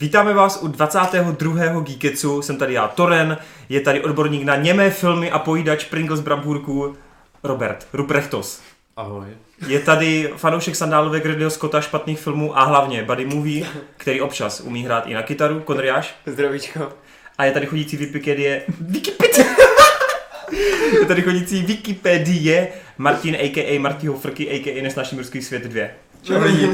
Vítáme vás u 22. Geeketsu, jsem tady já, Toren, je tady odborník na němé filmy a pojídač Pringles Brambůrků, Robert Ruprechtos. Ahoj. Je tady fanoušek sandálovek Radio Scotta, špatných filmů a hlavně Buddy Movie, který občas umí hrát i na kytaru, Konriáš. Zdravíčko. A je tady chodící Wikipedie... Wikipedie! je tady chodící Wikipedie Martin a.k.a. Martího Frky a.k.a. Nesnáším ruský svět 2. Čau lidi.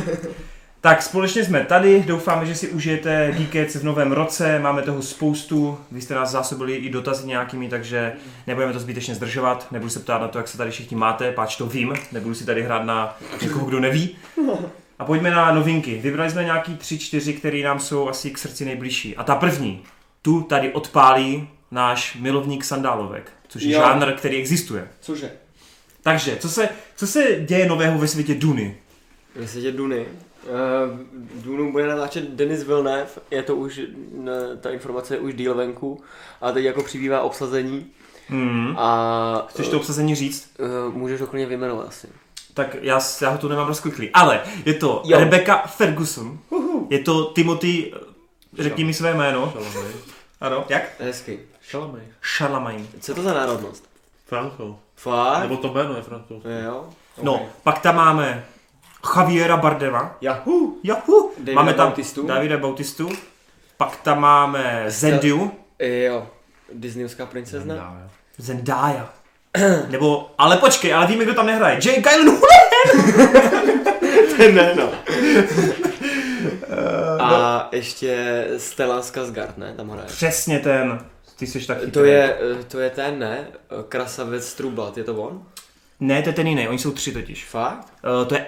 Tak, společně jsme tady, doufáme, že si užijete Geekec v novém roce, máme toho spoustu, vy jste nás zásobili i dotazy nějakými, takže nebudeme to zbytečně zdržovat, nebudu se ptát na to, jak se tady všichni máte, páč to vím, nebudu si tady hrát na někoho, kdo neví. A pojďme na novinky, vybrali jsme nějaký tři, čtyři, které nám jsou asi k srdci nejbližší. A ta první, tu tady odpálí náš milovník sandálovek, což je Jo. žánr, který existuje. Cože? Takže, co se, co se děje nového ve světě Duny? Ve světě Duny. Uh, Dunu bude natáčet Denis Villeneuve, je to už, ne, ta informace je už díl venku a teď jako přibývá obsazení Hmm. a Chceš to obsazení říct? uh, můžeš dokonce vyjmenovat asi. Tak já, s- já ho tu nemám rozkliklý. Ale je to Jo. jo. Rebecca Ferguson. Je to Timothy, eh, řekni mi své jméno. Šalamej. Ano. Jak? Hezky. Šalamej. Charlemagne. Co je to za národnost? Franco. Fakt? Nebo to jméno je Franco. Jo. No, pak tam máme Javiera Bardema. Jahu! Jahu. Davida máme tam Bautistu. Davida Bautistu. Pak tam máme Zendiu. Eh, Jo. Disneyovská princezna? Dá, jo. Zendaya. Nebo, ale počkej, ale víme, kdo tam nehraje. Jake Gyllenhaal. ne, Eh, no. A ještě Stellan Skarsgård, ne? Tam hraje. Přesně ten. Ty jsi tak chytrý. To je, eh, to je ten, ne? Eh, Krasavec Trubat, je to on? Ne, to je ten jiný, oni jsou tři totiž. Fakt? Eh, to je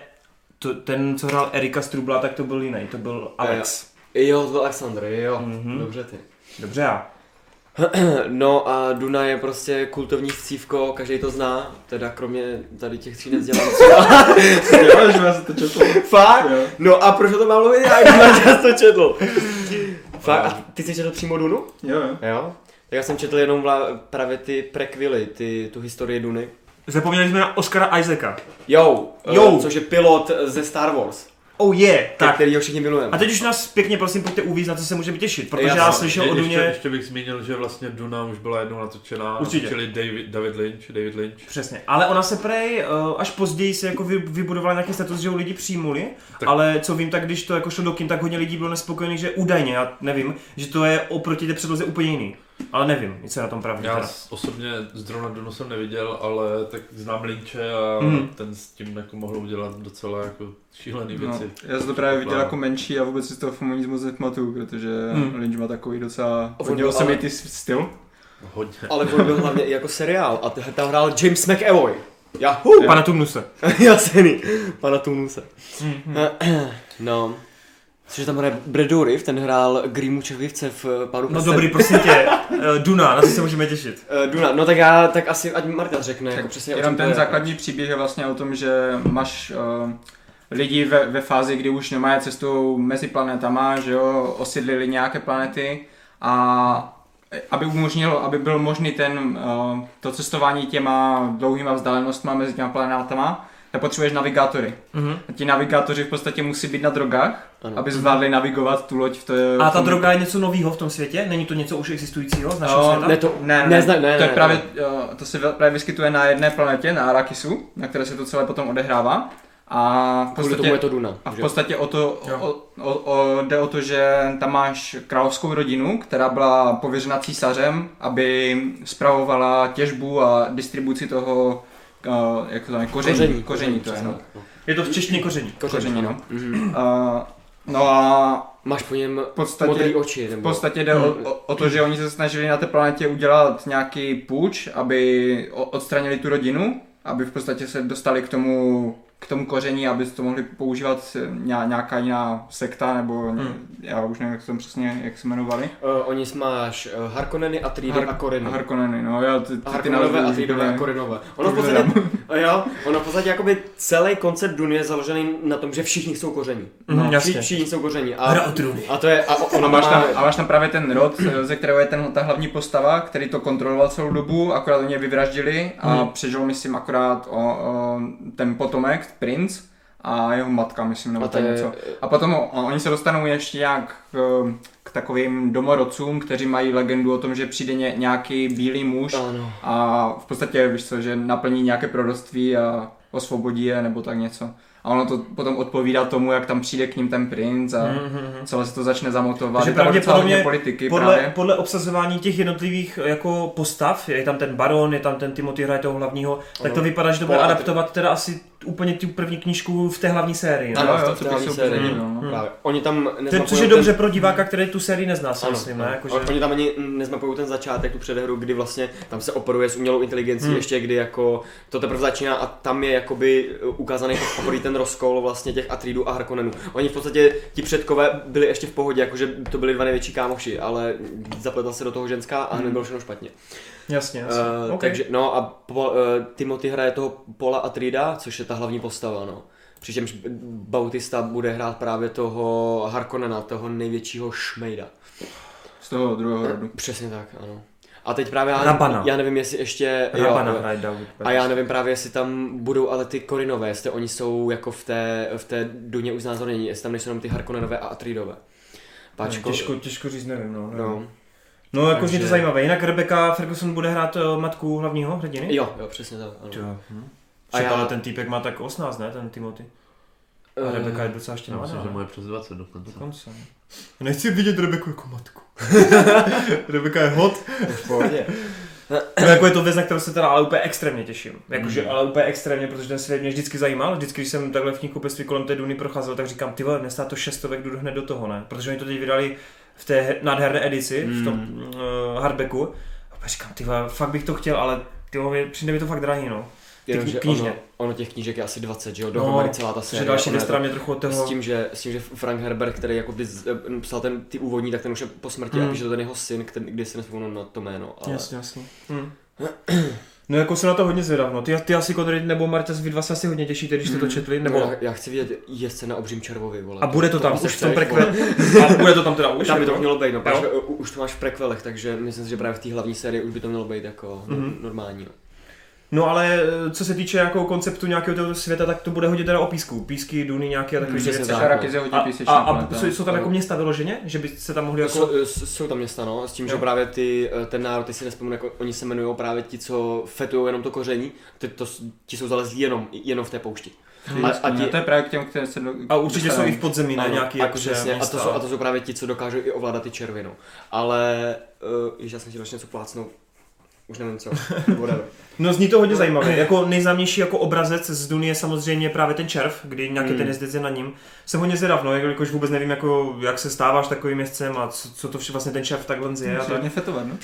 to, ten, co hrál Erika Strubla, tak to byl jiný, to byl Alex. Jo, to byl Alexandr, jo. Mm-hmm. Dobře ty. Dobře já. No a Duna je prostě kultovní cívko, každý to zná, teda kromě tady těch tří nevzdělanců. Jo, že já se to četl. Fakt? Jo. No a proč o to mám mluvit já, když jsem často četl? Fakt? A ty jsi četl přímo Dunu? Jo, jo. Jo. Tak já jsem četl jenom vla, právě ty prequely, ty, tu historii Duny. Zapomněli jsme na Oscara Isaaca. Jo, Jo. jo. což je pilot ze Star Wars, Oh yeah, tak. tak. který ho všichni milujeme. A teď už nás pěkně prosím pojďte uvíz, na co se můžeme těšit, protože Jasně. já slyšel Je- o ještě, Duně... ještě bych zmínil, že vlastně Duna už byla jednou natočená. Určitě. Čili David, David Lynch. David Lynch. Přesně, ale ona se prej, eh, až později se jako vy, vybudovala nějaký status, že ho lidi přijmuli, tak. ale co vím, tak když to jako šlo do kin, tak hodně lidí bylo nespokojených, že údajně, já nevím, že to je oproti té předloze úplně jiný. Ale nevím, nic je na tom pravdě. Já teda. s- osobně zrovna Dunu jsem neviděl, ale tak znám Lynche a Mhm. ten s tím jako mohl udělat docela jako šílený No, věci. já jsem to právě viděl jako menší a vůbec si toho filmu nic moc nepamatuju, protože Hmm. hmm. Lynch má takový docela... On Hodil byl se ale- mi ty s- styl. Hodně. Ale on byl hlavně i jako seriál a t- tam hrál James McAvoy. Jahu! Pana Tumnuse. Jasný, pana Tunuse. Mhm. Eh, no. Cože tam hraje Brad Dourif, ten hrál Grimu Červivce v eh, Pánu No prstenů. dobrý, prosím tě, eh, Duna, na co se můžeme těšit? Eh, Duna, no tak já, tak asi ať Marta řekne, Tak jako přesně o Jenom čem to ten je. základní příběh je vlastně o tom, že máš uh, lidi ve, ve fázi, kdy už nemají cestu mezi planetama, že jo, osídlili nějaké planety a eh, aby umožnil, aby byl možný ten, uh, to cestování těma dlouhýma vzdálenostma mezi těma planetama, tak potřebuješ navigátory. Mhm. A ti navigátoři v podstatě musí být na drogách, Ano. aby zvládli navigovat tu loď v té... A v ta tom- droga je něco nového v tom světě? Není to něco už existujícího z našeho No, světa? Ne, to, Ne, ne, ne, ne, zna- ne, to je ne, právě, ne. eh, to se ve- právě vyskytuje na jedné planetě, na Arakisu, na které se to celé potom odehrává. A v Kvůli tomu je podstatě, to Duna. a v že? podstatě o to, Jo. o, o, o, jde o to, že tam máš královskou rodinu, která byla pověřena císařem, aby spravovala těžbu a distribuci toho, eh, jak to tam je, koření, koření, koření to je, přesně. no. Je to v češtině koření. Koření, no. Mhm. Uh, no a Máš po něm v podstatě... modrý oči, V nebo... podstatě jde o, o, o to, že oni se snažili na té planetě udělat nějaký půjč, aby o, odstranili tu rodinu, aby v podstatě se dostali k tomu, k tomu koření, aby to mohli používat ně- nějaká jiná sekta, nebo ně, Hmm. já už nevím, jak to přesně, jak se jmenovali. Eh, oni máš eh, Harkonneny, Atridy Har- a Koreny. Harkonneny, no já ty, jako ty, ty Harkonnenové a už Atridy a úplně- Korenové. Ono v už podstatě hledám. A jo, ono v podstatě jakoby celý koncept Duny je založený na tom, že všichni jsou koření. No, Mhm, jasně. Všichni, všichni jsou koření. A, Hra o trůny. a to je, a ono A má... máš, tam, a máš tam právě ten rod, eh, ze kterého je ten, ta hlavní postava, který to kontroloval celou dobu, akorát oni je vyvraždili a Hmm. přežil myslím akorát o, o, ten potomek, princ, a jeho matka, myslím, nebo A to tak je- něco. A potom o- oni se dostanou ještě nějak k, k takovým domorodcům, kteří mají legendu o tom, že přijde ně, nějaký bílý muž Ano. a v podstatě, víš co, že naplní nějaké proroctví a osvobodí je nebo tak něco. A ono to potom odpovídá tomu, jak tam přijde k ním ten princ a celé se to začne zamotovat. Mm-hmm. Takže Je tam docela pravděpodobně hodně politiky Podle, právě. podle obsazování těch jednotlivých eh, jako postav, je tam ten baron, je tam ten Timothy, hraje toho hlavního, tak Ano. to vypadá, že to bude Paul Atreides. adaptovat teda asi úplně tu první knížku v té hlavní sérii. Ano, Ano. Ano, v jo, té to finální bych se sérii. úplně Mm. divil, no. Právě. Oni tam Ten, nezmapujou což je ten- dobře pro diváka, který tu sérii nezná, si Ano, myslím, ne? Jakože... Oni tam ani nezmapují ten začátek, tu předehru, kdy vlastně tam se operuje s umělou inteligencí hmm. ještě, kdy jako to teprve začíná a tam je jakoby ukázaný poprvé ten rozkol vlastně těch Atridů a Harkonnenů. Oni v podstatě ti předkové byli ještě v pohodě, jakože to byli dva největší kámoši, ale zapletla se do toho ženská a hned bylo všechno špatně. Jasně, jasně. Uh, Ok. okay. Takže no a po, uh, Timothy hraje toho Paula Atrida, což je ta hlavní postava, no. Přičemž Bautista bude hrát právě toho Harkonnena, toho největšího šmejda. Z toho druhého rodu. Přesně tak, ano. A teď právě já, Rabana. já nevím, jestli ještě... Rabana jo, hraje David. a já nevím právě, jestli tam budou ale ty Korinové, jestli oni jsou jako v té, v té duně už znázornění, jestli tam nejsou jenom ty Harkonnenové a Atridové. Páčko, Těžko, těžko říct, nevím, no. nevím. no. No, jakože Takže- je to zajímavé. Jinak Rebecca Ferguson bude hrát eh, matku hlavního hrdiny? Jo, jo, přesně tak, ano. Jo. A Mhm. Však já- ale ten týpek má tak 18, ne? Ten Timothy. A Eh, Rebecca je docela ještě Já myslím, mladá. že ne? mu je přes 20 dokonce. Dokonce. Nechci vidět Rebeku jako matku. Rebeka je hot. v pohodě. No, jako je to věc, na kterou se teda ale úplně extrémně těším. Jakože, ale úplně extrémně, protože ten svět mě vždycky zajímal. Vždycky, když jsem takhle v knihkupectví kolem té Duny procházel, tak říkám, ty vole, nestá to šestovek, jdu hned do toho, ne? Protože oni to teď vydali v té he- nádherné edici, v tom uh, hardbacku. A pak říkám, ty vole, fakt bych to chtěl, ale ty vole, přijde mi to fakt drahý, no. Ty Jenomže knižně. ono, ono, těch knížek je asi 20, že jo, dohromady No, celá ta Což je série. další ono věc, je jako to- která mě trochu od toho... S tím, že, s tím, že Frank Herbert, který jako by z- eh, psal ten, ty úvodní, tak ten už je po smrti Hmm. a píše to ten jeho syn, který, kde si nespomenu na to jméno. Ale... Hm. Jasně, jasně. Hmm. No jako jsem na to hodně zvědav, no. Ty, ty asi Conrad nebo Martes, vy dva se asi hodně těšíte, když jste to četli, Nebo... nebo... Já, já, chci vidět jezdce na obřím červovi, vole. A bude to tam, už už v tom chceš, prequelu. A bude to tam teda už, Tam by jako? to mělo být, no, Jo. protože, eh, u- už to máš v prequelech, takže myslím si, že právě v té hlavní sérii už by to mělo být jako Mhm. mm-hmm. normální. no. No ale eh, co se týče jako konceptu nějakého toho světa, tak to bude hodit teda o písku. Písky, duny nějaké a takové Přesně věci. tak. Šarakize hodí A, a, písečná a planeta. jsou, jsou tam Jo. jako města vyloženě? Že by se tam mohli jako... Jsou, eh, s- jsou tam města, no, s tím, že Jo. právě ty, eh, ten národ, ty si nespomenu, jako oni se jmenují právě ti, co fetují jenom to koření, ty, to, s- ti jsou zalezlí jenom, jenom v té poušti. A, a, ti... to je právě k těm, které se do... A určitě jsou dostanou. i v podzemí, ne? Ano, Nějaký a, jako, že přesně, a, města. to jsou, a to jsou právě ti, co dokážou i ovládat ty červinu. Ale, uh, ježiš, já jsem chtěl ještě něco plácnout. Už nevím co, whatever. No zní to hodně zajímavě. Jako nejznámější jako obrazec z Duny je samozřejmě právě ten červ, kdy nějaký Hmm. ten jezdec je na ním. Jsem hodně zvědav, no, jelikož vůbec nevím, jako, jak se stáváš takovým jezdcem a co, co to vše vlastně ten červ takhle je. A Musí tak. hodně fetovat, no.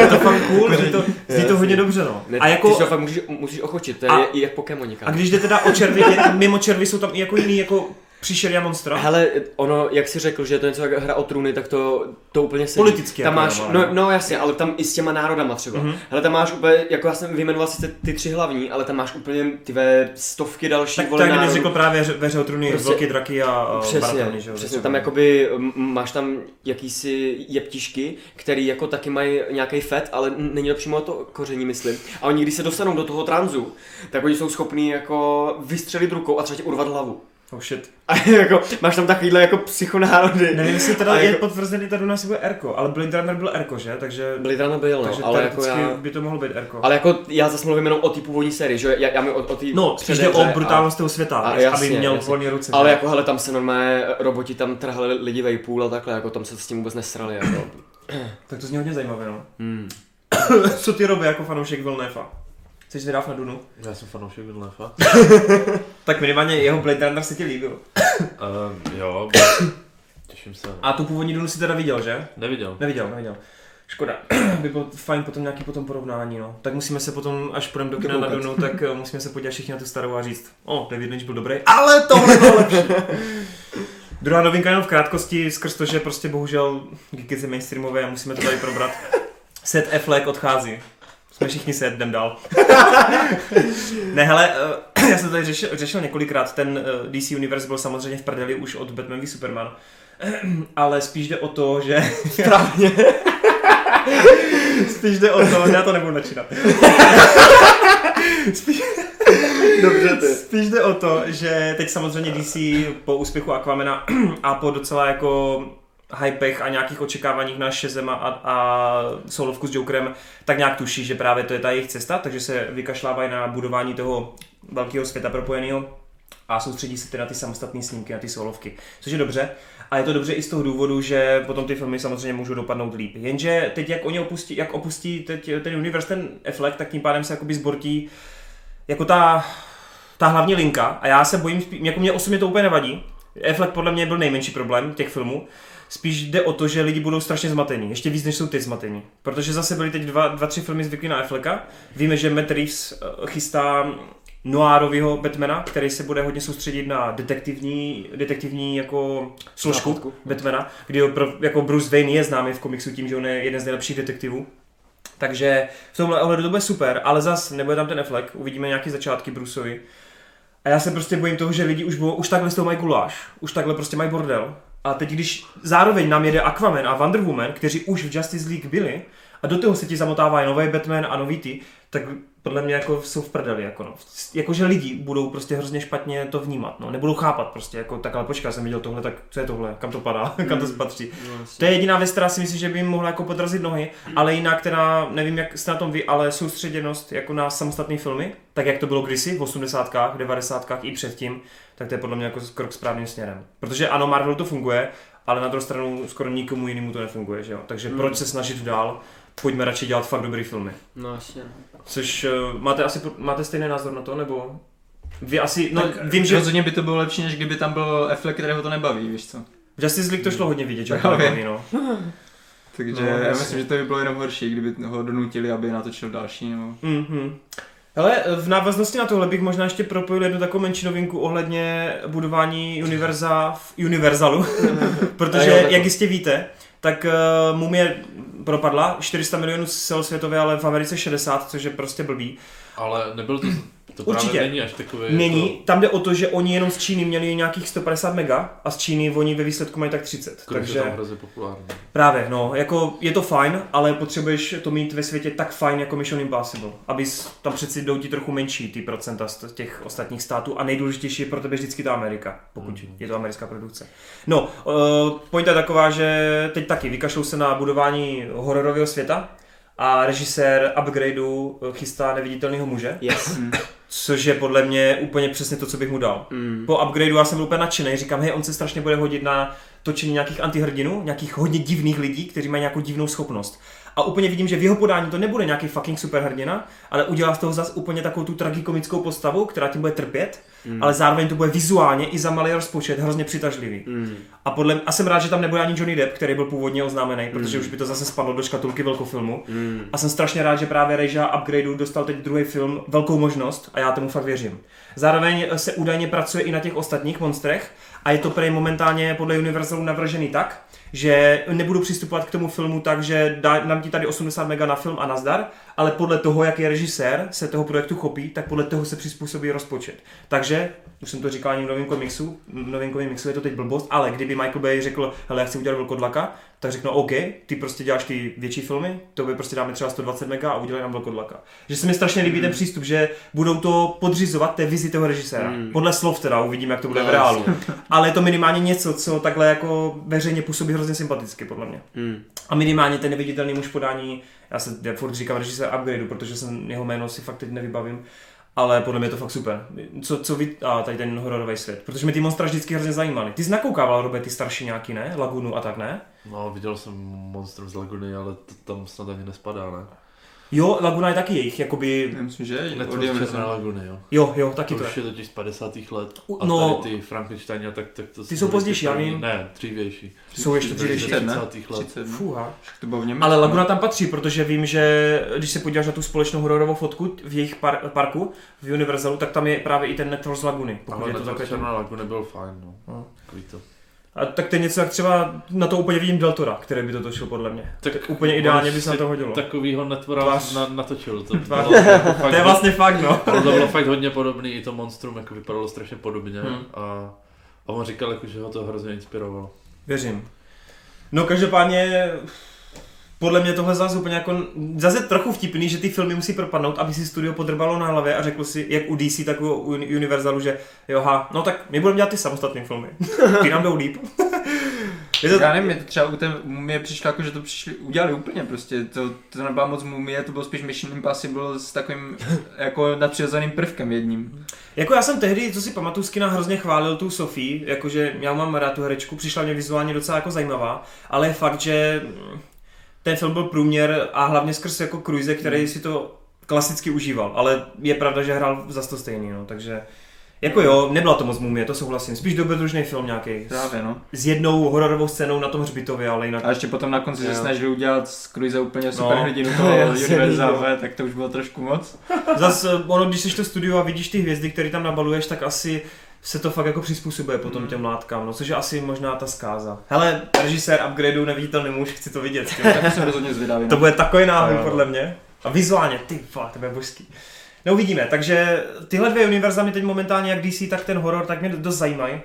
Je to fakt cool, zní to, zní to hodně dobře, no. Ne, A Ty si ho jako, fakt můžeš, musíš ochočit, to je A- i jak Pokémonika. a když jde teda o červy, je- mimo červy jsou tam i jako jiný jako příšery a monstra. Hele, ono, jak jsi řekl, že je to něco jak hra o trůny, tak to, to úplně sedí. Politicky Tam jako Mhm. máš, jenom, ale- no, no jasně, ale tam i s těma národama třeba. Mm-hmm. Hele, tam máš úplně, jako já jsem vyjmenoval sice ty tři hlavní, ale tam máš úplně ty ve stovky další Tak, vole tak kdyby národů. řekl právě Ře- veře o trůny, Prostě- velký draky a a Přesně, baratony, že jo. přesně, že tam jo. jakoby m- máš tam jakýsi jeptišky, který jako taky mají nějaký fet, ale n- není to přímo to koření, myslím. A oni, když se dostanou do toho tranzu, tak oni jsou schopní jako vystřelit rukou a třeba tě urvat hlavu. Oh shit. A jako, máš tam takovýhle jako psychonárody. Nevím, jestli teda A je jako, potvrzený ta Duna, jestli bude Erko, ale Blade Runner byl Erko, že? Takže, Blade Runner byl, no, takže ale jako teoreticky já... by to mohlo být Erko. Ale jako já zase mluvím jenom o té původní sérii, že jo? já, já mi o, o té No, spíš jde předehře o a- brutálnost toho světa, a víš, jasně, aby měl jasně. volné ruce. Ale že? jako hele, tam se normálně eh, roboti tam trhali lidi vejpůl a takhle, jako tam se s tím vůbec nesrali, jako. Tak to zní hodně zajímavé, no. Hmm. Co ty robí jako fanoušek Vilnéfa? Jsi zvědav na Dunu? Já jsem fanoušek Villeneuve. Tak minimálně jeho Blade Runner se ti líbil. uh, jo, těším se. no. A tu původní Dunu si teda viděl, že? Neviděl. Neviděl, neviděl. Škoda, by bylo fajn potom nějaký potom porovnání, no. Tak musíme se potom, až půjdeme do kina na Dokoukat. Dunu, tak eh, musíme se podívat všichni na tu starou a říct, o, David Lynch byl dobrý, ale tohle bylo lepší. Druhá novinka jenom v krátkosti, skrz to, že prostě bohužel geeky je mainstreamové a musíme to tady probrat. Set Affleck odchází. Jsme všichni set, jdem dál. ne, hele, eh, já jsem to tady řešil, řešil několikrát, ten eh, DC Universe byl samozřejmě v prdeli už od Batman v Superman. Ale spíš jde o to, že... Správně. spíš jde o to, já to nebudu načínat. spíš... Dobře ty. Spíš jde o to, že teď samozřejmě DC po úspěchu Aquamena a po docela jako hypech a nějakých očekáváních na Shazema a, a solovku s Jokerem, tak nějak tuší, že právě to je ta jejich cesta, takže se vykašlávají na budování toho velkého světa propojeného a soustředí se ty na ty samostatné snímky, na ty solovky, což je dobře. A je to dobře i z toho důvodu, že potom ty filmy samozřejmě můžou dopadnout líp. Jenže teď, jak oni opustí, jak opustí teď ten univerz, ten Affleck, tak tím pádem se jakoby zbortí jako ta, ta hlavní linka. A já se bojím, spí- jako mě osobně to úplně nevadí. Affleck podle mě byl nejmenší problém těch filmů. Spíš jde o to, že lidi budou strašně zmatení, ještě víc, než jsou teď zmatení. Protože zase byly teď dva, dva tři filmy zvyklí na Afflecka. Víme, že Matt Reeves eh, chystá noárovýho Batmana, který se bude hodně soustředit na detektivní, detektivní jako složku Zápletku. Batmana, kdy ho pro, jako Bruce Wayne je známý v komiksu tím, že on je jeden z nejlepších detektivů. Takže v tomhle ohledu to bude super, ale zas nebude tam ten Affleck, uvidíme nějaké začátky Bruceovi. A já se prostě bojím toho, že lidi už, budou, už takhle s tou mají guláš, už takhle prostě mají bordel. A teď, když zároveň nám jede Aquaman a Wonder Woman, kteří už v Justice League byli, a do toho se ti zamotává i nový Batman a nový ty, tak podle mě jako jsou v prdeli. Jako no. Jakože lidi budou prostě hrozně špatně to vnímat, no. nebudou chápat prostě, jako tak ale počkej, já jsem viděl tohle, tak co je tohle, kam to padá, kam Hmm, to spatří. no, To je jediná věc, která si myslím, že by jim mohla jako podrazit nohy, ale jinak teda, nevím jak jste na tom vy, ale soustředěnost jako na samostatné filmy, tak jak to bylo kdysi v 80 90 i předtím, tak to je podle mě jako krok správným směrem. Protože ano, Marvel to funguje, ale na druhou stranu skoro nikomu jinému to nefunguje, že jo? Takže hmm. proč se snažit dál? Pojďme radši dělat fakt dobrý filmy. No jasně. no. Což eh, máte asi máte stejný názor na to, nebo vy asi, no Tak vím, že Rozhodně by to bylo lepší, než kdyby tam byl Affleck, kterého to nebaví, víš co. v Justice League to šlo hodně vidět, že Právě. jo, no. Takže No, no, já jasně. myslím, že to by bylo jenom horší, kdyby ho donutili, aby natočil další nebo... Mhm. Hele, v návaznosti na tohle bych možná ještě propojil jednu takovou menší novinku ohledně budování univerza v Universalu, A jo, protože, tak- jak jistě víte, tak uh, mumie propadla, 400 milionů celosvětově, ale v Americe 60, což je prostě blbý. Ale nebyl to... To právě Určitě. není až takový... Není, tam jde o to, že oni jenom z Číny měli nějakých 150 mega a z Číny oni ve výsledku mají tak 30. Jako, takže... tam hrozně populární. Právě, no, jako je to fajn, ale potřebuješ to mít ve světě tak fajn jako Mission Impossible, aby tam přeci jdou ti trochu menší ty procenta z těch ostatních států a nejdůležitější je pro tebe vždycky ta Amerika, pokud mm. je to americká produkce. No, uh, pointa je taková, že teď taky vykašlou se na budování hororového světa a režisér Upgradeu eh, chystá neviditelného muže, Yes. což je podle mě úplně přesně to, co bych mu dal Mm. po upgradeu já jsem byl úplně nadšený, říkám, hej, on se strašně bude hodit na točení nějakých antihrdinů, nějakých hodně divných lidí, kteří mají nějakou divnou schopnost. A úplně vidím, že v jeho podání to nebude nějaký fucking superhrdina, ale udělá z toho zase úplně takovou tu tragikomickou postavu, která tím bude trpět, mm. ale zároveň to bude vizuálně i za malý rozpočet hrozně přitažlivý. Mm. A, podle, a jsem rád, že tam nebude ani Johnny Depp, který byl původně oznámený, protože už by to zase spadlo do škatulky velkofilmu. Mm. A jsem strašně rád, že právě Reža Upgradeu dostal teď druhý film velkou možnost a já tomu fakt věřím. Zároveň se údajně pracuje i na těch ostatních monstrech a je to prej momentálně podle Universalu navržený tak, že nebudu přistupovat k tomu filmu tak, že dá, nám ti tady 80 mega na film a nazdar, ale podle toho, jak je režisér, se toho projektu chopí, tak podle toho se přizpůsobí rozpočet. Takže, už jsem to říkal ani v novém komiksu, v novém komiksu je to teď blbost, ale kdyby Michael Bay řekl, hele, já chci udělat velkodlaka, tak řeknu, OK, ty prostě děláš ty větší filmy, to by prostě dáme třeba 120 mega a udělají nám velkodlaka. Že se mi strašně líbí ten přístup, že budou to podřizovat té vizi toho režiséra. Mm. Podle slov teda, uvidím, jak to bude No, v reálu. Ale je to minimálně něco, co takhle jako veřejně působí hrozně sympaticky, podle mě. Mm. A minimálně ten neviditelný muž v podání, já se já furt říkám režisér upgradeu, protože jsem jeho jméno si fakt teď nevybavím, ale podle mě je to fakt super. Co, co vy, a tady ten hororový svět, protože mě ty monstra vždycky hrozně zajímaly. Ty jsi nakoukával, Robe, ty starší nějaký, ne? Lagunu a tak, ne? No, viděl jsem Monstrum z Laguny, ale to tam snad ani nespadá, ne? Jo, Laguna je taky jejich, jakoby... Já myslím, že Ne, to od Universal. už je na Laguny, jo. Jo, jo, taky to to je. už je totiž z 50. let. U- A no. no, tady ty Frankenstein a tak, tak to jsou pozdější, já první- vím. Ne, dřívější. Jsou ještě dřívější. 30, ne? 30. let. 30, no. Fuha. To bylo v Německu. Ale Laguna tam patří, protože vím, že když se podíváš na tu společnou hororovou fotku v jejich par- parku, v Universalu, tak tam je právě i ten Network z Laguny, pokud Ale je to na takové to na Laguny byl fajn, no. No. Takový to. A tak to je něco, jak třeba na to úplně vidím Deltora, který by to točil podle mě. Tak Úplně ideálně by se na to hodilo. Tak, Takovýho netvora Tvář. na, natočil. To, Tvář. bylo jako fakt, to je vlastně fakt, no. ale to bylo fakt hodně podobný, i to Monstrum jako vypadalo strašně podobně. Hmm. A, a on říkal, jako, že ho to hrozně inspirovalo. Věřím. No každopádně podle mě tohle zase úplně jako, zase trochu vtipný, že ty filmy musí propadnout, aby si studio podrbalo na hlavě a řeklo si, jak u DC, tak u Uni- Universalu, že jo, ha, no tak my budeme dělat ty samostatné filmy. Ty nám jdou líp. Je to, Já nevím, mě to třeba u té mumie přišlo jako, že to přišli, udělali úplně prostě, to, to nebyla moc mumie, to bylo spíš Mission Impossible s takovým jako nadpřirozeným prvkem jedním. jako já jsem tehdy, co si pamatuju, z kina hrozně chválil tu Sofii, jakože já mám rád tu herečku, přišla mě vizuálně docela jako zajímavá, ale je fakt, že mm, ten film byl průměr a hlavně skrz jako Cruise, který si to klasicky užíval, ale je pravda, že hrál za to stejný, no, takže jako jo, nebyla to moc mumie, to souhlasím, spíš dobrodružný film nějaký. Právě no. s jednou hororovou scénou na tom hřbitově, ale jinak... A ještě potom na konci se Jo. snažili udělat z Cruise úplně No. super hrdinu, No, no, je jasně, jo. univerzálové, tak to už bylo trošku moc. Zase, eh, ono, když jsi to studio a vidíš ty hvězdy, které tam nabaluješ, tak asi se to fakt jako přizpůsobuje potom Hmm. těm látkám, no, což je asi možná ta zkáza. Hele, režisér upgradeu neviditelný muž, chci to vidět. ty. Tak to jsem rozhodně zvědavý. no. to bude takový náhled, Jo. podle mě. A vizuálně, ty vole, to bude božský. No uvidíme, takže tyhle dvě univerza mě teď momentálně, jak DC, tak ten horor, tak mě dost zajímají.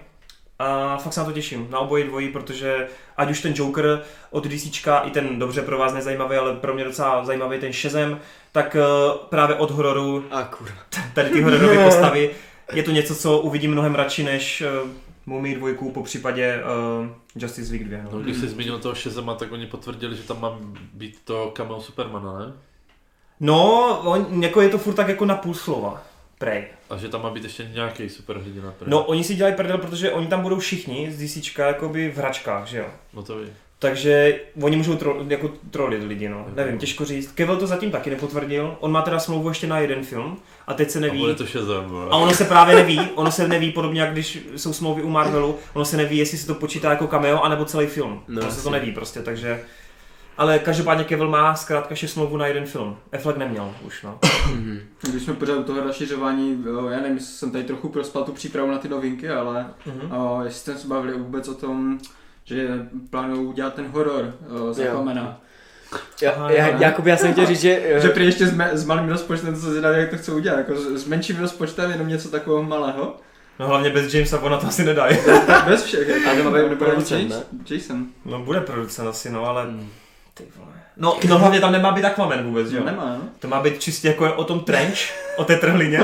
A fakt se na to těším, na oboje dvojí, protože ať už ten Joker od DC, i ten dobře pro vás nezajímavý, ale pro mě docela zajímavý ten Shazam, tak eh, právě od hororu, A kurva. tady ty hororové postavy, je to něco, co uvidím mnohem radši než uh, Mumii dvojku, po případě uh, Justice League 2. No, No. když jsi zmínil toho Shazama, tak oni potvrdili, že tam má být to cameo Supermana, ne? no on, jako je to furt tak jako na půl slova. Prej. A že tam má být ještě nějaký superhrdina. prý. No, oni si dělají prdel, protože oni tam budou všichni z DC jakoby v hračkách, že jo. no to ví. Takže oni můžou tro, jako trolit lidi, no. Mhm. Nevím, těžko říct. Kevel to zatím taky nepotvrdil. On má teda smlouvu ještě na jeden film a teď se A neví. bude to Shazam, A vole. ono se právě neví, ono se neví, podobně jak když jsou smlouvy u Marvelu, ono se neví, jestli se to počítá jako cameo, anebo celý film. No, No, ono se to jasně. neví prostě, takže... Ale každopádně Kevel má zkrátka ještě smlouvu na jeden film. Affleck neměl už, no. Když jsme pořád u toho rozšiřování, jo, já nevím, jestli jsem tady trochu prospal tu přípravu na ty novinky, ale Mhm. O, jestli jste se bavili vůbec o tom, že plánují udělat ten horor o, za Jo. kamena. Já, Aha, já, jo. Jakub, já jsem chtěl říct, že... eh, Že prý ještě s, me- s malým rozpočtem to se zvědavě, jak to chcou udělat. Jako s, s menším rozpočtem jenom něco takového malého. No hlavně bez Jamesa ona to asi nedá. Bez všech. jako, A to má být nebo producent, Jason- Jason. No bude producent asi, no, ale... Mm. Ty vole. No, no hlavně tam nemá být Aquaman vůbec, že Jo. jo? Nemá, no. To má být čistě jako o tom trench, o té trhlině.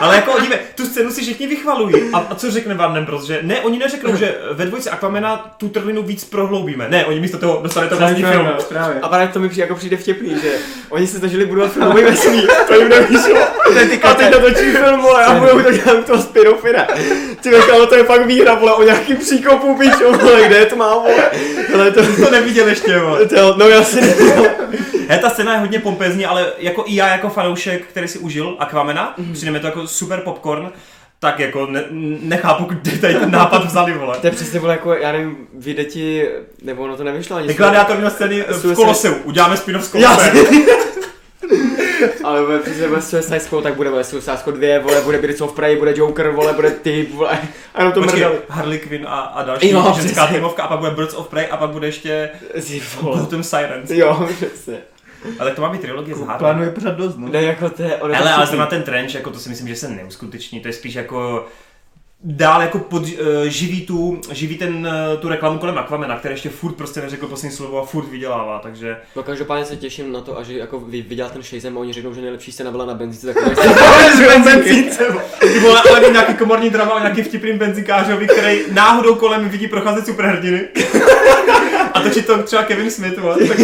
Ale jako dívej, tu scénu si všichni vychvalují. A, a co řekne Van Nembros, že ne, oni neřeknou, že ve dvojce Aquamena tu trhlinu víc prohloubíme. Ne, oni místo toho dostali to vlastní Právě, film. Právě. A právě to mi přijde, jako přijde vtipný, že oni se snažili budovat filmový vesmír, to jim nevyšlo. A teď natočí film, vole, a budou to dělat toho Spirofina. Ty vole, kámo, to je fakt výhra, vole, o nějakým příkopu, pičo, vole, kde je to má, vole. Hele, to, To neviděl ještě, jo. to, no já si He, ta scéna je hodně pompezní, ale jako i já jako fanoušek, který si užil Aquamena, mm. přijde mi to jako super popcorn, tak jako ne, nechápu, kde tady ten nápad vzali, vole. To je přesně, vole, jako, já nevím, vyjde ti, nebo ono to nevyšlo ani. Vykladátor měl scény v Suicide- Koloseu, uděláme spin-off z Já Koloseu. Ale bude přesně bude Suicide Squad, tak bude, bude Suicide Squad 2, vole, bude Birds of Prey, bude Joker, vole, bude ty, vole, a jenom to Počkej, mrdali. Harley Quinn a, a další Jo, jo, ženská přesně. týmovka a pak bude Birds of Prey a pak bude ještě Ty vole. Bottom Sirens. Jo, přesně. Ale to má být trilogie z Harley. Plánuje pořád dost, no. Ne, jako to je, ono je Hele, to ale vtipný. zrovna ten trench, jako to si myslím, že se neuskuteční, to je spíš jako dál jako pod, eh, živí, tu, živí ten, eh, tu reklamu kolem Aquamena, který ještě furt prostě neřekl poslední slovo a furt vydělává, takže No každopádně se těším na to, až jako vy, vydělá ten Shazam a oni řeknou, že nejlepší scéna byla na benzínce, tak to Ty vole, ale mít nějaký komorní drama o nějakým vtipným benzikářovi, který náhodou kolem vidí procházet superhrdiny. A točí to třeba Kevin Smith, vole, tak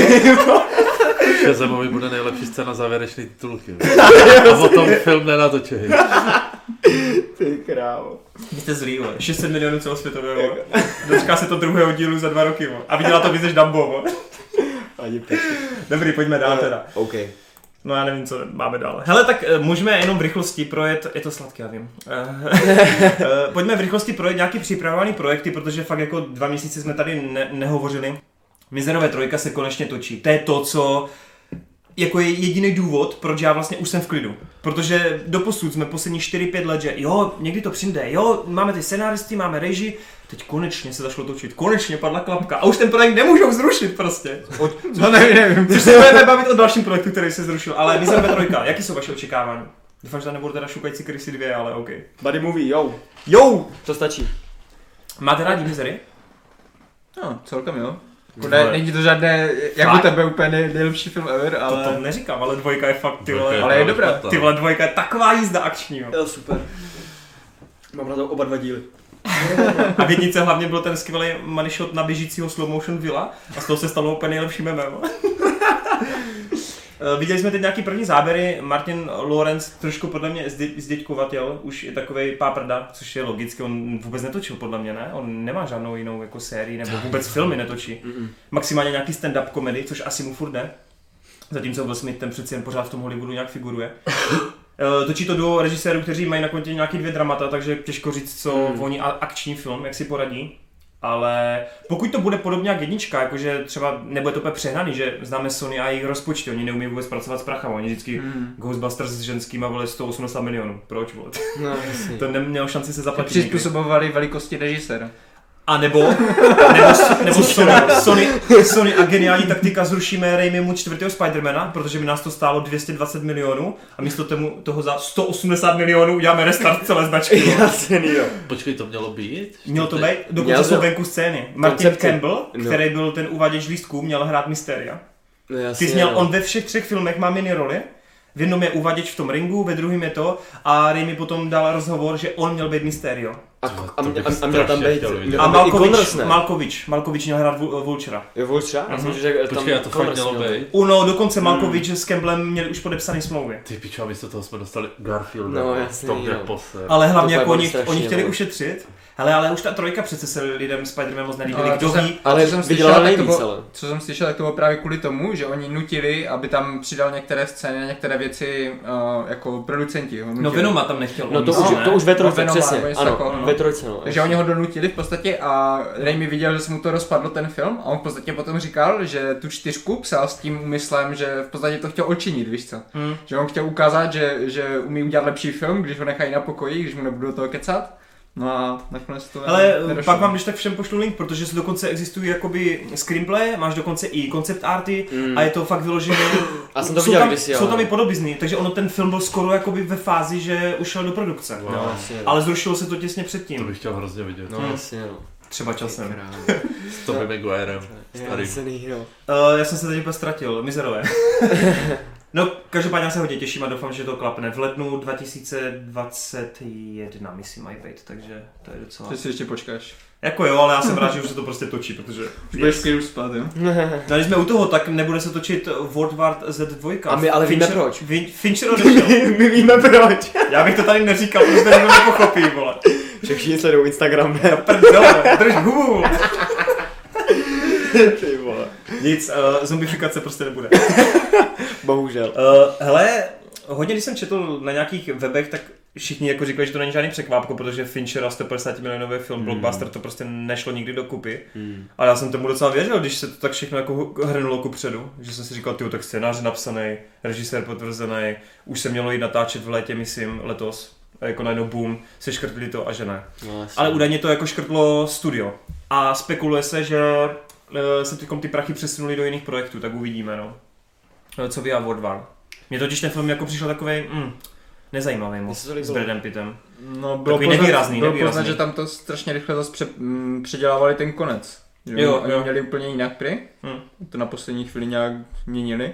Shazamovi bude nejlepší scéna závěrečný titulky. A potom film nenatočí. Ty krávo. Vy jste zlý, vole. Jako- 600 milionů celosvětového. vole. Dočká se to druhého dílu za dva roky, vole. A viděla to víc než Dumbo, vole. Ani pěkně. Dobrý, pojďme dál teda. OK. No já nevím, co máme dál. Hele, tak eh, můžeme jenom v rychlosti projet, je to sladké, já vím. Eh, eh, Pojďme v rychlosti projet nějaký připravovaný projekty, protože fakt jako dva měsíce jsme tady ne- nehovořili. Mizerové trojka se konečně točí. To je to, co jako je jediný důvod, proč já vlastně už jsem v klidu. Protože doposud jsme poslední 4-5 let, že jo, někdy to přijde, jo, máme ty scenáristy, máme reži, teď konečně se zašlo točit, konečně padla klapka a už ten projekt nemůžou zrušit prostě. No nevím, nevím. Což se budeme bavit o dalším projektu, který se zrušil, ale Mizerbe trojka, jaký jsou vaše očekávání? Doufám, že tam nebudou teda šukající krysy dvě, ale OK. Buddy movie, jo. Jo! To stačí. Máte rádi Mizery? No, celkem jo. Jako ne, není to žádné, jako Fakt? tebe úplně nej, nejlepší film ever, To, to ale... jako neříkám, ale dvojka je fakt, ty vole. Dvojka Ale je dobrá. špatná. Ty vole, dvojka je taková jízda akční, jo. Jo, super. Mám na to oba dva díly. A v jednice hlavně byl ten skvělý money shot na běžícího slow motion villa a z toho se stalo úplně nejlepší meme. vole. Eh, Viděli jsme teď nějaký první záběry, Martin Lawrence trošku podle mě zdi- zděďkovatěl, už je takovej páprda, což je logicky, on vůbec netočil podle mě, ne? On nemá žádnou jinou jako sérii nebo vůbec filmy netočí. Maximálně nějaký stand-up komedy, což asi mu furt ne. Zatímco Will Smith ten přeci jen pořád v tom Hollywoodu nějak figuruje. Eh, Točí to duo režisérů, kteří mají na kontě nějaký dvě dramata, takže těžko říct, co hmm. oni a- akční film, jak si poradí. Ale pokud to bude podobně jak jednička, jakože třeba nebude to úplně přehnaný, že známe Sony a jejich rozpočty, oni neumí vůbec pracovat s prachama, oni vždycky hmm. Ghostbusters s ženskýma vole 180 milionů, proč vole? No, jasně. To neměl šanci se zaplatit. nikdy. Přizpůsobovali velikosti režiséra. A nebo, nebo, nebo Sony, Sony, Sony a geniální taktika zrušíme Raimimu čtvrtého Spidermana, protože by nás to stálo 220 milionů a místo tomu, toho za 180 milionů uděláme restart celé značky. Jasný, jo. Počkej, to mělo být? Měl to být, Měl dokonce to. jsou venku scény. Martin Koncepci. Campbell, No. který byl ten uvaděč lístků, měl hrát Mysteria. No, jasně, Ty jsi měl, no. on ve všech třech filmech má mini roli. V jednom je uvaděč v tom ringu, ve druhém je to a Raimi potom dal rozhovor, že on měl být Mysterio. A, To- a, to bych a, a, měl tam strašně být... chtěl vidět. měl A tam být i Malkovič, Connors, ne? Malkovič, Malkovič měl hrát Vul- Vultura. Jo, Vulture? Já jsem Mhm. že jako tam Počkej, a to fakt Connors mělo měl. být? Uno, no, dokonce Hmm. Malkovič s Campbellem měli už podepsané smlouvy. Ty pičo, a místo toho jsme dostali Garfielda. No, jasný, Tom jo. Depose. Ale hlavně To jako bylo oni, strašně, oni chtěli no. ušetřit. Hele, ale už ta trojka přece se lidem Spider-Man moc nelíbily. No, Kdo to se- ví? Ale co jsem vydělala slyšel, tak to nejvíc, bylo- ale. Co jsem slyšel, tak to bylo právě kvůli tomu, že oni nutili, aby tam přidal některé scény, některé věci uh, jako producenti. Ho No nutili. Venoma tam nechtěl. No to umístit, myslím, už, ne? to už ve trojce, Venoma, přesně. nebo něco takového, Ano, no. ve trojce, no. Takže oni ho donutili v podstatě a Raimi viděl, že se mu to rozpadlo ten film a on v podstatě potom říkal, že tu čtyřku psal s tím úmyslem, že v podstatě to chtěl očinit, víš co? Hmm. Že on chtěl ukázat, že, že umí udělat lepší film, když ho nechají na pokoji, když mu nebudou do toho kecat. No a nakonec to Ale eh, nedošlo. pak vám když tak všem pošlu link, protože se dokonce existují jakoby screenplay, máš dokonce i koncept arty Mm. a je to fakt vyloženě. A jsem to Jsou viděl tam, kdysi, Jsou ale- tam i podobizny, takže ono ten film byl skoro jakoby ve fázi, že ušel do produkce. Wow. No, jasně, no. Ale zrušilo se to těsně To předtím. bych chtěl hrozně vidět. Hm. No, jasně, no. Třeba časem. S Tomem Maguirem. Starý. Jasný, jo. Uh, já jsem se teď úplně ztratil, mizerové. no, každopádně já se hodně těším a doufám, že to klapne. V lednu 2021, myslím, mají být, takže to je docela... Že si ještě počkáš. Jako jo, ale já jsem rád, že už se to prostě točí, protože... Už budeš v klidu spát, jo? No, když jsme u toho, tak nebude se točit World War Z2. A my ale víme proč. Vin, Fincher odešel. My víme proč. Já bych to tady neříkal, protože to nikdo nepochopí, vole. Že všichni sledují Instagram, ne? Prdele, drž hubu. Ty vole. Nic, eh, uh, zombifikace prostě nebude. Bohužel. Uh, hele, hodně když jsem četl na nějakých webech, tak všichni jako říkali, že to není žádný překvápko, protože Fincher a 150 milionový film hmm. blockbuster to prostě nešlo nikdy dokupy. Hmm. Ale já jsem tomu docela věřil, když se to tak všechno jako hrnulo ku předu, že jsem si říkal, ty tak scénář napsaný, režisér potvrzený, už se mělo jít natáčet v létě, myslím, letos. A jako najednou boom, se škrtli to a že ne. No, jasně. Ale údajně to jako škrtlo studio. A spekuluje se, že eh, se teď ty prachy přesunuly do jiných projektů, tak uvidíme, no. Eh, Co vy a World War. Mně totiž ten film jako přišel takový mm, nezajímavý moc Mně se to líbilo. s Bradem Pittem. No, bylo Takový nevýrazný, bylo nevýrazný. poznat, že tam to strašně rychle zase pře, mm, předělávali ten konec. Že Jo, oni jo. měli úplně jinak pry, Hm. to na poslední chvíli nějak měnili.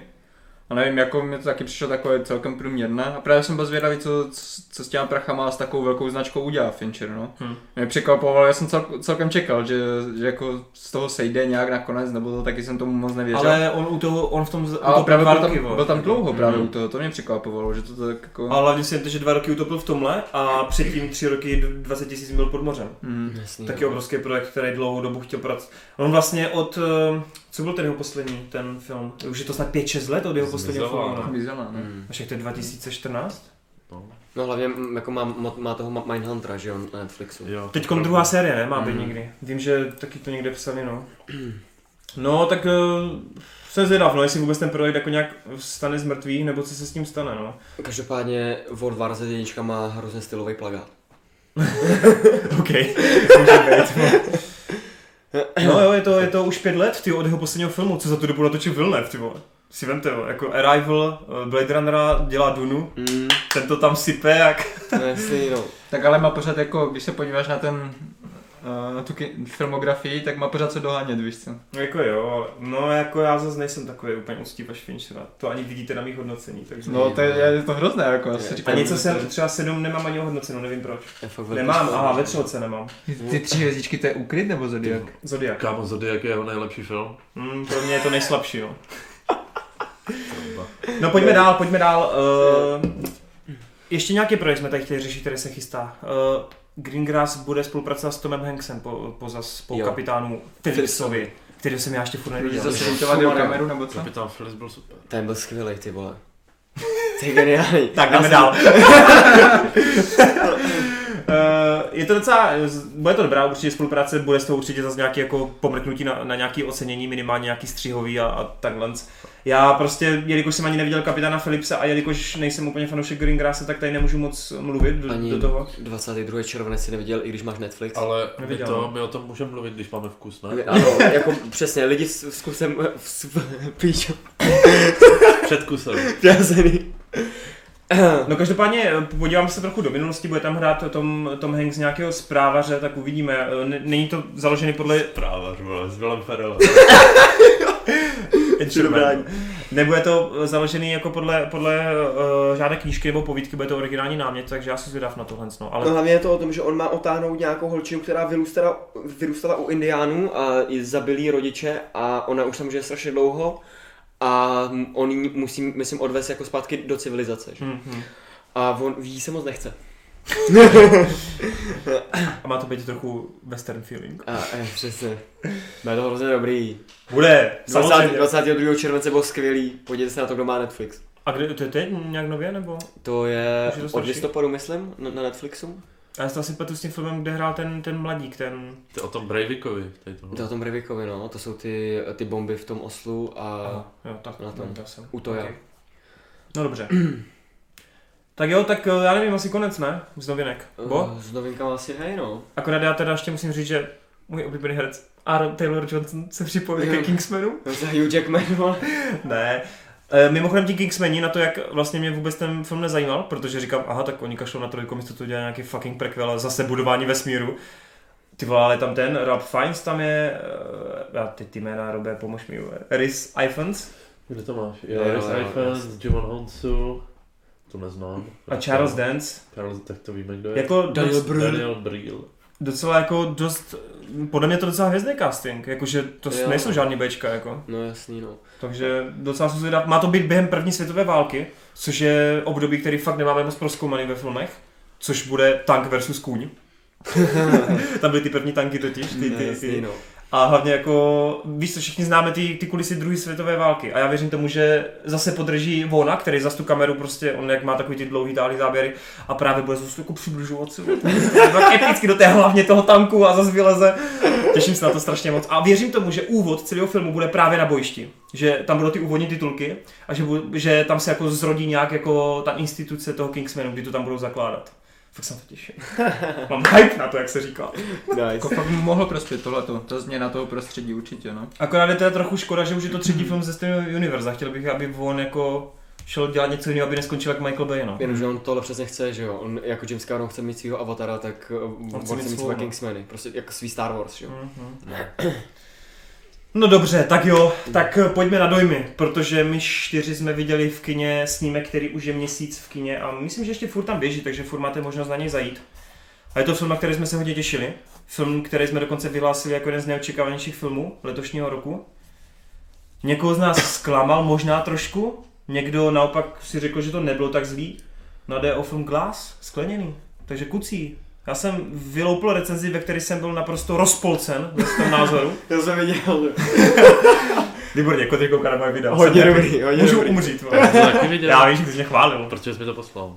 A nevím, jako mě to taky přišlo takové celkem průměrné. A právě jsem byl zvědavý, co, co- co s těma prachama a s takovou velkou značkou udělá Fincher, no. Hm. Mě překvapovalo, já jsem cel, celkem čekal, že, že jako z toho sejde nějak nakonec, nebo to taky jsem tomu moc nevěřil. Ale on u toho, on v tom z- ale utopil právě dva byl tam, roky, vole. Hm. byl tam dlouho právě u toho, to mě překvapovalo, že to tak jako... A hlavně si jen to, že dva roky utopil v tomhle a předtím tři roky 20 tisíc byl pod mořem. Mm. Jasný, Taky obrovský projekt, který dlouhou dobu chtěl pracovat. On vlastně od, eh, co byl ten jeho poslední ten film? Už je to snad 5-6 let od jeho posledního Zmizela, filmu. no. Vyzela, no. Hmm. A však to je 2014? No. No hlavně mm, jako má, má, má toho Ma- Mindhuntera, že jo, na Netflixu. Jo, Teď opravdu. druhá série, ne? Má být Mm. někdy. Vím, že taky to někde psali, no. No, tak uh, jsem zvědav, no, jestli vůbec ten projekt jako nějak stane z mrtvých, nebo co se s ním stane, no. Každopádně World War Z jednička má hrozně stylový plagát. OK. no jo, je to, je to už pět let, ty od jeho posledního filmu, co za tu dobu natočil Villeneuve, ty vole. Si vemte, jo, jako Arrival, eh, Blade Runnera dělá Dunu, Mm, ten to tam sype, jak... no jasný, no. Tak ale má pořád jako, když se podíváš na ten eh, na tu ki- filmografii, tak má pořád co dohánět, víš co. No jako jo, ale- no jako já zase nejsem takový úplně uctívač Finchera. To ani vidíte na mých hodnocení, takže... No to je, je to hrozné, jako já si A říkám. něco že jsem, to- třeba sedm nemám ani hodnoceno, nevím proč. Je fakt velký Nemám, sport. aha, ve vlastně. třelce nemám. Ty tři hvězdičky, to je Ukryt nebo Zodiak? Zodiak. Kámo, Zodiak je jeho nejlepší film. Mm, pro mě je to nejslabší, jo. No pojďme dál, pojďme dál. Uh, ještě nějaký projekt jsme tady chtěli řešit, který se chystá. Uh, Greengrass bude spolupracovat s Tomem Hanksem po, eh, po, zas, po Jo. kapitánu Phillipsovi, který jsem já ještě furt Budeš neviděl. zase montovat do kameru nebo co? Kapitán Phillips byl super. Ten byl skvělý, ty vole. Ty je geniální. Tak Já jdeme jsem- dál. Eh, je to docela, bude to dobrá určitě spolupráce, bude z toho určitě zase nějaké jako pomrknutí na, na nějaké ocenění, minimálně nějaký střihový a, a takhle. Já prostě, jelikož jsem ani neviděl kapitána Philipsa a jelikož nejsem úplně fanoušek Greengrasse, tak tady nemůžu moc mluvit do, Ani do toho. 22. červenec si neviděl, i když máš Netflix. Ale my, Neviděl. no. to, my o tom můžeme mluvit, když máme vkus, ne? Ano, jako přesně, lidi s, s kusem eh, v, s- v, píčo, Před kusem. přázený. No každopádně eh, podívám se trochu do minulosti, bude tam hrát Tom, Tom Hanks nějakého zprávaře, tak uvidíme. Eh, N- není to založený podle Právař, vole, s Willem Ferrellem. Gentleman. Nebude to eh, založený jako podle, podle uh, žádné knížky nebo povídky, bude to originální námět, takže já jsem zvědav na tohle. No, ale No hlavně je to o tom, že on má otáhnout nějakou holčinu, která vyrůstala, vyrůstala u Indiánů a i zabili jí rodiče a ona už tam žije strašně dlouho a m- on ji musí, myslím, odvést jako zpátky do civilizace. Že? Mhm. A on jí se moc nechce. A má to být trochu western feeling. A eh, přesně. Bude to hrozně dobrý. Bude, 20, samozřejmě. 22. července bylo skvělý, podívejte se na to, kdo má Netflix. A kde, to je teď nějak nově, nebo? To je Už je to od starší? listopadu, myslím, na na Netflixu. A já si to asi patu s tím filmem, kde hrál ten, ten mladík, ten... Ty o tom Breivikovi. Tady to. To je o tom Breivikovi, no, to jsou ty, ty bomby v tom Oslu a... Aha, jo, tak, na tom. to jsem. U Toja. Ok. No dobře. tak jo, tak eh, já nevím, asi konec, ne? Z novinek. Bo? Eh, S novinkama asi hej, no. Akorát já teda ještě musím říct, že můj oblíbený herec Aaron Taylor Johnson se připojil ke Jo. Kingsmanu. To je Hugh Jackman, vole. Ne. E, Mimochodem ti Kingsmeni na to, jak vlastně mě vůbec ten film nezajímal, protože říkám, aha, tak oni kašlou na trojku, místo to dělá nějaký fucking prequel a zase budování vesmíru. Ty vole, ale tam ten, Rob Fiennes tam je, eh, já ty, ty jména, Robé, pomož mi, vole. Rhys Ifans Kde to máš? Jo, Jo, Iris jo, jo, Ifans, Jimon Honsu. To neznám. a Charles Dance. Charles, tak to víme, kdo je. Jako Daniel doc, Brühl. Daniel Brühl. docela jako dost, podle mě to docela hvězdný casting, jakože to Jo. jo. nejsou žádný Bčka, jako. No jasný, no. Takže docela jsem zvědav, má to být během první světové války, což je období, který fakt nemáme moc proskoumaný ve filmech, což bude tank versus kůň. Tam byly ty první tanky totiž, ty, No, ty, jasný, ty. no. A hlavně jako, víš co, všichni známe ty, ty kulisy druhé světové války a já věřím tomu, že zase podrží Vona, který za tu kameru prostě, on jak má takový ty dlouhý dálý záběry a právě bude zase jako přibližovat se tak epicky do té hlavně toho tanku a zase vyleze. Těším se na to strašně moc. A věřím tomu, že úvod celého filmu bude právě na bojišti. Že tam budou ty úvodní titulky a že, bu- že tam se jako zrodí nějak jako ta instituce toho Kingsmanu, kdy to tam budou zakládat. Fakt se na to těším. Mám hype na to, jak se říká. Jako Nice. fakt mu mohlo prospět tohleto, ta změna toho prostředí určitě, no. Akorát je teda trochu škoda, že už je to třetí film ze stejného univerza. Chtěl bych, aby on jako šel dělat něco jiného, aby neskončil jak Michael Bay, no. Jenomže on tohle přesně chce, že jo. On jako James Cameron chce mít svého avatara, tak eh, on chce mít mít svou, svého no. Kingsmany. Prostě jako svý Star Wars, že jo. Mhm. No dobře, tak jo, tak eh, pojďme na dojmy, protože my čtyři jsme viděli v kině snímek, který už je měsíc v kině a myslím, že ještě furt tam běží, takže furt máte možnost na něj zajít. A je to film, na který jsme se hodně těšili. Film, který jsme dokonce vyhlásili jako jeden z neočekávanějších filmů letošního roku. Někoho z nás zklamal možná trošku, někdo naopak si řekl, že to nebylo tak zlý. No jde o film Glass, skleněný, takže kucí. Já jsem vyloupil recenzi, ve které jsem byl naprosto rozpolcen ve svém názoru. To jsem viděl. Výborně, jako ty kouká na moje videa. Hodně Jsem happy. dobrý, hodně Můžu dobrý. umřít, To vole. taky viděl. Já vím, že ty jsi mě chválil. Protože jsi mi to poslal.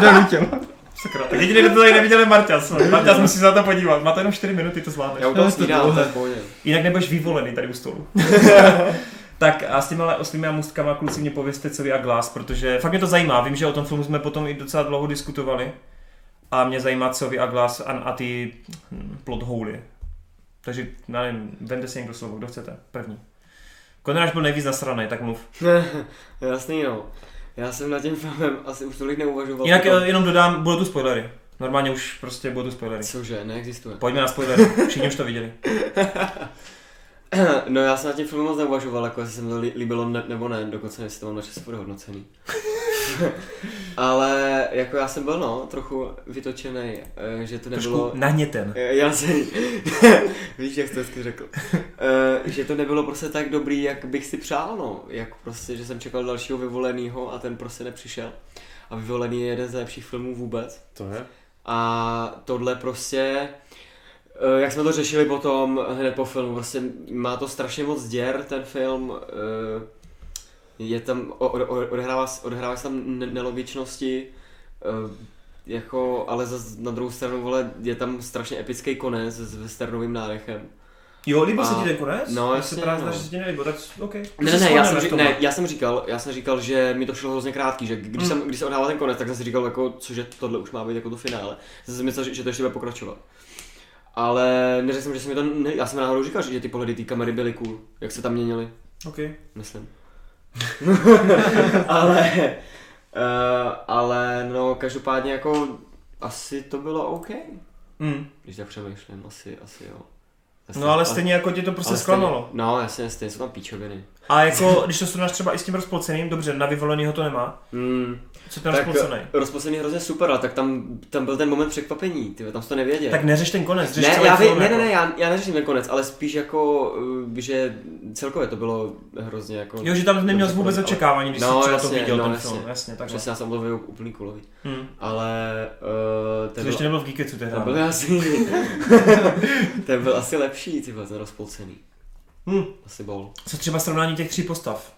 Donutil. Sakra. Tak jediný, kdo to tady neviděl, je Marťas. no. Marťas musí se na to podívat. Má to jenom 4 minuty, to zvládneš. Já u To toho je snídám, to dlouhé. je v pohodě. Jinak nebudeš vyvolený tady u stolu. tak a s těma oslými a mustkama kluci mě povězte, co vy a glas, protože fakt mě to zajímá. Vím, že o tom filmu jsme potom i docela dlouho diskutovali. A mě zajímá, co vy a glas a, a ty hm, plot houly. Takže, já nevím, vemte si někdo slovo, kdo chcete. První. Konráž byl nejvíc nasraný, tak mluv. Jasný, no. Já jsem nad tím filmem asi už tolik neuvažoval. Jinak Jako- eh, jenom dodám, budou tu spoilery. Normálně už prostě budou tu spoilery. Cože, neexistuje. Pojďme na spoilery, všichni už to viděli. No já jsem na tím filmem moc neuvažoval, jako jestli se mi to lí- líbilo ne- nebo ne, dokonce jestli to mám na času hodnocený. Ale jako já jsem byl no, trochu vytočený, eh, že to nebylo... Trošku nahněten. Eh, Já si, víš, jak jsi to hezky řekl, Eh, že to nebylo prostě tak dobrý, jak bych si přál, no. Jak prostě, že jsem čekal dalšího vyvoleného a ten prostě nepřišel. A vyvolený je jeden z lepších filmů vůbec. To je. A tohle prostě, eh, jak jsme to řešili potom hned po filmu, prostě má to strašně moc děr ten film, eh, je tam, o- o- o- odehrává, s- odehrává se tam ne- nelogičnosti, eh, jako, ale zas na druhou stranu, vole, je tam strašně epický konec s westernovým nádechem. Jo, líbil se A- ti ten konec? no, Mně jasně, se právě no. zdá, že se ti nelíbil, tak OK. Ne, Se ne, ne, já shodneme jsem, v no. ři- tomhle. ne, já jsem říkal, já jsem říkal, že mi to šlo hrozně krátký, že Hmm. když, jsem, když se odhrával ten konec, tak jsem si říkal, jako, cože tohle už má být jako to finále. Jsem si myslel, že, že to ještě bude pokračovat. Ale neřekl jsem, že se mi to, ne, já jsem náhodou říkal, že ty pohledy té kamery byly cool, jak se tam měnily, OK. myslím. ale, uh, ale no, každopádně jako, asi to bylo OK, Mm. když tak přemýšlím, asi, asi jo. Asi- No ale stejně jako tě to prostě ale zklamalo. Stejně, no jasně, stejně jsou tam píčoviny. A jako, když to srovnáš třeba i s tím rozpolceným, dobře, na vyvolenýho to nemá. Mm. Co ten rozpolcený? rozpocený je hrozně super, ale tak tam, tam byl ten moment překvapení, ty tam jsi to nevěděl. Tak neřeš ten konec, řeš ne, celý já vím, film, ne, ne, jako. ne, já, já neřeším ten konec, ale spíš jako, uh, že celkově to bylo hrozně jako... Jo, že tam neměl Dobře, vůbec ale- očekávání, když No, jsi třeba to jasně, viděl no, ten jasně. film. Jasně, tak. Přesně, já jsem byl úplný kulový. Hmm. Ale uh, To ten, byl, ještě nebyl v Geekecu tehdy. ten byl asi... ten byl asi lepší, ty byl ten rozpolcený. Hmm. Asi bol. Co třeba srovnání těch tří postav?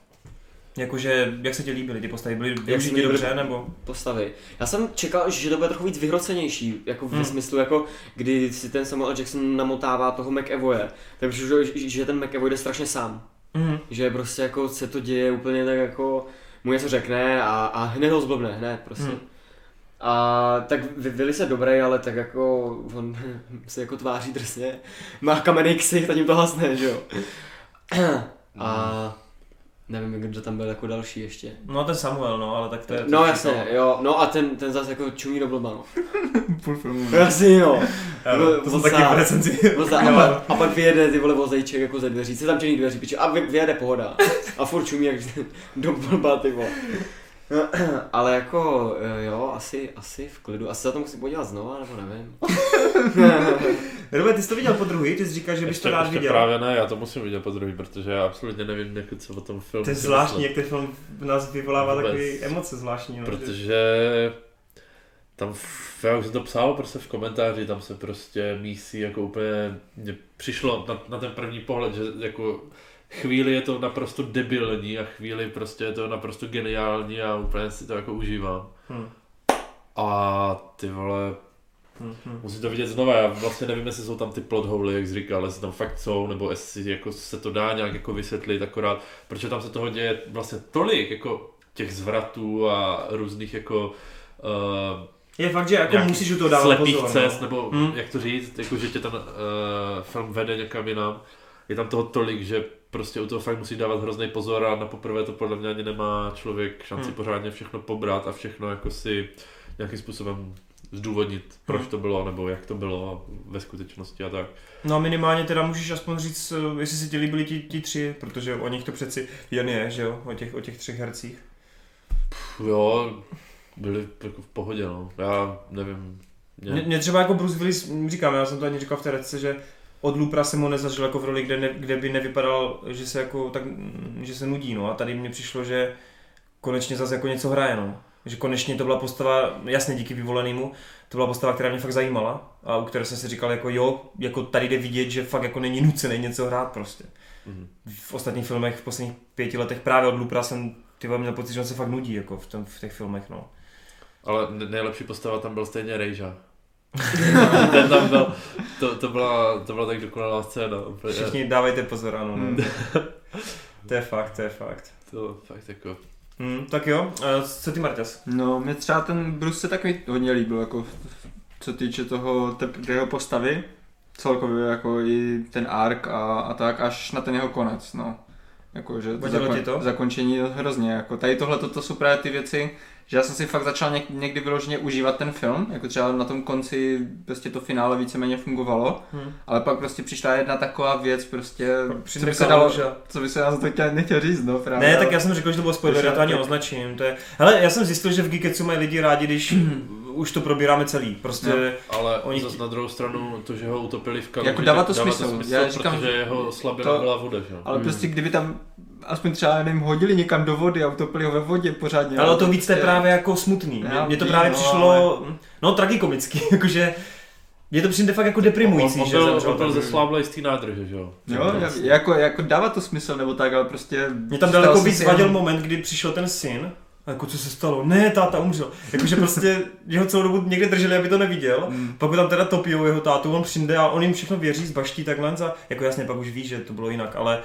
Jakože, jak se ti líbily ty postavy? Byly se využity mi líbily- dobře, nebo? postavy. Já jsem čekal, že to bude trochu víc vyhrocenější, jako v Hmm. hmm. smyslu, jako kdy si ten Samuel L. Jackson namotává toho McEvoye, takže že, že ten McEvoy jde strašně sám, Mhm. že prostě jako se to děje úplně tak jako mu něco řekne a, a hned ho zblbne, hned prostě. Hmm. Hmm. A tak vyvili se dobrý, ale tak jako on se jako tváří drsně, má kamenný ksich, zatím to hasne, že jo. Hmm. A nevím, kdo tam byl jako další ještě. No ten Samuel, no, ale tak to je... No jasně, jo, no a ten, ten zase jako čumí do blba, no. Půl filmu. No Jasně, jo. Jo, to jsem taky v recenzi. Voza, a, pak, a pak vyjede ty vole vozejček jako ze dveří, se tam čený dveří, piče, a vy, vyjede pohoda. A furt čumí jak do blba, ty vole. No, ale jako, eh, jo, asi, asi v klidu. Asi se na to musím podívat znova, nebo nevím. Robert, ty jsi to viděl po druhý, ty jsi říkal, že bys to rád ještě viděl. právě ne, já to musím vidět po druhý, protože já absolutně nevím, jako co o tom filmu. To je si zvláštní, myslet. jak ten film v nás vyvolává Vůbec. takové emoce zvláštní. No, že- Protože tam, f- já už jsem to psal prostě v komentáři, tam se prostě mísí jako úplně, mě přišlo na, na ten první pohled, že jako chvíli je to naprosto debilní a chvíli prostě je to naprosto geniální a úplně si to jako užívám. Hm. A ty vole, Hm, hm. musím to vidět znova, já vlastně nevím, jestli jsou tam ty plot holy, jak jsi říkal, jestli tam fakt jsou, nebo jestli jako se to dá nějak jako vysvětlit akorát, protože tam se toho děje vlastně tolik, jako těch zvratů a různých jako uh, Je fakt, že jako nějakých musíš u toho dávat slepých pozor. no. cest, nebo Hmm. jak to říct, jako že tě ten uh, film vede někam jinam. Je tam toho tolik, že prostě u toho fakt musí dávat hrozný pozor a na poprvé to podle mě ani nemá člověk šanci Hmm. pořádně všechno pobrat a všechno jako si nějakým způsobem zdůvodnit, proč Hmm. to bylo, nebo jak to bylo ve skutečnosti a tak. No a minimálně teda můžeš aspoň říct, eh, jestli se ti líbili ti, ti tři, protože o nich to přeci jen je, že jo, o těch, o těch třech hercích. Pff, Jo, byli jako v pohodě, no. Já nevím. mě- Mě, mě třeba jako Bruce Willis, m, říkám, já jsem to ani říkal v té rece, že od Lupra jsem ho nezažil jako v roli, kde, ne, kde by nevypadal, že se jako tak, mm, že se nudí, no a tady mně přišlo, že konečně zase jako něco hraje, no. Že konečně to byla postava, jasně díky vyvolenému, to byla postava, která mě fakt zajímala a u které jsem si říkal jako jo, jako tady jde vidět, že fakt jako není nucený něco hrát prostě. Mhm. v ostatních filmech v posledních pěti letech právě od Lupra jsem ty vole, měl pocit, že on se fakt nudí jako v, tom, v těch filmech, no. Ale ne- nejlepší postava tam byl stejně Rejža. Ten tam byl, to, to, byla, to byla tak dokonalá scéna. Úplně. Všichni dávejte pozor, ano. No. to je fakt, to je fakt. To fakt jako... Hmm, tak jo, a co ty Marťas? No, mě třeba ten Bruce se taky hodně líbil, jako v- co týče toho, té té jeho postavy, celkově jako i ten ark a, a tak, až na ten jeho konec, no. Jako, že to Vadilo ti to? zakončení hrozně, jako tady tohle, to, to jsou právě ty věci, že já jsem si fakt začal něk- někdy vyloženě užívat ten film, jako třeba na tom konci prostě to finále víceméně fungovalo, Hmm. hmm. ale pak prostě přišla jedna taková věc prostě, co by se Přijde dalo, kaluža. co by se já to chtěl, nechtěl říct, no právě. Ne, ale- tak já jsem řekl, že to bylo spoiler, Takže já to ani tak- označím. To je... Hele, já jsem zjistil, že v Geeketsu mají lidi rádi, když už to probíráme celý. Prostě Ale Oni- Oni... zase na druhou stranu to, že ho utopili v kaluži, Jako dává tak to smysl. smysl Já říkám, protože jeho slabina to- to... byla voda, že jo? Ale hmm. prostě kdyby tam aspoň třeba nevím, hodili někam do vody a utopili ho ve vodě pořádně. Ale o to víc to je prostě- právě jako smutný. Mně- Já Mně to vím, právě no, přišlo, no tragikomický, jakože mně to přijde fakt jako deprimující, on, že byl, zemřel on byl tak. zesláblý z té nádrže, že jo? Jo, já- jako, jako dává to smysl nebo tak, ale Mě prostě... tam přestal daleko jsem víc si vadil jenom- moment, kdy přišel ten syn, a jako co se stalo, ne, táta umřel. Jakože prostě jeho celou dobu někde drželi, aby to neviděl. Mm. Pak ho tam teda topijou jeho tátu, on přijde a on jim všechno věří, zbaští takhle a jako jasně pak už ví, že to bylo jinak, ale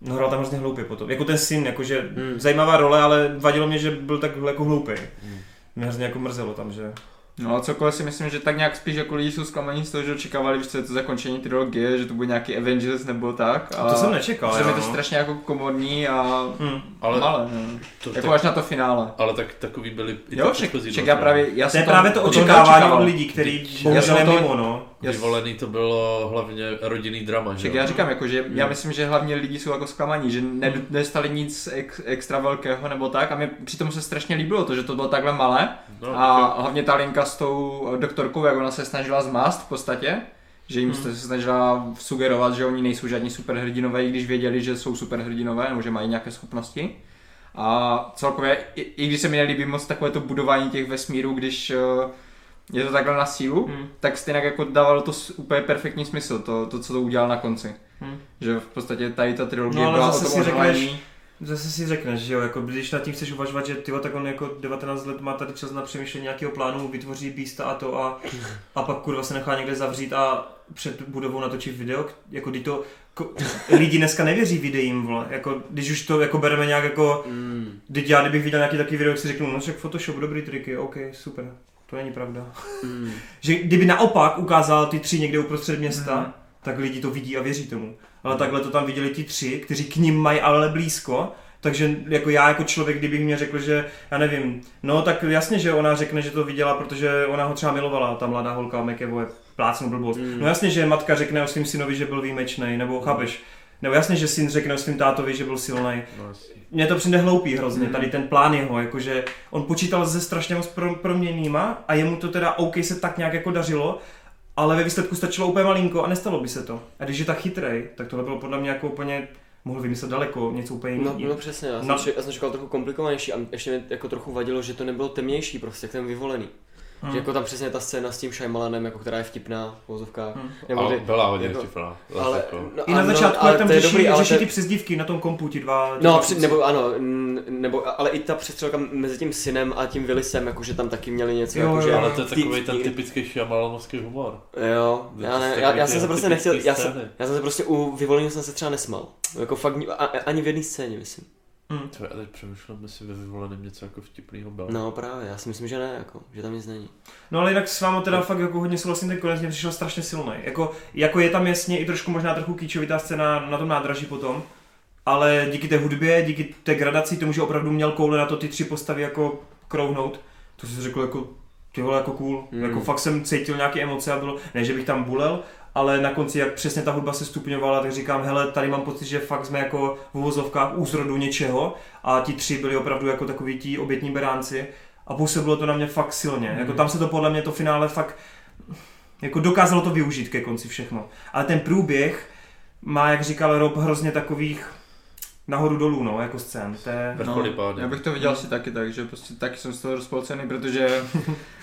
no hrál tam hrozně hloupě potom. Jako ten syn, jakože Hmm. zajímavá role, ale vadilo mě, že byl tak jako hloupý. Mě hrozně jako mrzelo tam, že... No a cokoliv si myslím, že tak nějak spíš jako lidi jsou zklamaní z toho, že očekávali, víš, co je to zakončení trilogie, že to bude nějaký Avengers nebo tak. A to jsem nečekal, Že mi jo, to no. strašně jako komorní a Hm. Ale, malé, no. to, Jako tak, až na to finále. ale tak takový byli i Jo, ty však, předchozí však dva já filmy. právě, já To jsem je právě to očekávání od lidí, který Já bohužel je jsem to- mimo, no. Já- Vyvolený to bylo hlavně rodinný drama, že Však jo? Hmm. já říkám, jako, že já myslím, že hlavně lidi jsou jako zklamaní, že ne, nedostali nic ex, extra velkého nebo tak a mě přitom se strašně líbilo to, že to bylo takhle malé No, a hlavně ta linka s tou eh, doktorkou, jak ona se snažila zmást v podstatě, že jim Hmm. se snažila sugerovat, že oni nejsou žádní superhrdinové, i když věděli, že jsou superhrdinové nebo že mají nějaké schopnosti. A celkově, i, i když se mi nelíbí moc takové to budování těch vesmírů, když eh, je to takhle na sílu, Hmm. hmm. tak stejně jako dávalo to s- úplně perfektní smysl, to, to co to udělal na konci. Hmm. Hmm. Že v podstatě tady ta No, trilogie no, ale byla o zase tom si odhalení. řekneš- Zase si řekneš, že jo, jako když nad tím chceš uvažovat, že tyvo, tak on jako 19 let má tady čas na přemýšlení nějakého plánu, vytvoří býsta a to a, a pak kurva se nechá někde zavřít a před budovou natočit video, k- jako kdy to, ko, lidi dneska nevěří videím, vole, jako když už to jako bereme nějak jako, Mm. teď já kdybych viděl nějaký takový video, jak si řeknu, no však Photoshop, dobrý triky, ok, super, to není pravda. Mm. Že kdyby naopak ukázal ty tři někde uprostřed města, Mhm. tak lidi to vidí a věří tomu. Ale takhle to tam viděli ti tři, kteří k ním mají ale blízko, takže jako já jako člověk, kdybych mě řekl, že já nevím, no tak jasně, že ona řekne, že to viděla, protože ona ho třeba milovala, ta mladá holka McEvoy, plácnu blbost. Hmm. Mm. No jasně, že matka řekne o svým synovi, že byl výjimečný, nebo chápeš, nebo jasně, že syn řekne o svým tátovi, že byl silný. no, jasně. Hmm. Mně to přijde hloupý hrozně, tady ten plán jeho, jakože on počítal se strašně moc pro, proměnýma a jemu to teda OK se tak nějak jako dařilo, ale ve výsledku stačilo úplně malinko a nestalo by se to. A když je tak chytrej, tak tohle bylo podle mě jako úplně, mohl vymyslet daleko, něco úplně No, jiného. no přesně, já jsem, No. no. já jsem čekal trochu komplikovanější a ještě mi jako trochu vadilo, že to nebylo temnější prostě, jak ten vyvolený. Hmm. Že jako tam přesně ta scéna s tím Shyamalanem, jako která je vtipná v vozovkách. Hmm. Nebo Ale ty, byla hodně jako- vtipná. ale, no, I na ano, začátku, ale jak tam to je řeší, dobrý, ale řeší to je- ty přezdívky na tom kompu, ti dva. ti dva No, při, kluci. nebo ano, n- nebo, ale i ta přestřelka mezi tím synem a tím Willisem, jakože tam taky měli něco, jako Jo, jakože... jo. Ale to je v tý- takový v ten tý- typický šamalanovský humor. Jo, To je já, ne, takový já, já ty jsem se prostě atypický nechtěl, já scény. jsem, já jsem se prostě u vyvolení jsem se třeba nesmal. Jako fakt, ni- a, a- ani v jedné scéně, myslím. Hmm. To já teď přemýšlím, jestli ve vyvoleném něco jako vtipného bylo. No právě, já si myslím, že ne, jako, že tam nic není. No ale jinak s váma teda fakt jako hodně souhlasím, ten konec mě přišel strašně silný. Jako, jako je tam jasně i trošku možná trochu kýčovitá scéna na tom nádraží potom, ale díky té hudbě, díky té gradaci, tomu, že opravdu měl koule na to ty tři postavy jako krouhnout, to jsem si řekl jako, ty vole, jako cool. Hmm. Jako fakt jsem cítil nějaké emoce a bylo, ne, že bych tam bulel, ale na konci, jak přesně ta hudba se stupňovala, tak říkám, hele, tady mám pocit, že fakt jsme jako v uvozovkách u zrodu něčeho a ti tři byli opravdu jako takový ti obětní beránci a působilo to na mě fakt silně. Mm. Jako tam se to podle mě to finále fakt, jako dokázalo to využít ke konci všechno. Ale ten průběh má, jak říkal Rob, hrozně takových nahoru dolů, no, jako scén. To je... Vrcholy pády. No, já bych to viděl si taky tak, že prostě taky jsem z toho rozpolcený, protože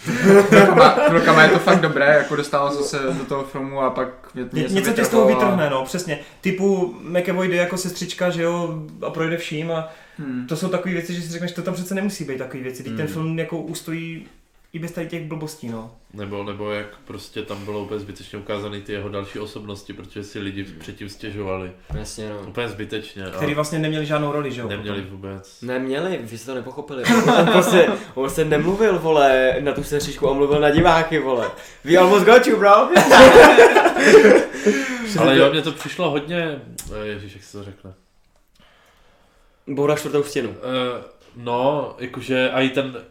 chvilkama, chvilkama je to fakt dobré, jako dostával jsem se do toho filmu a pak mě, mě Ně, se něco tě z toho vytrhlo a- vytrhne, no, přesně. Typu McAvoy jde jako sestřička, že jo, a projde vším a Hmm. to jsou takové věci, že si řekneš, to tam přece nemusí být takové věci. Teď ten film jako ustojí i bez tady těch blbostí, no. Nebo, nebo jak prostě tam bylo úplně zbytečně ukázaný ty jeho další osobnosti, protože si lidi předtím stěžovali. Jasně, no. Úplně zbytečně. A Který vlastně neměli žádnou roli, že jo? neměli vůbec. Neměli, vy jste to nepochopili. On prostě, on se nemluvil, vole, na tu seříčku, on mluvil na diváky, vole. We almost got you, bro. eh, Ale jo, mně to přišlo hodně, ježíš, jak se to řekne. bourá čtvrtou stěnu. Eh, no, jakože a i ten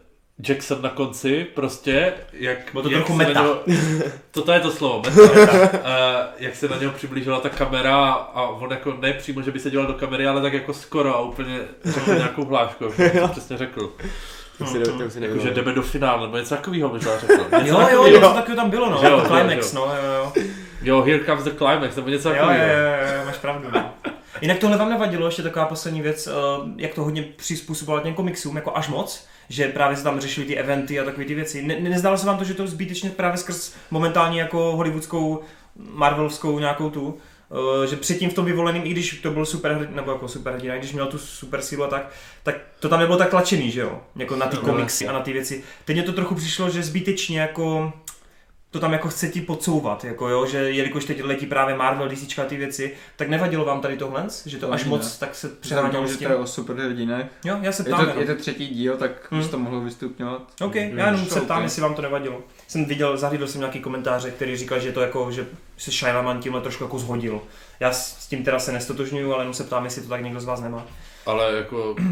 Jackson na konci prostě, jak... Bylo to jak trochu se na meta. Něho, toto je to slovo, meta. meta. Eh, jak se na něho přiblížila ta kamera a on jako ne přímo, že by se dělal do kamery, ale tak jako skoro a úplně řekl nějakou hlášku, jak to přesně řekl. To si, ne, to už si nevím. Jakože jdeme do finále, nebo něco takového možná řekl. Něco Jo, jo, takovýho. něco takového tam bylo, no. Jo, Jako jo, Climax, jo. no, jo, jo. jo, here comes the climax, nebo něco Jo, jo, takového. jo, jo, máš pravdu. No. Jinak tohle vám nevadilo, ještě taková poslední věc, eh, jak to hodně přizpůsobovat těm komiksům, jako až moc, že právě se tam řešily ty eventy a takové ty věci. Ne, ne- nezdálo se vám to, že to zbytečně právě skrz momentální jako hollywoodskou, marvelovskou nějakou tu, eh, že předtím v tom vyvoleným, i když to byl super, nebo jako superhrdina, i když měl tu super sílu a tak, tak to tam nebylo tak tlačený, že jo? Jako na ty No, komiksy jasně. a na ty věci. Teď mě to trochu přišlo, že zbytečně jako to tam jako chce ti podsouvat, jako jo, že jelikož teď letí právě Marvel, DC a ty věci, tak nevadilo vám tady tohle, že to až Ne. moc tak se Přitom tomu, přehánělo s že to tím? je o superhrdinech. Jo, já se Je ptám to, jenom. je to třetí díl, tak Hmm. bys to mohl vystupňovat. OK, já jenom to se OK. ptám, jestli vám to nevadilo. Jsem viděl, zahlídl jsem nějaký komentáře, který říkal, že to jako, že se Shyamalan tímhle trošku jako zhodil. Já s s tím teda se nestotožňuju, ale jenom se ptám, jestli to tak někdo z vás nemá. Ale jako...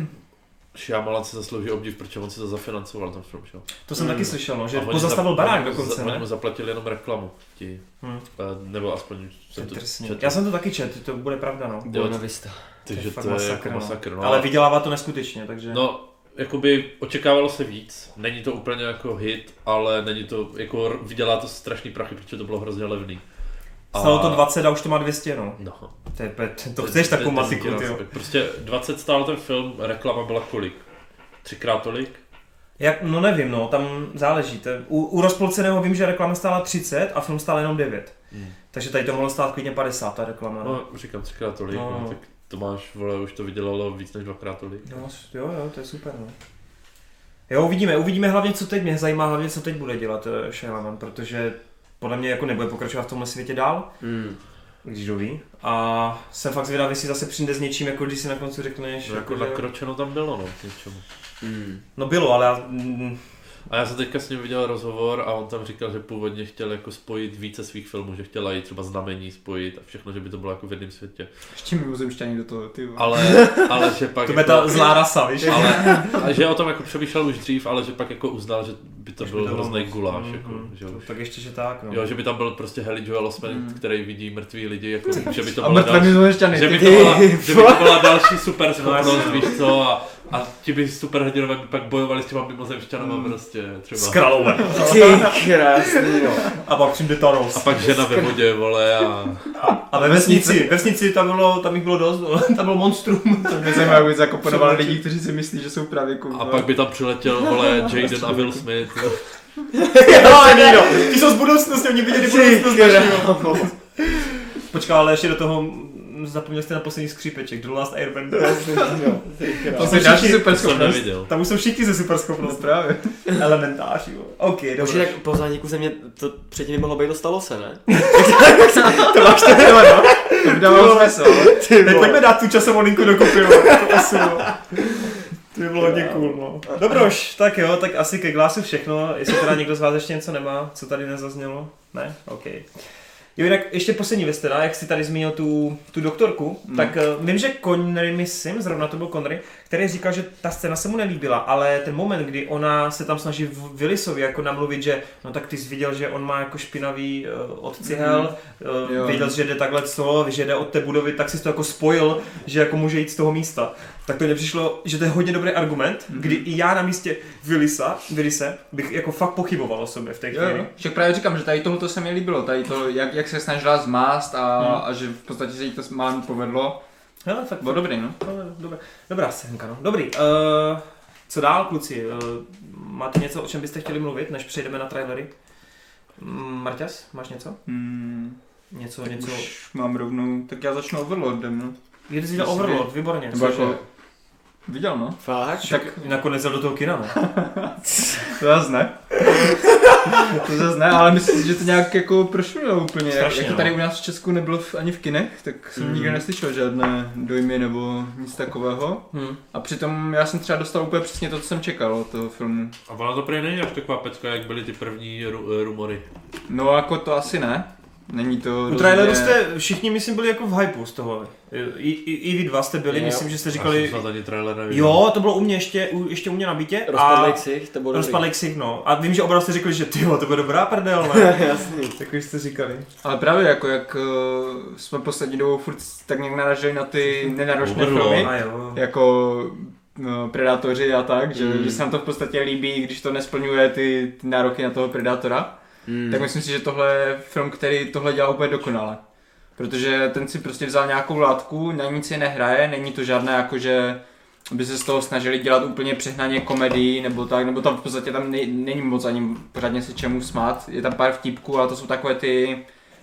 Shyamalan si zaslouží obdiv, protože on si to zafinancoval ten film, že jo? To jsem Hmm. taky slyšel, no, že A oni pozastavil za- barák oni mu dokonce, za- Oni ne? mu zaplatili jenom reklamu, ti, Hmm. eh, nebo aspoň To je jsem to drsný. četl. Já jsem to taky čet, to bude pravda, no. Buena Vista. Takže fakt to je masakr, jako no. masakr, no. Ale vydělává to neskutečně, takže... No, jakoby očekávalo se víc, není to úplně jako hit, ale není to, jako r- vydělá to strašný prachy, protože to bylo hrozně levný. Stalo to 20 a už to má 200, no. No. To, je, pet- to chceš takovou je matiku, desetinásobek. ty jo. Prostě 20 stál ten film, reklama byla kolik? Třikrát tolik? Jak, no nevím, no, tam záleží. To, je- u, u rozpolceného vím, že reklama stála 30 a film stál jenom 9. Hmm. Takže tady to mohlo stát klidně 50, ta reklama. No, No, říkám třikrát tolik, No, no. no. tak to máš, vole, už to vydělalo víc než dvakrát tolik. no jo, jo, to je super, no. Jo, uvidíme, uvidíme hlavně, co teď, mě zajímá hlavně, co teď bude dělat eh, Shyamalan, protože podle mě jako nebude pokračovat v tomhle světě dál, Hmm. když kdo ví. A jsem fakt zvědavý, jestli zase přijde s něčím, jako když si na konci řekneš, No, jako že- nakročeno tam bylo, no, k něčemu. Hmm. no bylo, ale já, mm, A já jsem teďka s ním viděl rozhovor a on tam říkal, že původně chtěl jako spojit více svých filmů, že chtěla i třeba znamení spojit a všechno, že by to bylo jako v jednom světě. Ještě mimozemšťaní do toho, ty vole. Ale, ale že pak... to bude jako, ta zlá rasa, víš? ale, a že o tom jako přemýšlel už dřív, ale že pak jako uznal, že by to Už byl by bylo hrozný moc. guláš. Mhm, Jako, že to- už. Tak ještě, že tak, no. Jo, že by tam byl prostě Heli Joel Osment, Mm. který vidí mrtví lidi, jako, že by to A byla mrtvé další, mimozemšťany, že by ty to byla, ty. že by to byla další super No, schopnost, jasně. víš co, a, a ti by superhrdinové by pak bojovali s těma mimozemšťanama Mm. prostě třeba. S královem. Ty krásný, no. A pak přijde Thanos. A pak žena ve vodě, vole, a... A ve vesnici, ve vesnici tam, bylo, tam jich bylo dost, no. tam bylo monstrum. To mě zajímá, jak by zakoponoval lidi, kteří si myslí, že jsou právě A kurva. pak by tam přiletěl, vole, Jaden a Will Smith. no, no. Ty jsou z budoucnosti, oni viděli budoucnost. No, krámo. Počkej, ale ještě do toho mm, zapomněl jste na poslední skřípeček, The Last Airbender. To jsou další Všichni- super To jsem schopnost. neviděl. Tam už jsou všichni ze No superschopností. právě. Elementáři, jo. OK, Už dobře. jinak po zániku země to předtím by mohlo být, to stalo se, ne? To máš to jo, no. To by dávalo smysl. Ty Teď pojďme dát tu časovou linku do kopy, jo. To no. osu, jo. To by bylo hodně cool, no. Dobroš, tak jo, tak asi ke glasu všechno, jestli teda někdo z vás ještě něco nemá, co tady nezaznělo. Ne? OK. Jo, jinak ještě poslední věc teda, jak jsi tady zmínil tu, tu doktorku, hmm. Hmm. tak uh, vím, že Connery, myslím, zrovna to byl Connery, který říkal, že ta scéna se mu nelíbila, ale ten moment, kdy ona se tam snaží v- Willisovi jako namluvit, že no tak ty jsi viděl, že on má jako špinavý uh, od cihel, Mhm. Jo. uh, viděl jsi, že jde takhle co, že jde od té budovy, tak jsi to jako spojil, že jako může jít z toho místa. Tak to mi přišlo, že to je hodně dobrý argument, Mhm. kdy i já na místě Willisa, Willise bych jako fakt pochyboval o sobě v té Jo, chvíli. jo. Však právě říkám, že tady tohoto se mi líbilo, tady to, jak, jak se snažila zmást a, Hmm. a že v podstatě se jí to málem povedlo. Hele, fakt, Bylo dobrý, no. No, dobrá, dobrá scénka, no. Dobrý, uh, co dál, kluci? Uh, máte něco, o čem byste chtěli mluvit, než přejdeme na trailery? Mm, Marťas, máš něco? Hmm. Něco, Tak něco. už mám rovnou, tak já začnu Overlordem, no. Jedy viděl Myslím, Overlord, výborně. Nebo cože? jako, viděl, no. Fakt? Tak Nakonec jel do toho kina, no. ne? to zase ne. to zase ne, ale myslím, si, že to nějak jako prošlo úplně. Jak, Strašně, jako no. Hmm. tady u nás v Česku nebylo v, ani v kinech, tak jsem Mm. mm. nikdy neslyšel žádné dojmy nebo nic takového. Hmm. A přitom já jsem třeba dostal úplně přesně to, co jsem čekal od toho filmu. A ona to prý není až taková pecka, jak byly ty první ru- rumory. No jako to asi ne. Není to U traileru jste všichni, myslím, byli jako v hypeu z toho. I, i, i vy dva jste byli, Jo. myslím, že jste Já říkali... jsem snad ani trailer neviděl. Jo, to bylo u mě ještě, u, ještě u mě na bytě. Rozpadlej a- ksich, to bylo dobrý. Rozpadlý ksich, no. A vím, že obraz jste řekli, že ty to bude dobrá prdel, ne? Jasný. Takový jste říkali. Ale právě jako jak eh, jsme poslední dobou furt tak nějak naražili na ty nenáročné Overlord. filmy, A jo. jako no, Predátoři a tak, že, Mm. že se nám to v podstatě líbí, když to nesplňuje ty, ty nároky na toho Predátora. Mm. Tak myslím si, že tohle je film, který tohle dělá úplně dokonale. Protože ten si prostě vzal nějakou látku, na nic si nehraje, není to žádné jako, že by se z toho snažili dělat úplně přehnaně komedii nebo tak, nebo tam v podstatě tam ne, není moc ani pořádně se čemu smát. Je tam pár vtipků, ale to jsou takové ty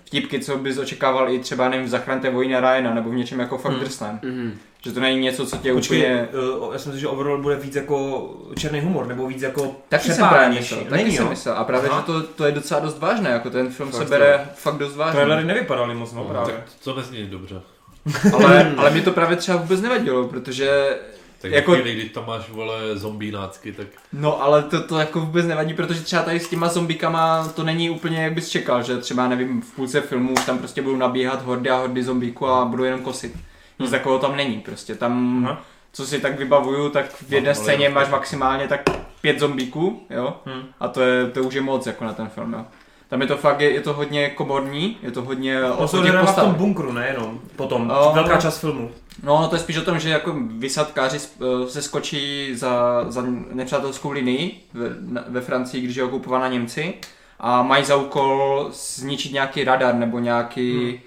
vtipky, co bys očekával i třeba, nevím, v Zachraňte vojna Ryana nebo v něčem jako fakt Hmm. drsném. Mhm. Že to není něco, co tě Počkej, úplně... eh, já jsem si že overall bude víc jako černý humor, nebo víc jako Taky jsem právě přepálenější. myslel, taky Není, jsem jo? myslel. A právě, Aha. že to, to je docela dost vážné, jako ten film Fakt se jo. bere fakt dost vážně. Trailery nevypadaly moc, no No, právě. tak to nezní dobře. Hmm. Ale, ale mě to právě třeba vůbec nevadilo, protože... Tak Jako- jako... chvíli, když tam máš, vole, zombínácky, tak... No ale to, to jako vůbec nevadí, protože třeba tady s těma zombíkama to není úplně jak bys čekal, že třeba nevím, v půlce filmu tam prostě budou nabíhat hordy a hordy zombíků a budou jenom kosit. Nic takového tam není prostě, tam... Hmm. Aha. Co si tak vybavuju, tak v No, jedné ale scéně jenom máš tak. maximálně tak pět zombíků, jo? Hm. A to, je, to už je moc jako na ten film, jo? Tam je to fakt, je, je to hodně komorní, je to hodně To o se hodně odehrává v postav. tom bunkru, nejenom. Potom, Jo. velká část filmu. No, to je spíš o tom, že jako vysadkáři eh, se skočí za, za nepřátelskou linii ve, na- ve Francii, když je okupována Němci a mají za úkol zničit nějaký radar nebo nějaký,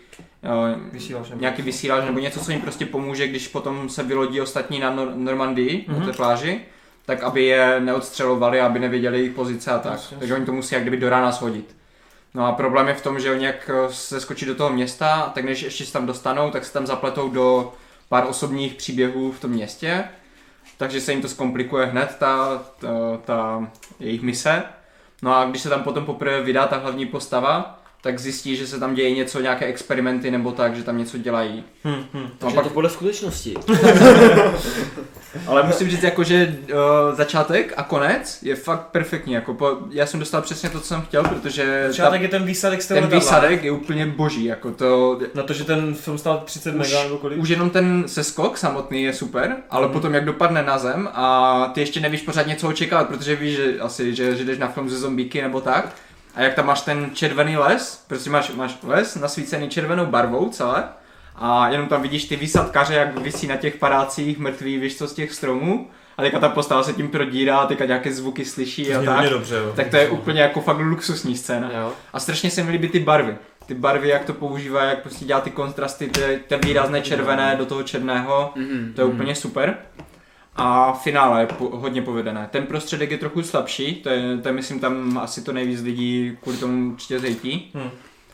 hmm. Vysíláš nebo- nějaký vysílač nebo něco, co jim prostě pomůže, když potom se vylodí ostatní na Nor- Normandii, hmm. na té pláži, tak aby je neodstřelovali, aby nevěděli jejich pozice a tak. Takže oni to musí jak kdyby do rána shodit. No a problém je v tom, že oni jak eh, se skočí do toho města, tak než ještě se tam dostanou, tak se tam zapletou do pár osobních příběhů v tom městě, takže se jim to zkomplikuje hned, ta, ta, ta jejich mise. No a když se tam potom poprvé vydá ta hlavní postava, tak zjistí, že se tam děje něco, nějaké experimenty nebo tak, že tam něco dělají. Hm, hm. No a Takže pak, to podle skutečnosti. ale musím říct, jako, že uh, začátek a konec je fakt perfektní. Jako po, já jsem dostal přesně to, co jsem chtěl, protože ta, Začátek je ten výsadek z toho ten letadla. výsadek je úplně boží. Jako to, Na to, že ten film stál 30 Už- mega nebo kolik. Mhm. Už jenom ten seskok samotný je super, ale potom jak dopadne na zem a ty ještě nevíš pořádně co očekávat, protože víš že, asi, že, že jdeš na film ze zombíky nebo tak. A jak tam máš ten červený les, prostě máš, máš les nasvícený červenou barvou celé a jenom tam vidíš ty vysadkaře, jak visí na těch parácích mrtví, víš co, z těch stromů. A teďka ta postava se tím prodírá, a teďka nějaké zvuky slyší a Zní hodně tak. dobře, jo. Tak to je úplně jako fakt luxusní scéna. Jo. A strašně se mi líbí ty barvy. Ty barvy, jak to používá, jak prostě dělá ty kontrasty, ty, ten výrazné červené do toho černého, Mhm. to je úplně super. A finále je po, hodně povedené. Ten prostředek je trochu slabší, to je, to je myslím tam asi to nejvíc lidí kvůli tomu určitě zejtí. Hm.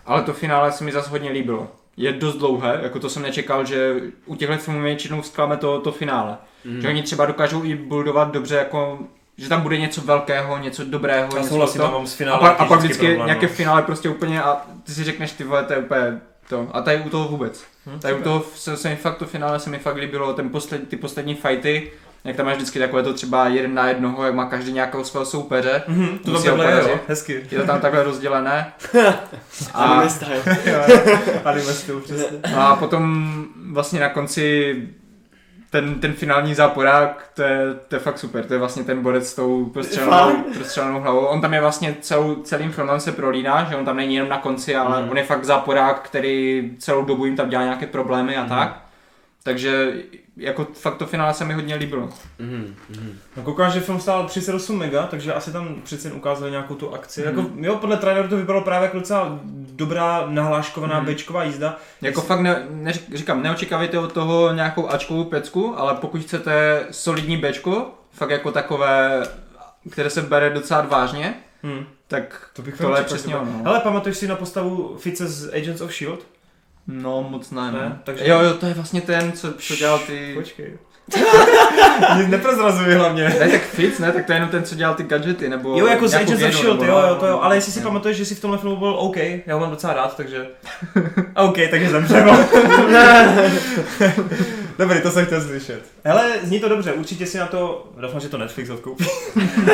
Ale to finále se mi zase hodně líbilo. Je dost dlouhé, jako to jsem nečekal, že u těchto filmů většinou zklame to, to finále. Mhm. Hmm. Že oni třeba dokážou i budovat dobře, jako, že tam bude něco velkého, něco dobrého, Já něco souhlasím, no. to. já mám s A finále. pak, a pak vždycky vždycky problém, nějaké no. finále prostě úplně a ty si řekneš ty vole, to je úplně to. A tady u toho vůbec. Hm, Tady u super. toho se, se mi fakt to finále se mi fakt líbilo, ten posled, ty poslední fighty, jak tam máš vždycky takové to třeba jeden na jednoho, jak má každý nějakého svého soupeře. Mhm, to tam Hm, Musí ho takhle je, jo. porazit. Hezky. Je to tam takhle rozdělené. A města, jo. Anime styl, přesně. A potom vlastně na konci ten, ten finální záporák, to je, to je fakt super, to je vlastně ten borec s tou prostřelenou, prostřelenou hlavou. On tam je vlastně celou, celým filmem se prolíná, že on tam není jenom na konci, ale Mhm. on je fakt záporák, který celou dobu jim tam dělá nějaké problémy a tak. Takže jako fakt to finále se mi hodně líbilo. Mhm, mhm. No, koukám, že film stál 38 mega, takže asi tam přece jen ukázali nějakou tu akci. Jako, jo, podle traileru to vypadalo právě jako docela dobrá nahláškovaná Mhm. bečková jízda. Jako fakt, ne, ne, říkám, neočekávejte od toho nějakou Ačkovou pecku, ale pokud chcete solidní Bčko, fakt jako takové, které se bere docela vážně, Hm. tak To bych Tohle je nečekal, přesně že to- ono. Hele, pamatuješ si na postavu Fice z Agents of S.H.I.E.L.D.? No, moc ne, Ne, ne. takže- Jo, jo, to je vlastně ten, co, co dělal ty... Počkej. Nic neprozrazuji hlavně. Ne, tak Fitz, ne, tak to je jenom ten, co dělal ty gadgety, nebo Jo, jako z nějakou Agents of vědu, Shield, nebo- no. jo, jo, to jo, ale jestli si pamatuješ, že jsi v tomhle filmu byl OK, já ho mám docela rád, takže... OK, takže no. zemřel. Dobrý, to jsem chtěl slyšet. Hele, zní to dobře, určitě si na to, doufám, že to Netflix odkoupí. Eh,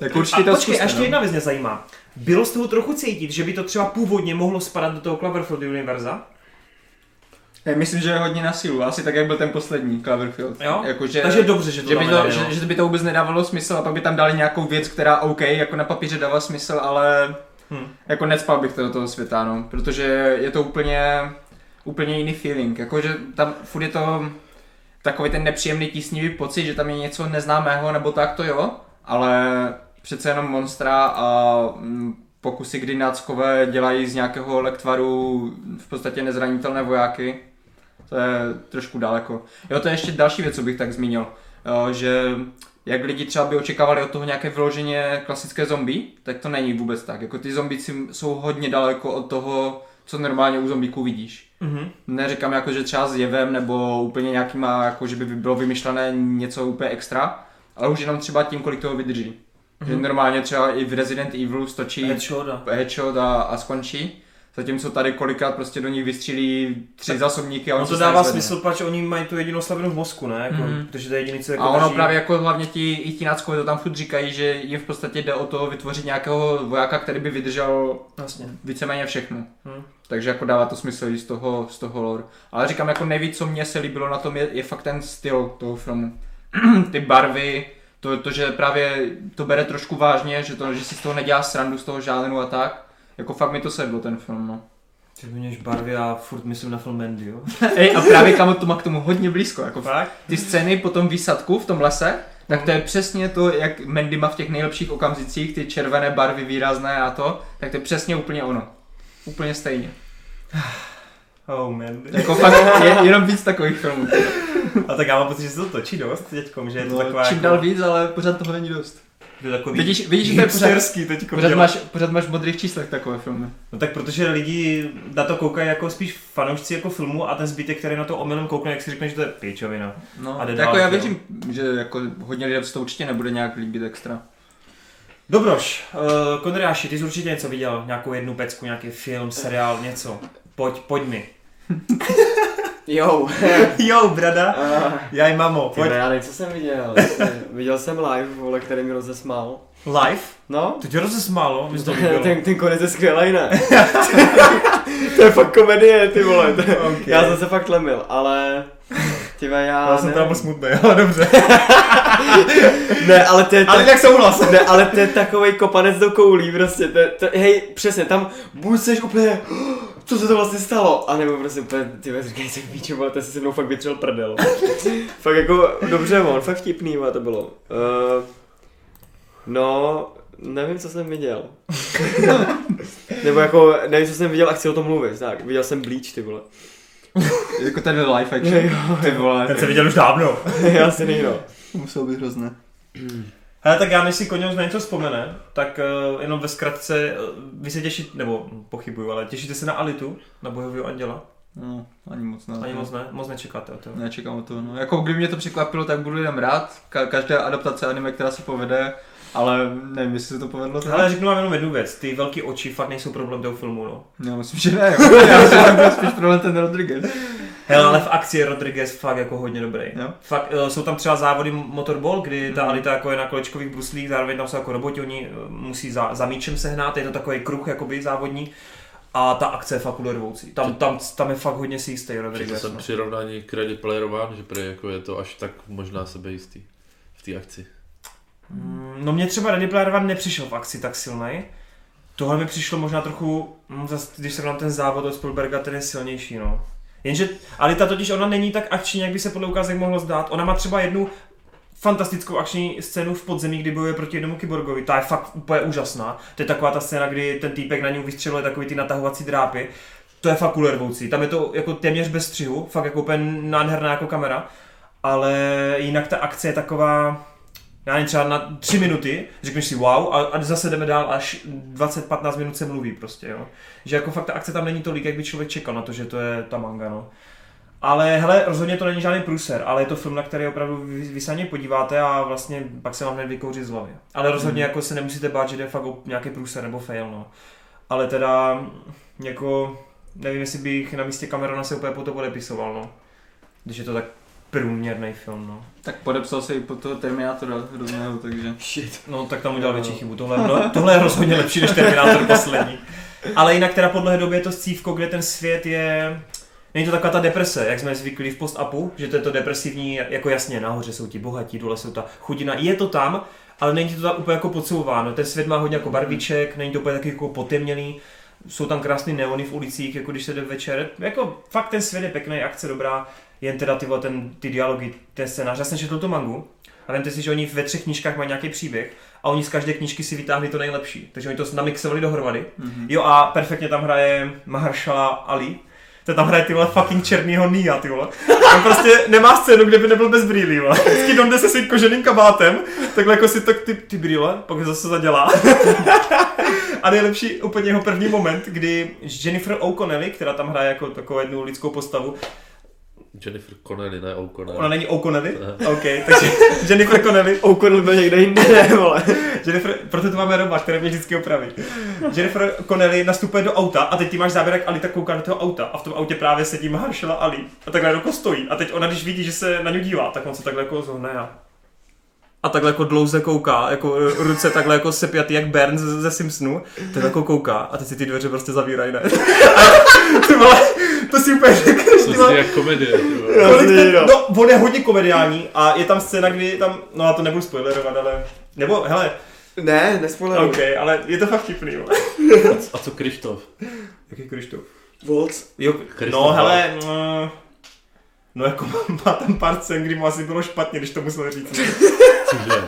Tak určitě a to počkej, zkuste, a ještě no. jedna věc mě zajímá. Bylo z toho trochu cítit, že by to třeba původně mohlo spadat do toho Cloverfield univerza? Já myslím, že je hodně na sílu, asi tak, jak byl ten poslední Cloverfield. Jo? Jakože, Takže dobře, že to že by, tam to, nedali, no. že, že, by to vůbec nedávalo smysl a pak by tam dali nějakou věc, která OK, jako na papíře dává smysl, ale Hm. jako necpal bych to do toho světa, no, protože je to úplně, úplně jiný feeling, jakože tam furt je to takový ten nepříjemný tísnivý pocit, že tam je něco neznámého nebo tak to jo, ale přece jenom monstra a mm, pokusy, kdy náckové dělají z nějakého lektvaru v podstatě nezranitelné vojáky, to je trošku daleko. Jo, to je ještě další věc, co bych tak zmínil, eh, že jak lidi třeba by očekávali od toho nějaké vyloženě klasické zombie, tak to není vůbec tak. Jako ty zombíci jsou hodně daleko od toho, co normálně u zombíků vidíš. Mhm. Neříkám jako, že třeba s jevem nebo úplně nějakýma, jako že by bylo vymyšlené něco úplně extra, ale už jenom třeba tím, kolik toho vydrží. Mm-hmm. Že normálně třeba i v Resident Evilu stočí Headshot a- headshot a, a skončí, zatímco tady kolikrát prostě do nich vystřílí tři zásobníky a on No se to s ní dává zvedne. smysl, proč oni mají tu jedinou slabinu v mozku, ne? Jako, Mhm. Protože to je jediný, co jako A ono drží. právě jako hlavně ti, i ti náckové to tam furt říkají, že jim v podstatě jde o to vytvořit nějakého vojáka, který by vydržel Vlastně. víceméně všechno. Hmm. Hmm. Takže jako dává to smysl i z toho, z toho lore. Ale říkám, jako nejvíc, co mě se líbilo na tom, je, je fakt ten styl toho filmu. Ty barvy, to, to, že právě to bere trošku vážně, že, to, že si z toho nedělá srandu, z toho žádnou a tak. Jako fakt mi to sedlo ten film, no. Ty měš barvy a furt myslím na film Mandy, jo? Ej, a právě kamo to má k tomu hodně blízko, jako Fakt? ty scény po tom výsadku v tom lese, tak to je přesně to, jak Mandy má v těch nejlepších okamžicích, ty červené barvy výrazné a to, tak to je přesně úplně ono. Úplně stejně. Oh, Mandy. Jako fakt je, jenom víc takových filmů. A tak já mám pocit, že se to točí dost teďkom, že je to No, taková čím jako, dál víc, ale pořád toho není dost. to je takový Vidíš, vidíš že to je pořád, hipsterský teďkom pořád, dělat. máš, pořád máš v modrých číslech takové filmy. No tak protože lidi na to koukají jako spíš fanoušci jako filmu a ten zbytek, který na to omylem koukne, jak si řekne, že to je pěčovina. No, A jde dál, jako já že jo? věřím, že jako hodně lidem se to určitě nebude nějak líbit extra. Dobroš, uh, Konráši, ty jsi určitě něco viděl, nějakou jednu pecku, nějaký film, seriál, něco. Pojď, pojď mi. Jo. Jo, brada, Ah, já i mamo, Ty vole, já nevím, co jsem viděl. viděl jsem live, vole, který mi rozesmál. Live? No, To tě rozesmálo, mi to líbilo. ten, ten konec je skvělý, ne? to je fakt komedie, ty vole. To... Okay. Já jsem se fakt lemil, ale... Ty vole, já... já jsem nevím. tam byl smutný, ale dobře. Ne, ale to je... tak- jak souhlas. Ne, ale to je takovej kopanec do koulí, prostě, to, je- to, hej, přesně, tam buď seš úplně, co se to vlastně stalo, anebo prostě úplně, ty vole, říkají si píče, vole, ten si se mnou fakt vytřel prdel. fakt jako, dobře, on, fakt vtipný, vole, to bylo. Uh, no, nevím, co jsem viděl. nebo jako, nevím, co jsem viděl a chci o tom mluvit, tak, viděl jsem Bleach, ty vole. Jako ten live action. Ty vole, Ten se viděl už dávno. Já si nejno. musel být hrozné. Hele, tak já než si Koněv na něco vzpomene, tak uh, jenom ve zkratce, uh, vy se těšíte, nebo hm, pochybuju, ale těšíte se na Alitu, na Bohovýho anděla? No, ani moc ne. Ani moc ne, moc nečekáte. To. Nečekám to, no. Jako kdyby mě to překvapilo, tak budu jenom rád. Ka- každá adaptace anime, která se povede, ale nevím, jestli se to povedlo. teda. Ale řeknu vám jenom jednu věc, ty velký oči fakt nejsou problém toho filmu, no. Já myslím, že ne. Jo. Já myslím, že tam byl spíš problém ten Rodriguez. no. Hele, ale v akci je Rodriguez fakt jako hodně dobrý. Jo. Fakt, uh, jsou tam třeba závody motorball, kdy ta mm. Alita jako je na kolečkových bruslích, zároveň tam jsou jako roboti, oni uh, musí za, za míčem sehnat, je to takový kruh jakoby závodní. A ta akce je fakt ulervoucí. Tam, tam, tam je fakt hodně si jistý Četl Rodriguez. jsem no. přirovnání k Ready Player One, že prý jako je to až tak možná sebejistý v té akci. Mm, No mě třeba Ready Player One nepřišel v akci tak silnej. Tohle mi přišlo možná trochu, mm, zas, když jsem na ten závod od Spielberga, ten je silnější, no. Jenže, ale ta totiž ona není tak akční, jak by se podle ukázek mohlo zdát. Ona má třeba jednu fantastickou akční scénu v podzemí, kdy bojuje proti jednomu kyborgovi. Ta je fakt úplně úžasná. To je taková ta scéna, kdy ten týpek na něj vystřeluje takový ty natahovací drápy. To je fakt ulervoucí. Tam je to jako téměř bez střihu, fakt jako úplně nádherná jako kamera. Ale jinak ta akce je taková, já nevím, třeba na tři minuty, řekneš si wow a, a zase jdeme dál až 20-15 minut se mluví prostě, jo. Že jako fakt ta akce tam není tolik, jak by člověk čekal na to, že to je ta manga, no. Ale hele, rozhodně to není žádný průser, ale je to film, na který opravdu vy, vy se na něj podíváte a vlastně pak se vám hned vykouří z hlavy. Ale rozhodně jako se nemusíte bát, že jde fakt o nějaký průser nebo fail, no. Ale teda, jako, nevím, jestli bych na místě Camerona se úplně po to podepisoval, no. Když je to tak průměrný film, no. Tak podepsal se i pod toho Terminátora hrozného, takže... Shit. No, tak tam udělal větší chybu. Tohle, no, tohle je rozhodně lepší než Terminátor poslední. Ale jinak teda po dlouhé době je to scívko, kde ten svět je... Není to taková ta deprese, jak jsme zvyklí v post-upu, že to je to depresivní, jako jasně, nahoře jsou ti bohatí, dole jsou ta chudina. Je to tam, ale není to tam úplně jako podsouváno. Ten svět má hodně jako barviček, není to úplně taky jako potemněný. Jsou tam krásné neony v ulicích, jako když se jde večer. Jako fakt ten svět je pěkný, akce dobrá, jen teda ty, vole, ten, ty dialogy, ten scénář. Já jsem četl tu mangu, a vemte si, že oni ve třech knížkách mají nějaký příběh a oni z každé knížky si vytáhli to nejlepší. Takže oni to namixovali dohromady. Mm-hmm. Jo a perfektně tam hraje Maharshala Ali. To tam hraje ty vole fucking černýho Nia, ty vole. On prostě nemá scénu, kde by nebyl bez brýlí, vole. Vždycky donde se svým koženým kabátem, takhle jako si tak ty, ty brýle, pak je zase zadělá. A nejlepší úplně jeho první moment, kdy Jennifer O'Connelly, která tam hraje jako takovou jednu lidskou postavu, Jennifer Connelly, ne O'Connell. Ona není O'Connelly? OK, takže Jennifer Connelly. O'Connell byl někde jinde, vole. Jennifer, proto to máme Roma, který mě vždycky opraví. Jennifer Connelly nastupuje do auta a teď ty máš záběr, jak Ali tak kouká do toho auta a v tom autě právě sedí Maharšala Ali a takhle jako stojí a teď ona, když vidí, že se na ní dívá, tak on se takhle jako zohne a a takhle jako dlouze kouká, jako e, ruce takhle jako sepjatý jak Burns ze ze Simpsonů, takhle jako kouká a teď si ty dveře prostě zavírají, ne? A, ty vole, to si úplně řekneš, To ty je vole. jak komedie. ty vole. Kolik Jasný, ten, no. no, on je hodně komediální a je tam scéna, kdy tam, no a to nebudu spoilerovat, ale, nebo hele, Ne, nespoileruj. OK, ale je to fakt vtipný, jo. A co- A co Krištof? Jaký Krištof? Volc. Jo, no Krištof hele, mm, no jako má tam pár scén, kdy mu asi bylo špatně, když to musel říct. Cože?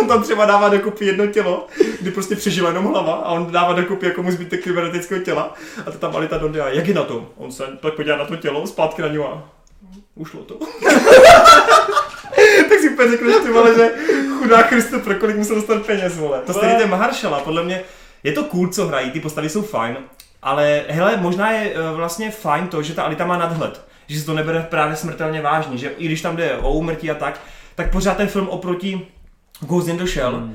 On tam třeba dává dokupy jedno tělo, kdy prostě přežila jenom hlava a on dává dokupy jako mu zbytek kybernetického těla a to tam Alita Donde a jak je na tom? On se tak podívá na to tělo, zpátky na něho a ušlo to. tak si úplně řekneš ty vole, že chudá Christopher, kolik musel dostat peněz, vole. To stejně ten Maharšala, podle mě je to cool, co hrají, ty postavy jsou fajn, ale hele, možná je eh, vlastně fajn to, že ta Alita má nadhled, že se to nebere právě smrtelně vážně, že i když tam jde o úmrtí a tak, tak pořád ten film oproti Ghost in the Shell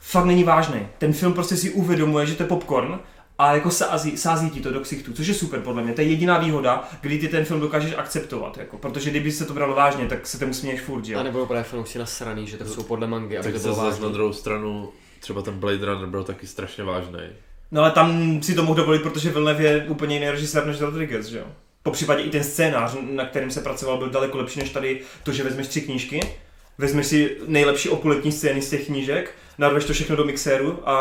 fakt není vážný. Ten film prostě si uvědomuje, že to je popcorn a jako sází, sází ti to do ksichtu, což je super podle mě. To je jediná výhoda, kdy ty ten film dokážeš akceptovat. Jako, protože kdyby se to bralo vážně, tak se tomu směješ furt, že A jo? nebo právě fanoušci nasraný, že to jsou podle mangy, aby Tak to se bylo zase na vážné. druhou stranu, třeba ten Blade Runner byl taky strašně vážný. No ale tam si to mohl dovolit, protože Villeneuve je úplně jiný režisér než Rodriguez, že jo? Po případě i ten scénář, na kterým se pracoval, byl daleko lepší než tady to, že vezmeš tři knížky, vezmeš si nejlepší okultní scény z těch knížek, narveš to všechno do mixéru a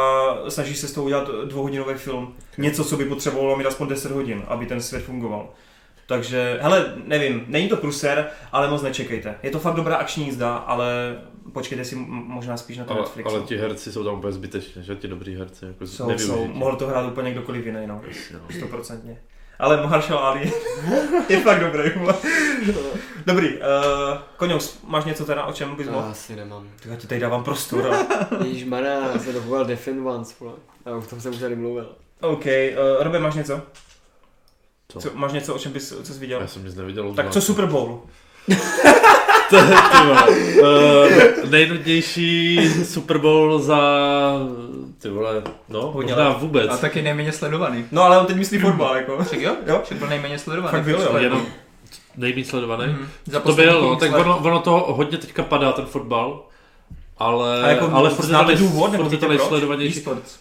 snažíš se z toho udělat dvouhodinový film. Něco, co by potřebovalo mít aspoň 10 hodin, aby ten svět fungoval. Takže, hele, nevím, není to pruser, ale moc nečekejte. Je to fakt dobrá akční jízda, ale počkejte si m- možná spíš na to Ale, Netflix. ale ti herci jsou tam úplně zbytečně, že ti dobrý herci, jako Jsou, jsou, mohl to hrát úplně kdokoliv jiný, no. No. Stoprocentně. Ale Maharshal Ali je fakt dobrý. vole. Dobrý, uh, Koňous, máš něco teda, o čem bys mohl? Já asi nemám. Eh, Tak já ti tady dávám prostor. ale- Ježíš maná, jsem dohoval Defend Once, vole. A v tom jsem už tady mluvil. OK, uh, Robe, máš něco? Co? Co, máš něco, o čem bys, co jsi viděl? Já jsem nic neviděl. Tak co Super Bowl? To je, ty vole, eh, nejnudnější Super Bowl za, ty vole, no, Hodně možná let. vůbec. A taky nejméně sledovaný. No ale on teď myslí fotbal, jako. Však jo? Jo. Však byl nejméně sledovaný. Fakt byl, jo. Jenom nejméně sledovaný. Hmm. Mhm. Za To posledních byl, no, x tak let. ono, ono toho hodně teďka padá, ten fotbal. Ale, A jako ale furt je to, znáte nej, důvod, nebo furt je víte to proč? nejsledovanější. E-sports.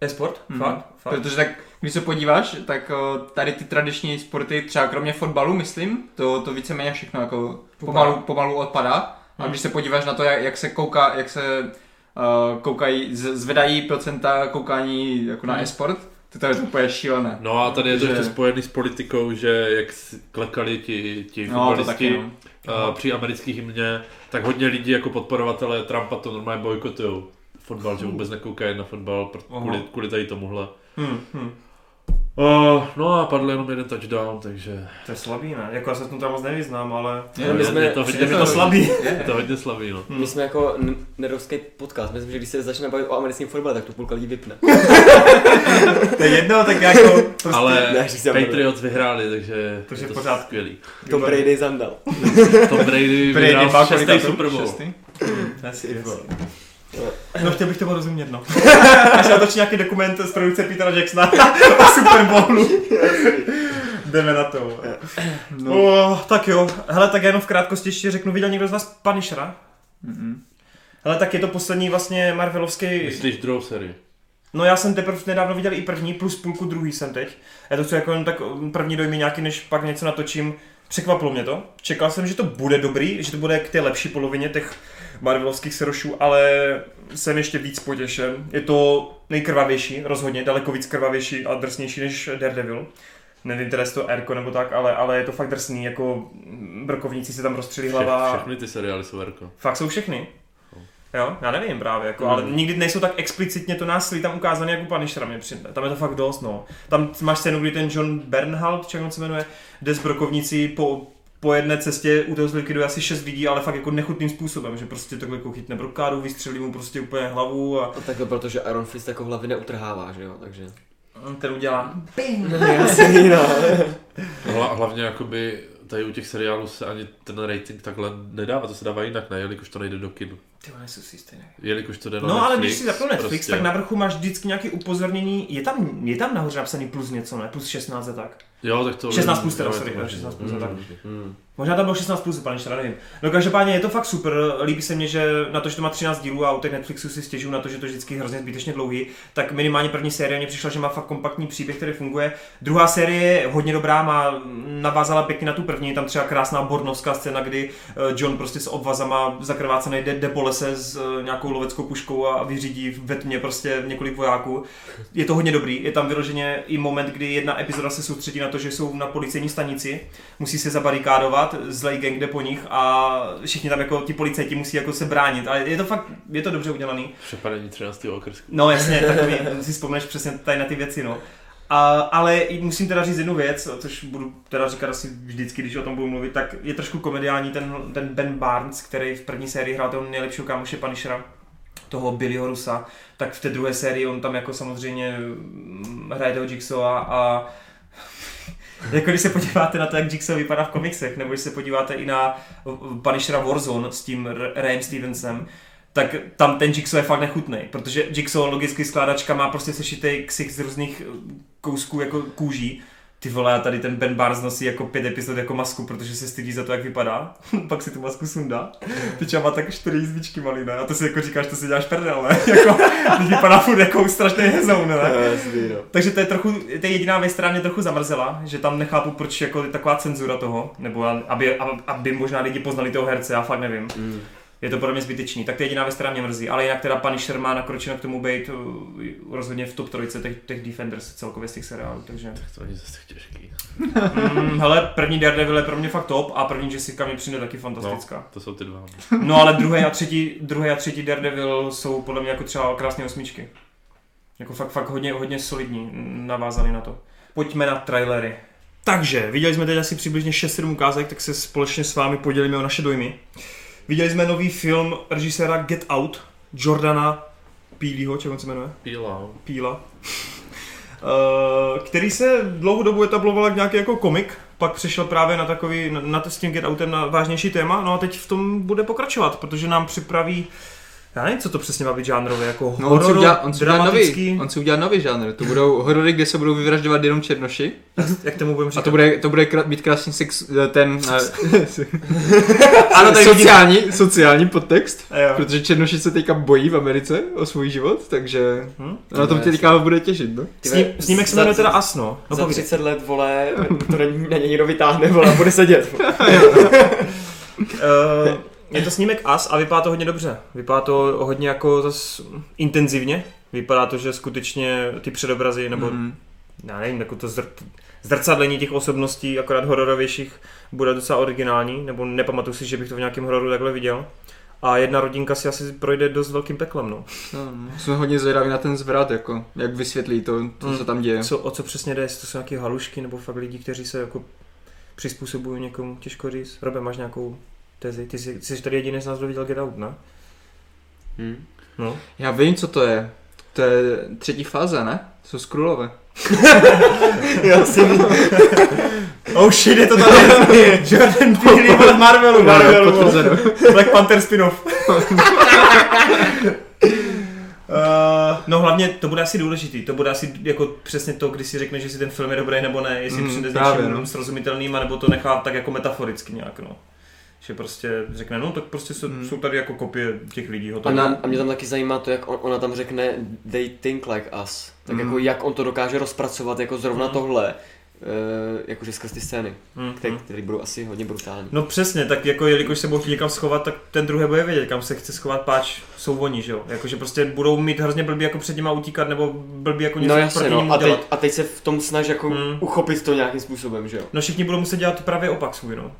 E-sport? Mhm. Fakt? Hmm. Fakt? Protože tak, když se podíváš, tak o, tady ty tradiční sporty, třeba kromě fotbalu, myslím, to, to víceméně všechno jako pomalu, pomalu odpadá. A když se podíváš na to, jak, jak se kouká, jak se uh, koukají, z- zvedají procenta koukání jako na e-sport, tak to je úplně šílené. No a tady je to Že- ještě spojený s politikou, že jak si klekali ti, ti No, to fotbalisti taky, no. eh, při amerických hymně, tak hodně lidí jako podporovatelé Trumpa to normálně bojkotují. Fotbal, že vůbec nekoukají na fotbal pr- Aha. Hmm, kvůli, kvůli tady tomuhle. Hm, hm. Uh, no a padl jenom jeden touchdown, takže To je slabý, ne? Jako já se v tom tam moc nevyznám, ale... Je, je, my jsme- je, to, Přijde hodně, mi to slabý. je to hodně slabý. No. Hmm. My jsme jako n- nerovský podcast, myslím, že když se začneme bavit o americkém fotbale, tak to půlka lidí vypne. no. To je jedno, tak jako... Prostě... Ale ne, říct, já Patriots vyhráli, takže Takže je to pořád- skvělý. Tom Brady zandal. Tom Brady Brady má vyhrál kolik šestý tam? Super Bowl. Šestý? To je skvělé. No chtěl bych tomu rozumět, no. Až natočí nějaký dokument z produkce Petera Jacksona o Super Bowlu. Jdeme na to. vole. No. O, tak jo, hele, tak já jenom v krátkosti ještě řeknu, viděl někdo z vás Punishera? Mm-mm. Hele, tak je to poslední vlastně Marvelovský... Myslíš druhou sérii? No já jsem teprve nedávno viděl i první, plus půlku druhý jsem teď. Já to chci jako jenom tak mm, první dojmy nějaký, než pak něco natočím. Překvapilo mě to. Čekal jsem, že to bude dobrý, že to bude k té lepší polovině těch Marvelovských serošů, ale jsem ještě víc potěšen. Je to nejkrvavější, rozhodně, daleko víc krvavější a drsnější než Daredevil. Nevím teda, jestli to Erko nebo tak, ale, ale je to fakt drsný, jako mm, brokovníci se tam rozstřelí Vše, hlava. všechny ty seriály jsou verko. Fakt jsou všechny. Jo, já nevím právě, jako, ale Hmm. nikdy nejsou tak explicitně to násilí tam ukázané jako Punishera mě přijde. Tam je to fakt dost, no. Tam máš scénu, kdy ten John Bernhalt, či jak on se jmenuje, jde s brokovnicí po, po jedné cestě u toho zlikviduje asi šest lidí, ale fakt jako nechutným způsobem, že prostě takhle jako chytne brokádu, vystřelí mu prostě úplně hlavu a A tak to protože Iron Fist jako hlavy neutrhává, že jo, takže. ten udělá Jasný, no. Hla, hlavně jakoby tady u těch seriálů se ani ten rating takhle nedává, to se dává jinak, ne, jelikož to nejde do kinu. Ty vole, nejsou si stejné. Jelikož to jde na No Netflix, ale když si zapnu Netflix, prostě. tak na vrchu máš vždycky nějaké upozornění, je tam, je tam nahoře napsaný plus něco, ne? Plus 16 a tak. Jo, tak to... 16 plus teda, jo, je sorry, to možný. 16 plus, Mm, tak. možný. Hmm. Možná tam bylo 16 plus, pane Štra, nevím. No každopádně je to fakt super, líbí se mně, že na to, že to má 13 dílů a u těch Netflixu si stěžuju na to, že to je vždycky hrozně zbytečně dlouhý, tak minimálně první série mě přišla, že má fakt kompaktní příběh, který funguje. Druhá série je hodně dobrá, má navázala pěkně na tu první, je tam třeba krásná bornovská scéna, kdy eh, John prostě s obvazama zakrvácený jde, jde po lese s eh, nějakou loveckou puškou a vyřídí ve tmě prostě několik vojáků. Je to hodně dobrý, je tam vyloženě i moment, kdy jedna epizoda se soustředí na to, že jsou na policejní stanici musí se zabarikádovat, zlej gang jde po nich a všichni tam jako ti policajti musí jako se bránit. A je to fakt, je to dobře udělaný. Přepadení 13. okrsku. No jasně, takový, si vzpomeneš přesně tady na ty věci, no. A, ale i musím teda říct jednu věc, což budu teda říkat asi vždycky, když o tom budu mluvit, tak je trošku komediální ten, ten Ben Barnes, který v první sérii hrál toho nejlepšího kámoše Punishera, toho Billyho Rusa, tak v té druhé sérii on tam jako samozřejmě mm, hraje toho Jigsawa a jako když se podíváte na to, jak Jigsaw vypadá v komiksech, nebo když se podíváte i na uh, Punishera Warzone s tím R- Rayem Stevensem, tak tam ten Jigsaw je fakt nechutný, protože Jigsaw logicky skládačka má prostě sešitý ksich z různých uh, kousků jako kůží. Ty vole, a tady ten Ben Barnes nosí jako pět epizod jako masku, protože se stydí za to, jak vypadá. Pak si tu masku sundá. Teď má tak čtyři jízvičky malý, ne? A to si jako říkáš, to si děláš prdel, ne? jako, když vypadá furt jako strašný hezoun, ne? Jasný, no. Takže to je trochu, to je jediná věc, která mě trochu zamrzela, že tam nechápu, proč jako je taková cenzura toho, nebo já- aby, aby, aby možná lidi poznali toho herce, já fakt nevím. Mm. Je to pro mě zbytečný, tak to je jediná věc, která mě mrzí. Ale jinak teda Punisher má nakročeno k tomu být uh, rozhodně v top trojice těch, těch Defenders celkově z těch seriálů, takže... Tak to není zase tak těžký. Mm, hele, první Daredevil je pro mě fakt top a první Jessica mi přijde taky fantastická. To jsou ty dva. No, no ale druhý a, třetí, druhý a třetí Daredevil jsou podle mě jako třeba krásné osmičky. Jako fakt, fakt hodně, hodně solidní, mm, navázaný na to. Pojďme na trailery. Takže, viděli jsme teď asi přibližně 6-7 ukázek, tak se společně s vámi podělíme o naše dojmy. Viděli jsme nový film režiséra Get Out, Jordana Pílího, či jak on se jmenuje? Píla. Píla, Eh, který se dlouhou dobu etabloval jak nějaký jako komik, pak přešel právě na takový, na, na, s tím Get Outem na vážnější téma, no a teď v tom bude pokračovat, protože nám připraví, já nevím, co to přesně má být žánrově, jako No, on, si horor, udělá, on, si udělá nový, dramatický, on si udělá nový žánr. To budou horory, kde se budou vyvražďovat jenom černoši. jak tomu budeme A říkat, to bude, to bude kra- mít krásný sex, ten... eh, ano, tady sociální, sociální podtext. A Eh, jo. Protože černoši se teďka bojí v Americe o svůj život, takže Hm? na tom tě teďka bude těšit, no? S ním- S ním, jak se jmenuje teda Asno, no za povídej. 30 let, vole, to na ní, na něj někdo vytáhne, vole, a bude sedět. Eh, je to snímek As a vypadá to hodně dobře. Vypadá to hodně jako zas intenzivně. Vypadá to, že skutečně ty předobrazy nebo Mhm. já nevím, jako to zr- zrcadlení těch osobností, akorát hororovějších, bude docela originální, nebo nepamatuju si, že bych to v nějakém hororu takhle viděl. A jedna rodinka si asi projde dost velkým peklem, no. No, no. Jsem hodně zvědavý na ten zvrat, jako, jak vysvětlí to, to Mm. co tam děje. Co, o co přesně jde, jestli to jsou nějaké halušky nebo fakt lidi, kteří se jako přizpůsobují někomu, těžko říct. Robe, máš nějakou tezi? Ty jsi, jsi tady jediný z nás, kdo viděl Get Out, ne? Hm. No. Já vím, co to je. To je třetí fáze, ne? Jsou skrulové. Já jsem Oh shit, je to tady Jordan Peele od Marvelu, Marvelu. No, no. Potvrzeno. Black Panther spin-off. Uh, no hlavně to bude asi důležitý, to bude asi jako přesně to, když si řekne, že si ten film je dobrý nebo ne, jestli Mm, mm, přijde s právě, něčím no. no. srozumitelným, anebo to nechá tak jako metaforicky nějak, no. Že prostě řekne, no tak prostě jsou, Mm. mm. jsou tady jako kopie těch lidí, A, hotovo. na, a mě tam taky zajímá to, jak on, ona tam řekne they think like us. Tak Mhm. Mm. jako jak on to dokáže rozpracovat jako zrovna Mm. tohle. Uh, jakože skrz ty scény, Mm, které, mm. které budou asi hodně brutální. No přesně, tak jako jelikož se budou chtít někam schovat, tak ten druhý bude vědět, kam se chce schovat, páč jsou oni, že jo. Jakože prostě budou mít hrozně blbý jako před nima utíkat, nebo blbý jako něco No jasně, proti no. němu A, teď, dělat. a teď se v tom snaž jako Mm. uchopit to nějakým způsobem, že jo? No všichni budou muset dělat právě opak svůj, no.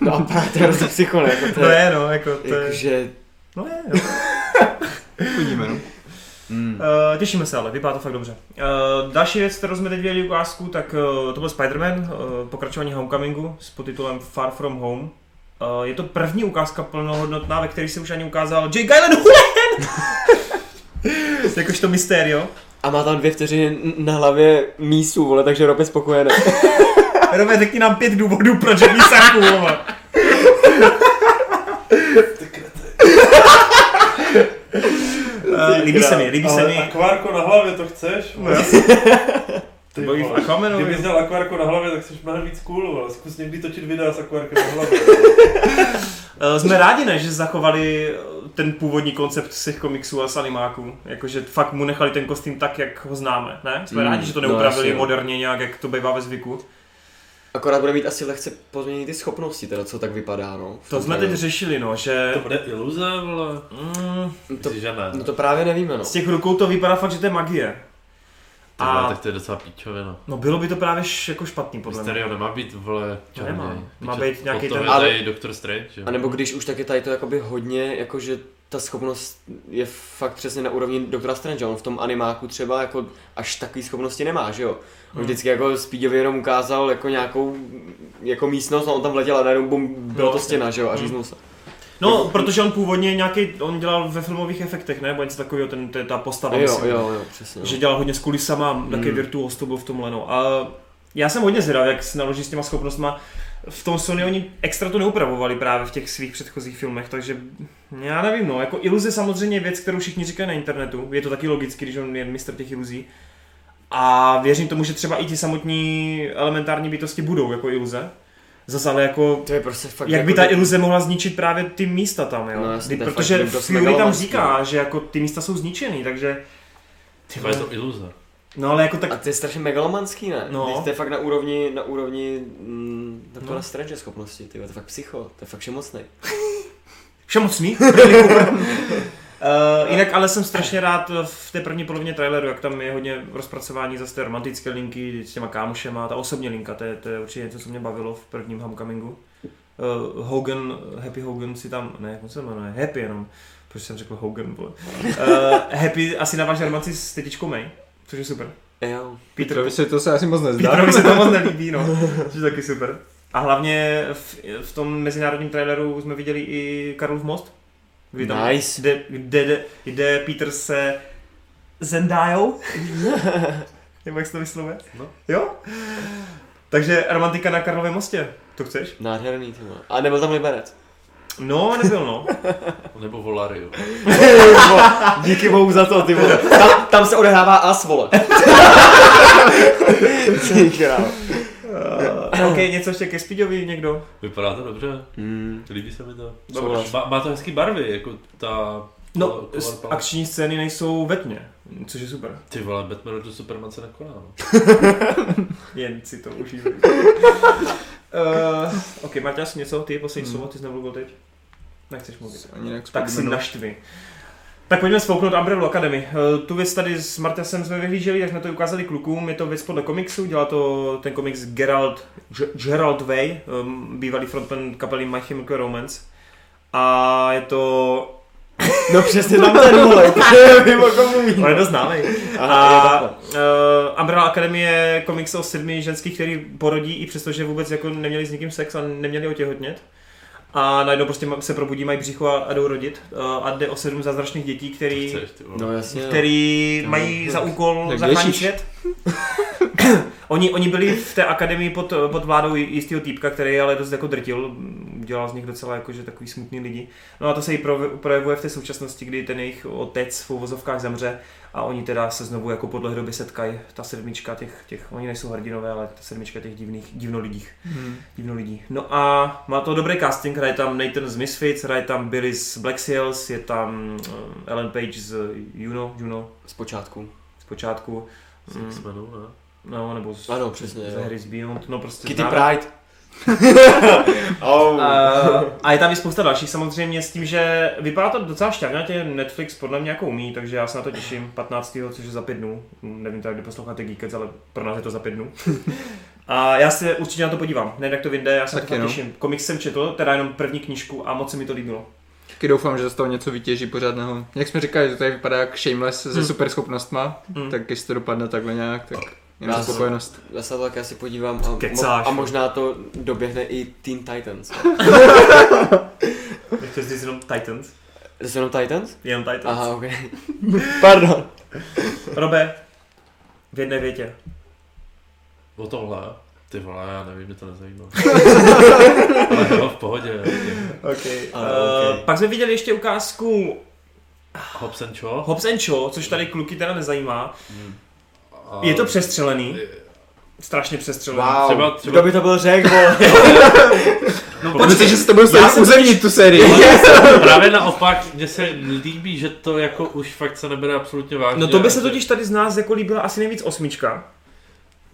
No a právě to je hrozně psycho, ne? Jako to To je, je, no, jako to je... jakože... No je, jo. Uvidíme, no. Mm. Uh, těšíme se ale, vypadá to fakt dobře. Uh, další věc, kterou jsme teď viděli ukázku, tak uh, to byl Spider-Man, uh, pokračování Homecomingu s podtitulem Far From Home. Uh, je to první ukázka plnohodnotná, ve které se už ani ukázal Jake Gyllenhaal! Jakož to Mysterio. A má tam dvě vteřiny na hlavě mísu, vole, takže Rob je spokojený. Robert, řekni nám pět důvodů, proč je mísaku, vole. Eh, líbí se mi, líbí se Ale mi. akvárko na hlavě, to chceš? No jo. To Ty bylo i v vole. Aquamanovi. Kdybys měl akvárko na hlavě, tak jsi mnohem víc cool, ale zkus někdy točit videa s akvárkem na hlavě. Eh, Jsme rádi, ne, že zachovali eh, ten původní koncept z těch komiksů a z animáků. Jakože fakt mu nechali ten kostým tak, jak ho známe, ne? Jsme Mm, mm, rádi, že to no, neupravili jasně, no, no. moderně nějak, jak to bývá ve zvyku. Akorát bude mít asi lehce pozměnit ty schopnosti, teda co tak vypadá, no. V To tom jsme teď traileru. řešili, no, že... To bude iluze, vole. Mm, to, Myslíš, že ne? No to právě nevíme, no. z těch rukou to vypadá fakt, že to je magie. Tyhle, A tak to je docela píčovina. no bylo by to právě š- jako špatný, podle mě. No Mysterio nemá být, vole, černý. Nemá. Ty Má čo- být nějaký potom ten- je Ale- tady Doctor Strange, jo. A nebo když už tak je tady to jakoby hodně, jakože ta schopnost je fakt přesně na úrovni Doktora Strange, on v tom animáku třeba jako až takový schopnosti nemá, že jo? On Hmm. vždycky jako Speedovi jenom ukázal jako nějakou jako místnost a on tam vletěl a najednou bum, byla to jasně. stěna, že jo? A Hmm. říznul se. No, protože on původně nějaký, on dělal ve filmových efektech, ne? Nebo něco takového, ten, to je ta postava, Jo, myslím. jo, jo, přesně. že dělal hodně s kulisama, mm. taky Mm. virtuos to byl v tomhle. No. A já jsem hodně zvědav, jak se naloží s těma schopnostma. V tom Sony oni extra to neupravovali právě v těch svých předchozích filmech, takže já nevím, no, jako iluze samozřejmě je věc, kterou všichni říkají na internetu, je to taky logicky, když on je mistr těch iluzí. A věřím tomu, že třeba i ti samotní elementární bytosti budou jako iluze. Zase ale jako To je prostě fakt jak jako by ta do- iluze mohla zničit právě ty místa tam, jo? No, No, jasně, Kdy, to je fakt protože dost Fury tam megalomanský, říká, že jako ty místa jsou zničený, takže... Ty Třeba vole, je to iluze. No ale jako tak A to je strašně megalomanský, ne? No. No. To je fakt na úrovni, na úrovni mm, doktora No. no. Strange schopnosti, ty, to je fakt psycho, to je fakt všemocný. Všemocný. Bradley Cooper. Uh, jinak ale jsem strašně rád v té první polovině traileru, jak tam je hodně rozpracování zase té romantické linky s těma kámošema, ta osobní linka, to je, to je určitě něco, co mě bavilo v prvním Homecomingu. Uh, Hogan, Happy Hogan si tam, ne, jak on se jmenuje, Happy jenom, proč jsem řekl Hogan, vole. Uh, Happy asi naváže romanci s tetičkou May, což je super. Jo. Petrovi se to se asi moc nezdá. Petrovi se to moc nelíbí, no. Což je taky super. A hlavně v, v tom mezinárodním traileru jsme viděli i Karlův most. Kdy tam Nice. jde, jde, jde, jde Peter se Zendajou. Nebo jak se to vyslovuje? No. Jo? Takže romantika na Karlově mostě. To chceš? Nádherný, ty vole. A nebyl tam liberec. No, nebyl no. Nebo Volario. Díky bohu za to, ty vole. Tam, tam se odehrává as, vole. Ty král. Uh, ok, něco ještě ke Speedovi někdo? Vypadá to dobře, Mm. líbí se mi to. Souhlas. Má, má to hezký barvy, jako ta... No, kolor- kolor s- palet. akční scény nejsou ve tmě, což je super. Ty vole, Batman do Superman se nekoná, no. Jen si to užívej. uh, ok, Marťas, něco? Ty poslední Hmm. slovo, ty jsi nemluvil teď? Nechceš mluvit. Ani nějak Tak si vzpomenu. naštvi. Tak pojďme spouknout Umbrella Academy. Eh, Tu věc tady s Marťasem jsme vyhlíželi, jak jsme to i ukázali klukům. Je to věc podle komiksu, dělá to ten komiks eh, Gerald, G- Gerald Way, um, bývalý frontman kapely My Chemical Romance. A je to No přesně tam ten vole, vím o komu mluvím. On je dost známý. A uh, Umbrella Academy je komiks o sedmi ženských, který porodí, i přestože vůbec jako neměli s nikým sex a neměli otěhotnět. A najednou prostě ma- se probudí, mají břicho a, a jdou rodit. Uh, a jde o sedm zázračných dětí, který, Chceš, ty vole. No jasně. který mají za úkol Tak zachránit Ježíš. svět. oni, oni byli v té akademii pod, pod vládou jistého týpka, který ale dost jako drtil, dělal z nich docela jakože takový smutný lidi. No a to se i prove- projevuje v té současnosti, kdy ten jejich otec v uvozovkách zemře a oni teda se znovu jako po dlouhé době setkají, ta sedmička těch, těch oni nejsou hrdinové, ale ta sedmička těch divných, divnolidích. Hmm. Divnolidí. No a má to dobrý casting, hraje tam Nathan z Misfits, hraje tam Billy z Black Seals, je tam eh, Ellen Page z Juno, Juno Zpočátku. z počátku, S X-Menů, ne? no nebo z, Hmm. Ano, přesně, z jo. hry z Beyond, no prostě Kitty známe. Pride. oh. Uh, a je tam i spousta dalších samozřejmě s tím, že vypadá to docela šťavňatě, Netflix podle mě jako umí, takže já se na to těším 15. což je za pět dnů, Mm, nevím teda, kdy posloucháte Geekets, ale pro nás je to za pět dnů. a já se určitě na to podívám, nevím jak to vyjde, já se na to Taky fakt no. těším. Komiks jsem četl, teda jenom první knížku a moc se mi to líbilo. Taky doufám, že z toho něco vytěží pořádného. Jak jsme říkali, že to tady vypadá jak Shameless se Hmm. superschopnostma, Hmm. tak jestli to dopadne takhle nějak, tak Já jenom jsem- spokojenost. Já se to taky asi podívám a, Kecáš. mo- a možná to doběhne i Teen Titans. Chtěl jsi jenom Titans? Je to jenom Titans? Jenom Titans. Aha, ok. Pardon. Robe, v jedné větě. O tomhle? Ty vole, já nevím, mě to nezajímá. Ale jo, v pohodě. Okay. Uh, Ale okay. ok. Pak jsme viděli ještě ukázku Hobbs and Shaw. Hobbs and Shaw, což tady kluky teda nezajímá. A Je to přestřelený. Strašně přestřelený. Wow. Třeba- Třeba, třeba- třeba... Kdo by to byl řekl, vole? No Protože že se to bude já jsem- uzemnit tu sérii. Právě naopak, mně se líbí, že to jako už fakt se nebere absolutně vážně. No to by se že- totiž tady z nás jako líbila asi nejvíc osmička.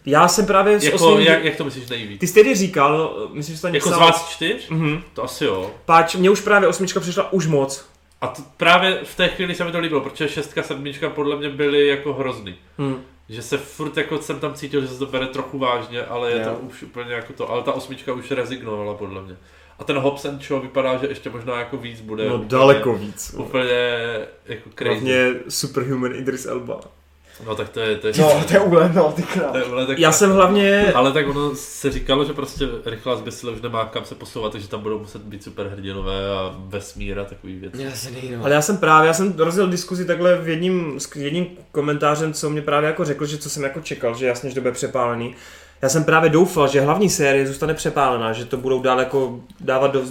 Já jsem právě s jako, Jako, osmým... jak, jak to myslíš nejvíc? Ty jsi tedy říkal, myslím, že jsi to Jako z něco... vás čtyř? Mhm. To asi jo. Páč, mně už právě osmička přišla už moc. A t- právě v té chvíli se mi to líbilo, protože šestka, sedmička podle mě byly jako hrozný. Hm. Že se furt jako jsem tam cítil, že se to bere trochu vážně, ale je Jo. to už úplně jako to, ale ta osmička už rezignovala podle mě. A ten Hobbs and Shaw vypadá, že ještě možná jako víc No, bude. úplně- víc. Úplně jako crazy. Superhuman Idris Elba. No tak to je, to je, No, to je úle, no, ty král. to je vole, tak... Já jsem hlavně... Ale tak ono se říkalo, že prostě rychlá zbysile už nemá kam se posouvat, takže tam budou muset být superhrdinové a vesmír a takový věci. Jasný, no. Ale já jsem právě, já jsem rozjel diskuzi takhle v jedním, s jedním komentářem, co mě právě jako řekl, že co jsem jako čekal, že jasně, že to bude přepálený. Já jsem právě doufal, že hlavní série zůstane přepálená, že to budou dál jako dávat do,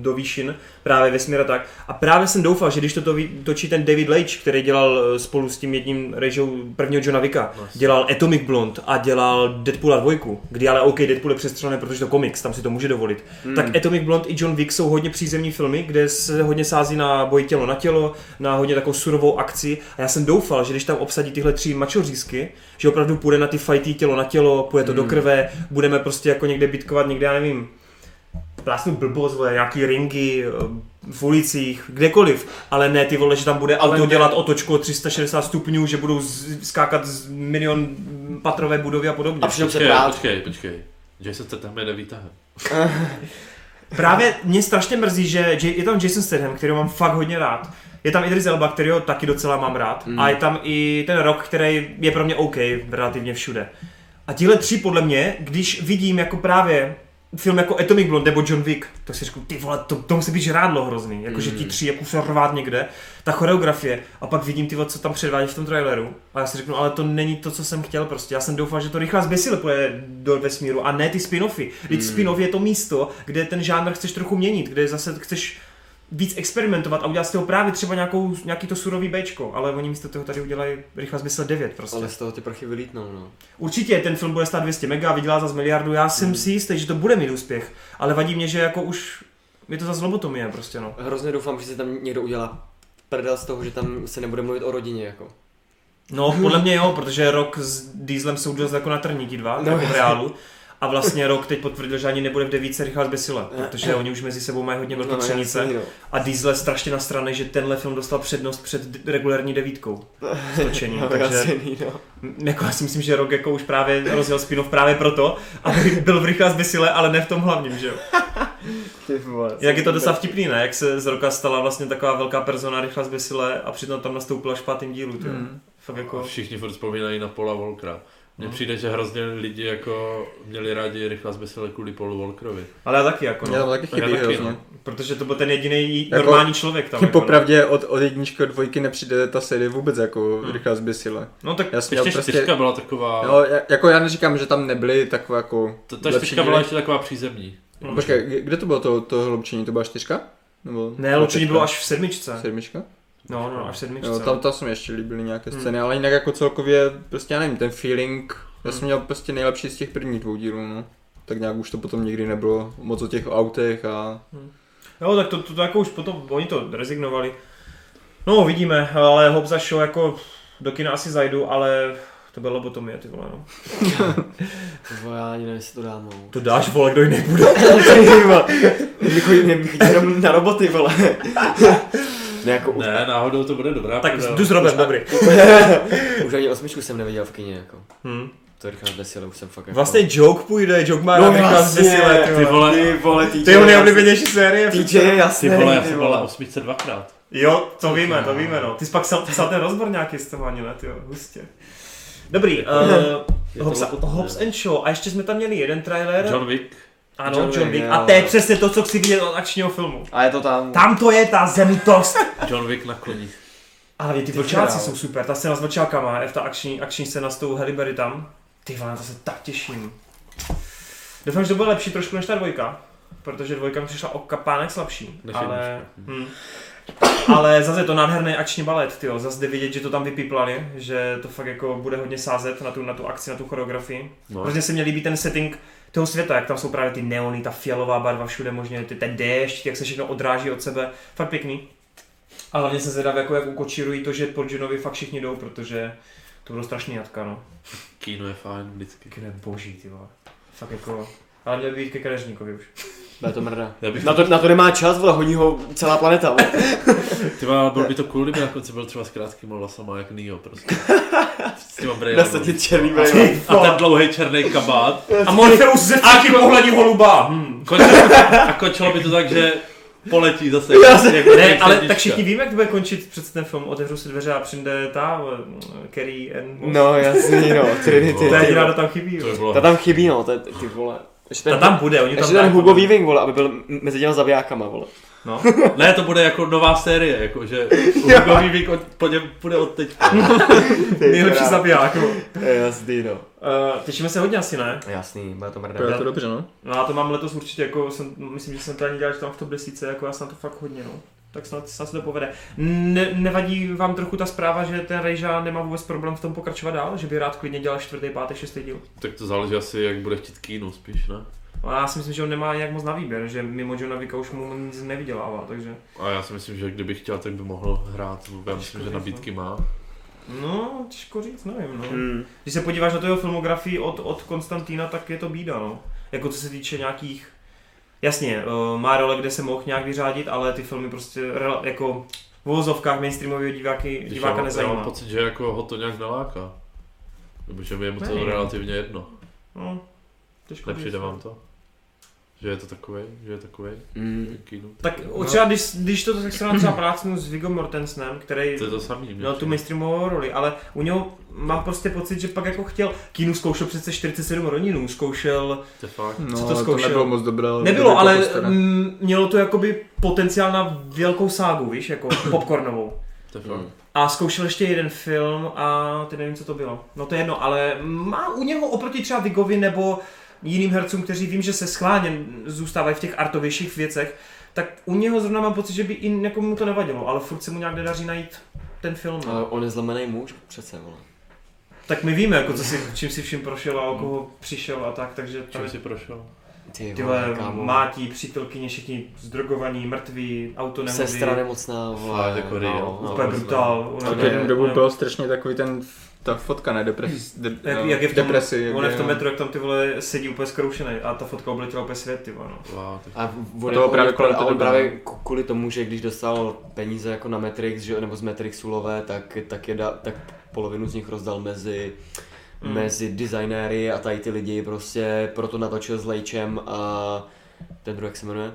do výšin, právě vesmír a tak. A právě jsem doufal, že když to točí ten David Leitch, který dělal eh, spolu s tím jedním režou prvního Johna Vicka, Vlastně. dělal Atomic Blonde a dělal Deadpoola 2, kdy ale OK, Deadpool je přestřelený, protože to komiks, tam si to může dovolit. Hmm. Tak Atomic Blonde i John Wick jsou hodně přízemní filmy, kde se hodně sází na boj tělo na tělo, na hodně takovou surovou akci. A já jsem doufal, že když tam obsadí tyhle tři mačořísky, že opravdu půjde na ty fighty tělo na tělo, půjde to do krve, budeme prostě jako někde bitkovat, někde, já nevím, plásnu vlastně blbost, vole, nějaký ringy, eh, v ulicích, kdekoliv, ale ne ty vole, že tam bude auto ne. dělat otočku o 360 stupňů, že budou z, skákat z milion patrové budovy a podobně. A přitom se Počkej, prát. počkej, počkej. Že se to tam jede výtahem. Právě mě strašně mrzí, že J- je tam Jason Statham, kterého mám fakt hodně rád. Je tam Idris Elba, kterého taky docela mám rád. Mm. A je tam i ten Rock, který je pro mě OK relativně všude. A tihle tři podle mě, když vidím jako právě film jako Atomic Blonde nebo John Wick, to si řeknu, ty vole, to, to musí být žrádlo hrozný, jakože ti tři jako se rvát někde, ta choreografie, a pak vidím ty vole, co tam předvádí v tom traileru, a já si řeknu, ale to není to, co jsem chtěl prostě, já jsem doufal, že to rychle zběsil půjde do vesmíru a ne ty spin-offy. Teď spin-off je to místo, kde ten žánr chceš trochu měnit, kde zase chceš víc experimentovat a udělat z toho právě třeba nějakou, nějaký to surový Bčko, ale oni místo toho tady udělají rychle zmysl 9 prostě. Ale z toho ty prachy vylítnou, no. Určitě ten film bude stát 200 mega, vydělá zase miliardu, já jsem Hmm. si jistý, že to bude mít úspěch, ale vadí mě, že jako už je to zase lobotomie prostě no. Hrozně doufám, že si tam někdo udělá prdel z toho, že tam se nebude mluvit o rodině, jako. No Hmm. podle mě jo, protože Rock s Dieslem jsou dost jako na trníky dva, no. No. jako v reálu. A vlastně Rock teď potvrdil, že ani nebude v devíce rychle z besile, protože oni už mezi sebou mají hodně velké No, třenice. jasný, no. A Diesel je strašně na straně, že tenhle film dostal přednost před d- regulární devítkou stočení. No, takže jasný, no. m, jako já si myslím, že Rock jako už právě rozjel spin právě proto, aby byl v rychlá zbysile, ale ne v tom hlavním, že jo. Ty vole. Jak je to docela vtipný, ne? Jak se z roka stala vlastně taková velká persona rychle z Besile a přitom tam nastoupila v pátém dílu, to Hmm. mm. Fakt Jako... jako... Všichni furt vzpomínají na Paula Volkra. Mně No. přijde, že hrozně lidi jako měli rádi rychle zbysele kvůli Paulu Volkrovi. Ale já taky jako, Já tam no. taky Tak já chybí taky, hrozně. no. Protože to byl ten jediný Jako- normální člověk tam. Jako, no. Popravdě od, od jedničky od dvojky nepřijde ta série vůbec jako hmm. rychlá zbysile. no tak Já jsem Ještě měl prostě... prostě... čtyřka byla taková, Jo, ja- jako já neříkám, že tam nebyly takové jako ta, ta lepší čtyřka byla díly. ještě taková přízemní. No. Počkej, kde- kde to bylo to, to hloučení? To byla čtyřka? Nebo Ne, loučení pětka? bylo až v sedmičce. Sedmička? No, no, až v sedmičce. Jo, tam, tam se mi ještě líbily nějaké Hmm. scény, ale jinak jako celkově, prostě já nevím, ten feeling, já Hmm. jsem měl prostě nejlepší z těch prvních dvou dílů, no. Tak nějak už to potom nikdy nebylo moc o těch autech a... Jo, tak to, to, to jako už potom, oni to rezignovali. No, uvidíme, ale Hobbs a Shaw jako do kina asi zajdu, ale to byla lobotomie, ty vole, no. Ty vole, já ani nevím, jestli to dám, no. To dáš, vole, kdo jiný bude. Děkuji, mě jenom na roboty, vole. ne, jako už, Ne, náhodou to bude dobrá. Tak prdel. jdu s Robem, dobrý. už ani osmičku jsem neviděl v kyně, jako. Hm. To je rychle zdesil, už jsem fakt jako... Vlastně Joke půjde, Joke má no rád jako Rychlá z vlastně, Besile, vole. ty vole, ty vole, TJ, To je jeho nejoblíbenější série. TJ je jasný, Ty vole, já jsem byl na osmičce dvakrát. Jo, to víme, to víme, no. Ty jsi pak psal, psal ten rozbor nějaký z toho ani, ne, ty jo, hustě. Dobrý, Je uh, to Hobbs, lobotomie. Hobbs and Shaw, a ještě jsme tam měli jeden trailer. John Wick. ano, John John, Wick, Wick. jo. A to je přesně to, co chci vidět od akčního filmu. A je to tam. Tam to je ta zemitost. John Wick na koních. Ale ty vlčáci jsou super, ta scéna s vlčákama, je ta akční, akční scéna s tou Heliberry tam. Ty vole, na to se tak těším. Doufám, že to bude lepší trošku než ta dvojka, protože dvojka mi přišla o kapánek slabší, Než ale... Hm. Ale zase je to nádherný akční balet, tyjo. Zase jde vidět, že to tam vypiplali, že to fakt jako bude hodně sázet na tu, na tu akci, na tu choreografii. No. No. Hrozně se mi líbí ten setting toho světa, jak tam jsou právě ty neony, ta fialová barva všude možně, ty, ten déšť, jak se všechno odráží od sebe. Fakt pěkný. A hlavně jsem zvědav, jako jak ukočírují to, že po Junovi fakt všichni jdou, protože to bylo strašný jatka, no. Kino je fajn vždycky. Kde boží, ty vole. Fakt jako... Ale měl by jít ke kadeřníkovi už. Bude to mrda. Já bych Na to, na to nemá čas, vole, honí ho celá planeta, vole. Ty vole, ale bylo by to cool, kdyby na konci byl třeba s krátkýma vlasama, jak Neo prostě. S těma Na brýlema. statě černý, vole. A ten dlouhý černý kabát. A Morpheus ze třetí pohledí holuba! Hm. Končilo, a končilo by to tak, že poletí zase. jako Ne, ale tak všichni víme, jak to bude končit před ten film. Otevřu si dveře a přijde ta mm, Carrie Ann. Moss. No, jasný, no, Trinity. To je ty jediná, vole. kdo tam chybí. To jo. by bylo Ta tam chybí, no, to je, ty vole. Ještě Ta ten, tam bude, oni tam ještě ten tak- Hugo Weaving, vole, aby byl m- mezi těma zabijákama, vole. No. Ne, to bude jako nová série, jako že Hugo Weaving od, po něm půjde od teď. Nejlepší zabiják. no. Jasný, no. Eh, Těšíme se hodně asi, ne? Jasný, bude to mrda. To je to dobře, no. No já to mám letos určitě, jako jsem, myslím, že jsem to ani dělal, že tam v top 10, jako já jsem na to fakt hodně, no. Tak snad, snad se to povede. Ne, nevadí vám trochu ta zpráva, že ten Rejža nemá vůbec problém v tom pokračovat dál? Že by rád klidně dělal čtvrtý, pátý, šestý díl? Tak to záleží asi, jak bude chtít kino spíš, ne? A já si myslím, že on nemá nějak moc na výběr, že mimo Johna Vicka už mu nic nevydělává, takže... A já si myslím, že kdyby chtěl, tak by mohl hrát. Já myslím, že nabídky má. No, těžko říct, nevím, no. Hmm. Když se podíváš na tu jeho filmografii od, od Konstantína, tak je to bída, no. Jako co se týče nějakých... Jasně, uh, má role, kde se mohl nějak vyřádit, ale ty filmy prostě rela- jako v uvozovkách mainstreamového diváky, Když diváka já, já mám nezajímá. pocit, že jako ho to nějak naláká. Nebo že mi je mu to Ne. relativně jedno. No, těžko Nepřijde říct. vám to? Že je to takový, že je takový Mm. kino. Tak třeba když, když to tak se nám třeba prácnu s Viggo Mortensenem, který To je to samý. mě měl tu přijde. mainstreamovou roli, ale u něho mám prostě pocit, že pak jako chtěl, Kínu zkoušel přece 47 rodinů, zkoušel To je fakt. No, Co to ale to zkoušel? nebylo moc dobré. ale jako Nebylo, dobré ale prostě postera. mm, mělo to jakoby potenciál na velkou ságu, víš, jako popcornovou. To je fakt. Mm. A zkoušel ještě jeden film a teď nevím, co to bylo. No to je jedno, ale má u něho oproti třeba Vigovi nebo jiným hercům, kteří vím, že se schválně zůstávají v těch artovějších věcech, tak u něho zrovna mám pocit, že by i někomu to nevadilo, ale furt se mu nějak nedaří najít ten film. No. Ale on je zlomený muž, přece, vole. Tak my víme, jako co si, čím si vším prošel a o koho přišel a tak, takže tam Čím je si prošel? Ty vole, tyhle kámo. mátí, přítelkyně, všichni zdrogovaní, mrtví, auto nehodí. Sestra nemocná, vole. Fakt, jako real. no, Úplně no, brutál. A ono v je- jednu dobu ono- byl strašně takový ten, ta fotka, ne, depres, de, jak, no, jak je v tom, depresi. jak on je v tom no. metru, jak tam ty vole sedí úplně zkroušený a ta fotka obletěla úplně svět, ty vole, no. Wow, tak... A on, To to právě právě, kolem kvůli, té a on doby, právě k- kvůli tomu, že když dostal peníze jako na Matrix, že, nebo z Matrixu lové, tak, tak, je da, tak polovinu z nich rozdal mezi Mm. mm. mezi designéry a tady ty lidi prostě proto natočil s Lejčem a ten druhý, jak se jmenuje?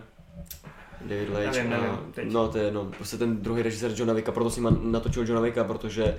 David Nevím, Leitch a, nevím, teď. no to je jedno, prostě ten druhý režisér Johna Wicka, proto si natočil Johna Wicka, protože uh,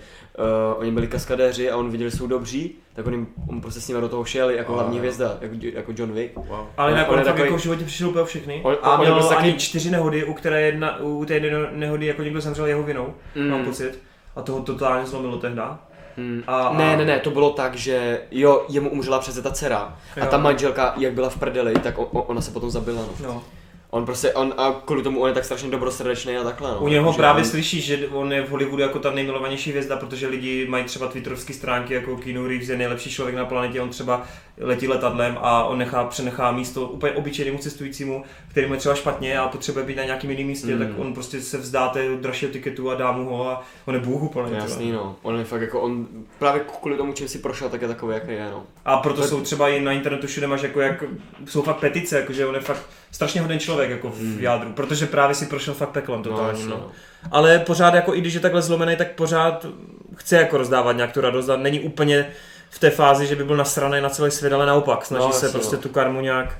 oni byli kaskadéři a on viděl, že jsou dobří, tak on, jim, on prostě s nimi do toho šel jako A- hlavní hvězda, jako, jako John Wick. Wow. Ale On- on nakonec je tak takový- jako v životě přišel úplně o všechny. On- A on je měl prostě ani taky- čtyři nehody, u které jedna, u té jedné nehody jako někdo zemřel jeho vinou, Mm. mám pocit. A toho totálně zlomilo tehda. Hmm. A- a- Ne, ne, ne, to bylo tak, že jo, jemu umřela přece ta dcera a Jo. ta manželka, jak byla v prdeli, tak o, o, ona se potom zabila, no. No. On prostě, on, a kvůli tomu on je tak strašně dobrosrdečný a takhle, no. U něho Že právě on- slyší, že on je v Hollywoodu jako ta nejmilovanější hvězda, protože lidi mají třeba twitterovské stránky jako Keanu Reeves je nejlepší člověk na planetě, on třeba letí letadlem a on nechá, přenechá místo úplně obyčejnému cestujícímu, který mu je třeba špatně a potřebuje být na nějakém jiném místě, Mm. tak on prostě se vzdá té dražšího tiketu a dá mu ho a on je bůh úplně. Jasný, no. On je fakt jako, on právě kvůli tomu, čím si prošel, tak je takový, jaký je, no. A proto jsou třeba i na internetu všude máš jako jak, jsou fakt petice, jako že on je fakt strašně hodný člověk jako v jádru, protože právě si prošel fakt peklem totálním. Mm. jasně, No, Ale pořád jako i když je takhle zlomený, tak pořád chce jako rozdávat nějak tu radost a není úplně v té fázi, že by byl nasraný na celý svět, ale naopak snaží No, se jasně, prostě no. tu karmu nějak.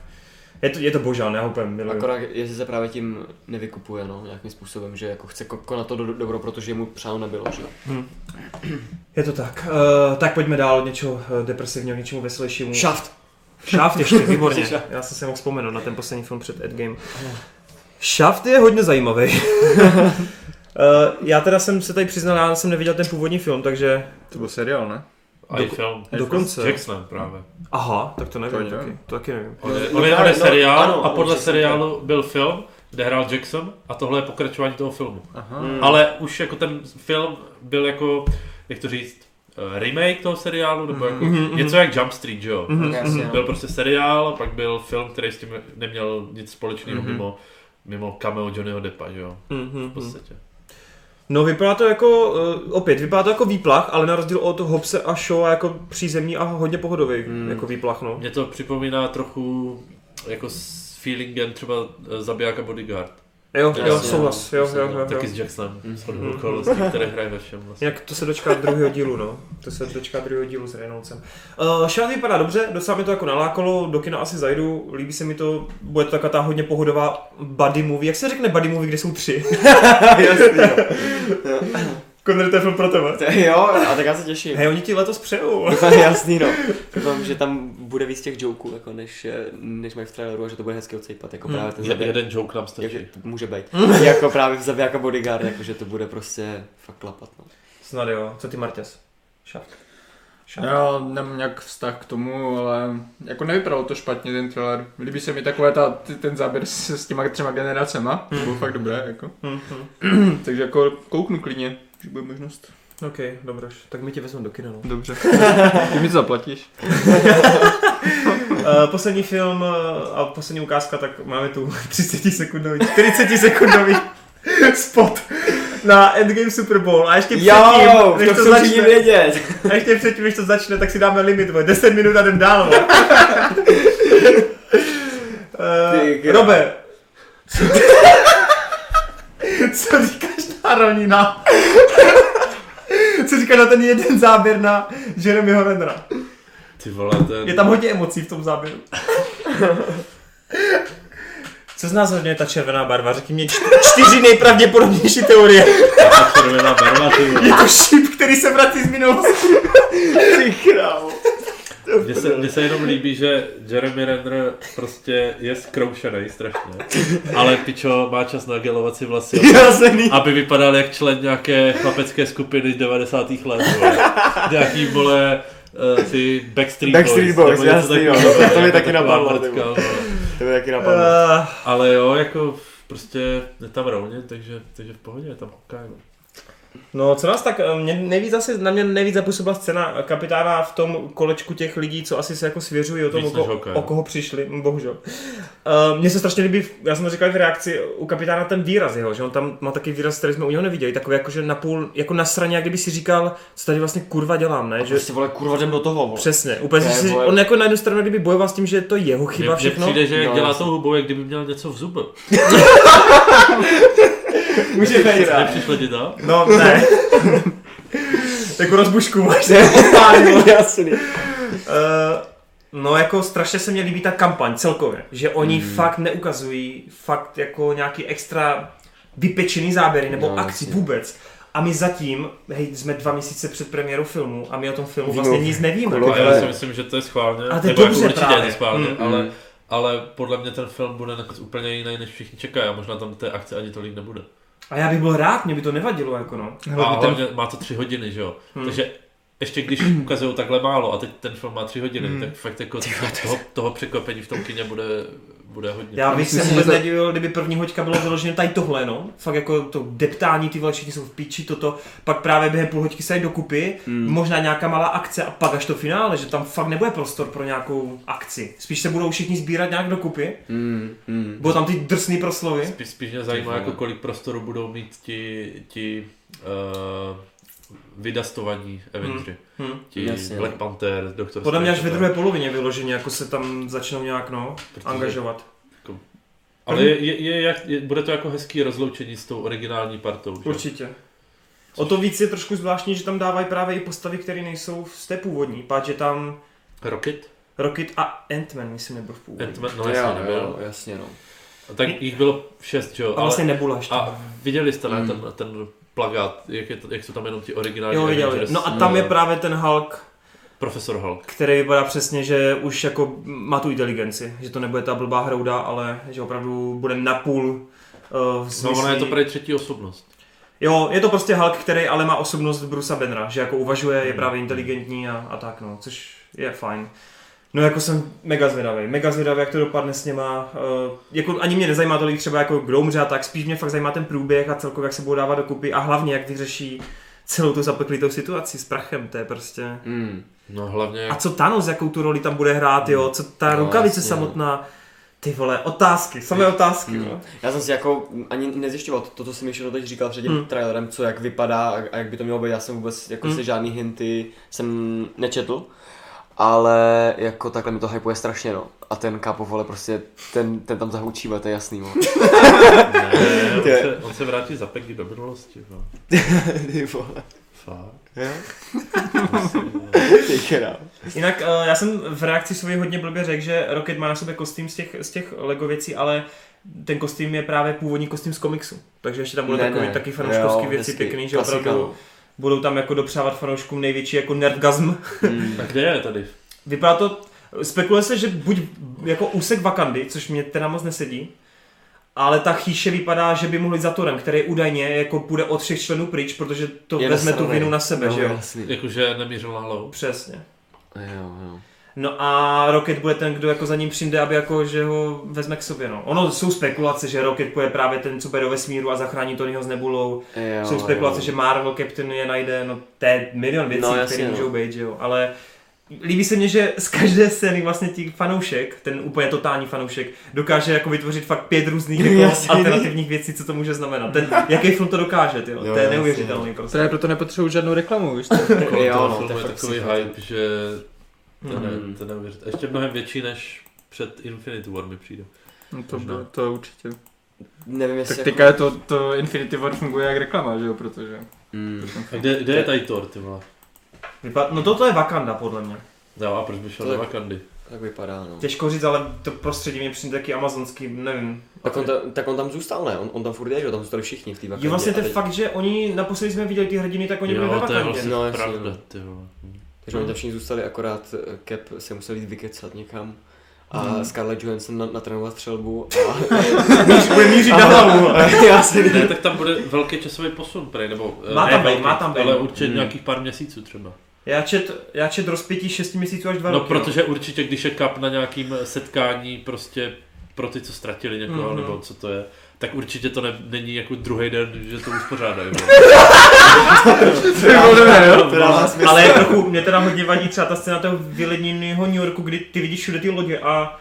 Je to, je to božán, já ho úplně miluju. Akorát, jestli se právě tím nevykupuje, no, nějakým způsobem, že jako chce ko- konat to do, do- dobro, protože mu přáno nebylo, že jo. Je to tak. Uh, tak pojďme dál od něčeho eh, depresivního, k něčemu veselějšímu. Shaft! Shaft ještě, výborně. Já jsem se mohl vzpomenout na ten poslední film před Endgame. Shaft je hodně zajímavý. Eh, já teda jsem se tady přiznal, já jsem neviděl ten původní film, takže To byl seriál, ne? A i film. S dokonce. Jacksonem právě. Aha, tak to nevím, To to nevím. taky, to taky nevím. On je, no on je, on právě, je no, seriál ano, a ano, podle přesně seriálu byl film, kde hrál Jackson a tohle je pokračování toho filmu. Aha. Hmm. Mm. Ale už jako ten film byl jako, jak to říct, eh, remake toho seriálu, nebo Hmm. jako Mhm, něco jak Jump Street, že jo? Jasně, no. Byl prostě seriál, pak byl film, který s tím neměl nic společného Hmm. Mhm. mimo, mimo cameo Johnnyho Deppa, že jo? V Mm-hmm. podstatě. No vypadá to jako, uh, opět, vypadá to jako výplach, ale na rozdíl od Hobse a Shaw jako přízemní a hodně pohodový Mm. jako výplach, no. Mě to připomíná trochu jako s feelingem třeba eh, Zabijáka Bodyguard. Jo, jo, Jasně, souhlas, no. jo, Jasně, jo, no. jo, Taky jo. s Jacksonem, s Mhm. hodou okolností, které hraje ve všem vlastně. Jinak to se dočká druhého dílu, no. To se dočká druhého dílu s Reynoldsem. Uh, Shaft vypadá dobře, docela mi to jako nalákalo, do kina asi zajdu, líbí se mi to, bude to taková ta hodně pohodová buddy movie. Jak se řekne buddy movie, kde jsou tři? Jasný, no. jo. Konrad, to je film pro tebe. To je- jo, a tak já se těším. Hej, oni ti letos přejou. Doufám, jasný, no. Doufám, že tam bude víc těch joků, jako než, eh, než mají v traileru a že to bude hezky odsejpat, jako právě ten Je- zabiják. Jeden joke nám Jak, stačí. může být. jako právě v zabijáka bodyguard, jako že to bude prostě fakt klapat, no. Snad jo, co ty Marťas? Shaft. Shaft. Já nemám nějak vztah k tomu, ale jako nevypadalo to špatně ten trailer. Líbí se mi takové ta, ty- ten záběr s, s těma třema generacema, Hmm. to bylo fakt dobré, jako. Mhm. Takže jako kouknu klidně, když bude možnost. OK, dobroš, tak my tě vezmeme do kina, no. Dobře. Ty mi to zaplatíš. Uh, poslední film eh, a poslední ukázka, tak máme tu 30 sekundový, 40 sekundový spot na Endgame Super Bowl a ještě předtím, Jo, než to to chci začne, vědět. a ještě předtím, než to začne, tak si dáme limit, vole, 10 minut a jdem dál, vole. Ty Eh, krá- Robe, co říkáš na Ronina? Co říkáš na ten jeden záběr na Jeremyho Renera? Ty vole, ten... Je tam hodně emocí v tom záběru. Co znázorňuje ta červená barva? Řekni mě čty- čtyři nejpravděpodobnější teorie. Ta červená barva, ty vole. Je to šíp, který se vrací z minulosti. Ty krávo. Mně se, mně se jenom líbí, že Jeremy Renner prostě je zkroušený strašně, ale pičo má čas nagelovat si vlasy, Jasný. aby vypadal jak člen nějaké chlapecké skupiny 90. let. vole. Nějaký, vole, eh, ty Backstreet, Backstreet Boys, nebo něco jasný, takového, jo. To mi jako taky taková napadlo, ty mrtka, vole. To by taky napadlo. Uh, Ale jo, jako prostě je tam rovně, takže, takže v pohodě, je tam hokaj. no. no, co nás tak, eh, mě nejvíc asi, na mě nejvíc zapůsobila scéna kapitána v tom kolečku těch lidí, co asi se jako svěřují o tom, o, Víc než ko, hokej. o koho přišli, mm, bohužel. Uh, mně se strašně líbí, v- já jsem to říkal i v reakci u kapitána ten výraz jeho, že on tam má taky výraz, který jsme u něho neviděli, takový jako, že napůl, jako na straně, jak kdyby si říkal, co tady vlastně kurva dělám, ne? Že, Prostě vole, kurva, jdem do toho, vole. Přesně, úplně, To je, že si, vole- on jako na jednu stranu kdyby bojoval s tím, že je to jeho chyba Mně- Mně všechno. přijde, že jak No, dělá jasně. tou hubou, jak kdyby měl něco v zubu. Může být, Nepřišlo ti to? No, ne. jako rozbušku máš. Jasný. Eh, No jako strašně se mně líbí ta kampaň celkově, že oni hmm. fakt neukazují fakt jako nějaký extra vypečený záběry nebo no, No, akci jasně. vůbec. A my zatím, hej, jsme dva měsíce před premiérou filmu a my o tom filmu vlastně nic nevíme. Kolo- A Jako já si myslím, že to je schválně, A to je nebo jako dobře určitě právě. je to schválně, Mm, ale, ale podle mě ten film bude nakonec úplně jiný, než všichni čekají a možná tam té akce ani tolik nebude. A já bych byl rád, mě by to nevadilo jako no. A hlavně má to tři hodiny, že jo? Hmm. Takže ještě když ukazují takhle málo a teď ten film má tři hodiny, Hmm. tak fakt jako toho, toho překvapení v tom kině bude, bude hodně. Já bych myslím se si, vůbec že to- nedivil, kdyby první hoďka bylo vyloženě tady tohle, no. Fakt jako to deptání, ty vole, všichni jsou v píči, toto. Pak právě během půl hoďky se jde dokupy, hmm. možná nějaká malá akce a pak až to finále, že tam fakt nebude prostor pro nějakou akci. Spíš se budou všichni sbírat nějak dokupy, Hmm, Mm, mm. budou tam ty drsný proslovy. Spíš, spíš mě zajímá, jako kolik prostoru budou mít ti, ti uh, vydastovaní Avengers. Hmm. Ti Jasně. Black Panther, Doktor Podle mě až ve Strange a druhé tak. polovině vyloženě, jako se tam začnou nějak, no, Protože- angažovat. Ale je, je, je, jak, je, bude to jako hezký rozloučení s tou originální partou. Že? Určitě. O to víc je trošku zvláštní, že tam dávají právě i postavy, které nejsou z té původní. Páč je tam Rocket? Rocket a Ant-Man, myslím, nebyl v původní. Ant-Man, no jasně, nebyl. jasně no. A Tak jich bylo šest, že jo? A vlastně nebula ještě. A viděli jste, ne, ten, ten plagát, jak, je to, jak jsou tam jenom ti originální Jo, viděli. Avengers. No a tam je právě ten Hulk, Profesor Hulk. který vypadá přesně, že už jako má tu inteligenci. Že to nebude ta blbá hrouda, ale že opravdu bude napůl uh, v No, smyslu... ona je to prý třetí osobnost. Jo, je to prostě Hulk, který ale má osobnost Brusa Bennera, že jako uvažuje, Hmm. je právě inteligentní a, a tak no, což je fajn. No jako jsem mega zvědavý, mega zvědavý, jak to dopadne s něma. Uh, jako ani mě nezajímá tolik třeba jako kdo umře a tak, spíš mě fakt zajímá ten průběh a celkově jak se budou dávat dokupy a hlavně jak vyřeší celou tu zapeklitou situaci s prachem, to je prostě... hmm. Mm. No hlavně... A co Thanos, jakou tu roli tam bude hrát, jo, co ta No, rukavice jasně, no. samotná, ty vole, otázky, samé otázky, Mm. no. Já jsem si jako ani nezjišťoval to, co jsem ještě teď říkal před tím Hmm. trailerem, co jak vypadá a a jak by to mělo být. Já jsem vůbec jako Hmm. si žádný hinty jsem nečetl. Ale jako takhle mi to hypuje strašně, no. A ten kapo, vole, prostě, ten, ten tam zahučí, vole, to je jasný, vole. Ne, on, Ty- se, on se vrátí za Peggy do minulosti. No. Ty vole, Fakt. jo? Myslím, Ty král. Jinak eh, já jsem v reakci svoji hodně blbě řekl, že Rocket má na sobě kostým z těch, z těch LEGO věcí, ale ten kostým je právě původní kostým z komiksu. Takže ještě tam budou Ne, takový ne. taky fanouškovský Jo, věci hezky. pěkný, že Klasika, opravdu no. budou tam jako dopřávat fanouškům největší jako nerdgasm. Hmm. ne. A kde je tady? Vypadá to, spekuluje se, že buď jako úsek Vakandy, což mě teda moc nesedí, ale ta chýše vypadá, že by mohli za Torem, který údajně jako půjde od všech členů pryč, protože to Je vezme tu nasranej. vinu na sebe, No, že jo? jasný. Jakože nemířil na hlavu. Přesně. Jo, jo. No a Rocket bude ten, kdo jako za ním přijde, aby jako, že ho vezme k sobě, no. Ono jsou spekulace, že Rocket bude právě ten, co bude do vesmíru a zachrání Tonyho s nebulou. jo jsou spekulace, že Marvel Captain je najde, no to je milion věcí, No, no, jasně, které no. můžou být, že jo. Ale líbí se mně, že z každé scény vlastně ti fanoušek, ten úplně totální fanoušek, dokáže jako vytvořit fakt pět různých jako Jasně. alternativních věcí, co to může znamenat. Ten, jaký film to dokáže, ty, Jo, to je jasně. neuvěřitelný prostě. To je proto nepotřebuji žádnou reklamu, víš co? Kolem Jo, Jako toho no, filmu to je je fakt takový psycho. hype, že to, Mhm. Hmm. ne, to neuvěřit. Ještě mnohem větší než před Infinity War mi přijde. No to, Možná. by, to určitě. Nevím, jestli jako- Tak teďka je to, to Infinity War funguje jak reklama, že jo, protože... Mm. A kde, kde je tady Thor, ty vole? Vypad... No toto je Wakanda, podle mě. No a proč by šel To do je- Wakandy? Tak vypadá, no. Těžko říct, ale to prostředí mě přijde taky amazonský, nevím. Tak on, ta, tak on tam zůstal, ne? On, on tam furt je, že jo? Tam zůstali všichni v té Je Wakandě vlastně a ten teď- fakt, že oni naposledy jsme viděli ty hrdiny, tak oni byli ve Jo, to je Wakandě. vlastně No, jasně, pravda, no. ty vole. Takže oni tam všichni zůstali, akorát eh, Cap se musel jít vykecat někam. A Hmm. Scarlett Johansson na, natrénovat střelbu a... Bude mířit na hlavu. Já si Ne, tak tam bude velký časový posun, prej, nebo eh, Má ne tam být, velký, má tam být. ale určitě Hmm. nějakých pár měsíců třeba. Já čet, já čet rozpětí 6 měsíců až 2 No, roky. protože určitě, když je kap na nějakým eh, setkání prostě pro ty, co ztratili někoho, Mhm. mm-hmm. nebo co to je, tak určitě to ne, není jako druhý den, že to uspořádají. no. No. Ale je trochu, mě teda hodně vadí třeba ta scéna toho vyledněného New Yorku, kdy ty vidíš všude ty lodě a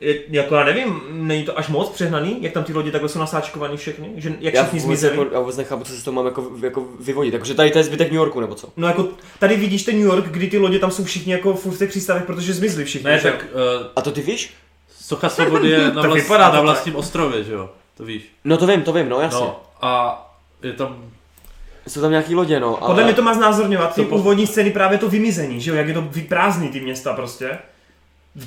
je, jako já nevím, není to až moc přehnaný, jak tam ty lodě takhle jsou nasáčkovaný všechny, že jak Já všichni vůbec, zmizeli. jako, já vůbec nechápu, co se z toho mám jako, jako vyvodit. Takže tady to je zbytek New Yorku, nebo co? No jako tady vidíš ten New York, kdy ty lodě tam jsou všichni jako furt v těch přístavech, protože zmizli všichni. Ne, že jo? tak uh, A to ty víš? Socha svobody je na, Tak vlast, vypadá to na tak. vlastním ostrově, že jo? To víš. No to vím, to vím, no jasně. No. No a je tam Jsou tam nějaký lodě, no. Podle ale... mě to má znázorňovat ty To po- úvodní scény právě to vymizení, že jo, jak je to vyprázdný ty města prostě.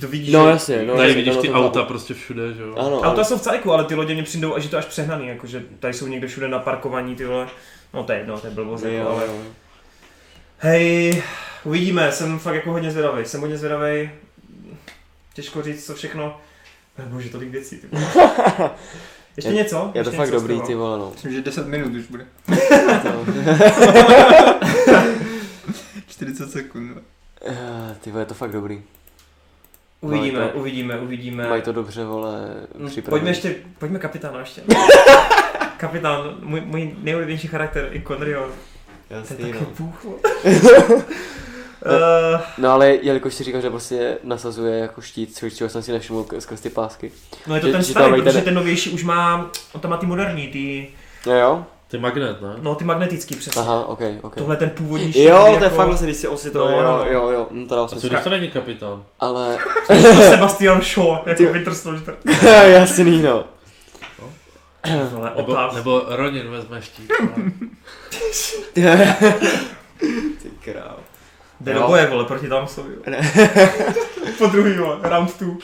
to vidíš, No že- jasně, no. Tady jasně, vidíš no, ty to auta chápu. prostě všude, že jo. Ano, Auta ano. jsou v cajku, ale ty lodě mě přijdou až je to až přehnaný, jakože tady jsou někde všude na parkovaní ty vole. No to je jedno, to je blbost, Jo, jako, ale... jo. Hej, uvidíme, jsem fakt jako hodně zvědavý, jsem hodně zvědavý. Těžko říct, co všechno. Bože, tolik věcí, ty vole. Ještě Je- něco? Je Ještě to fakt něco z dobrý, toho? ty vole, no. Myslím, že 10 minut už bude. 40 sekund. Eh, Ty vole, je to fakt dobrý. Uvidíme, Mají No, to- uvidíme, uvidíme. Mají to dobře, vole, Mm, připravený. Pojďme ještě, pojďme kapitána ještě. Kapitán, můj, můj nejoblíbenější charakter, i Conryho, ten Jasný, taky no. bůh. vole. Ne. Eh, No ale jelikož si říkal, že prostě nasazuje jako štít, což čeho jsem si nevšiml k- skrz ty pásky. No je to Že- ten že tam starý, mají ten- protože ten novější už má, on tam má ty moderní, ty, Jo, jo? Ty magnet, ne? no ty magnetický přesně. Aha, ok, ok. Tohle je ten původní jako Jo, šedivý to je fakt vlastně, když si on si to, No, jo, no, no. jo, jo, no, to dal jako- A jsem co si. když to není kapitán? Ale, Sebastian Shaw, Ty- jako Winter Soldier. jasný, no. Vole, Nebo, otáv. nebo Ronin vezme štít. Ty král. Jde Jo. do boje, vole, proti tam jsou, jo. po druhý, jo, round two.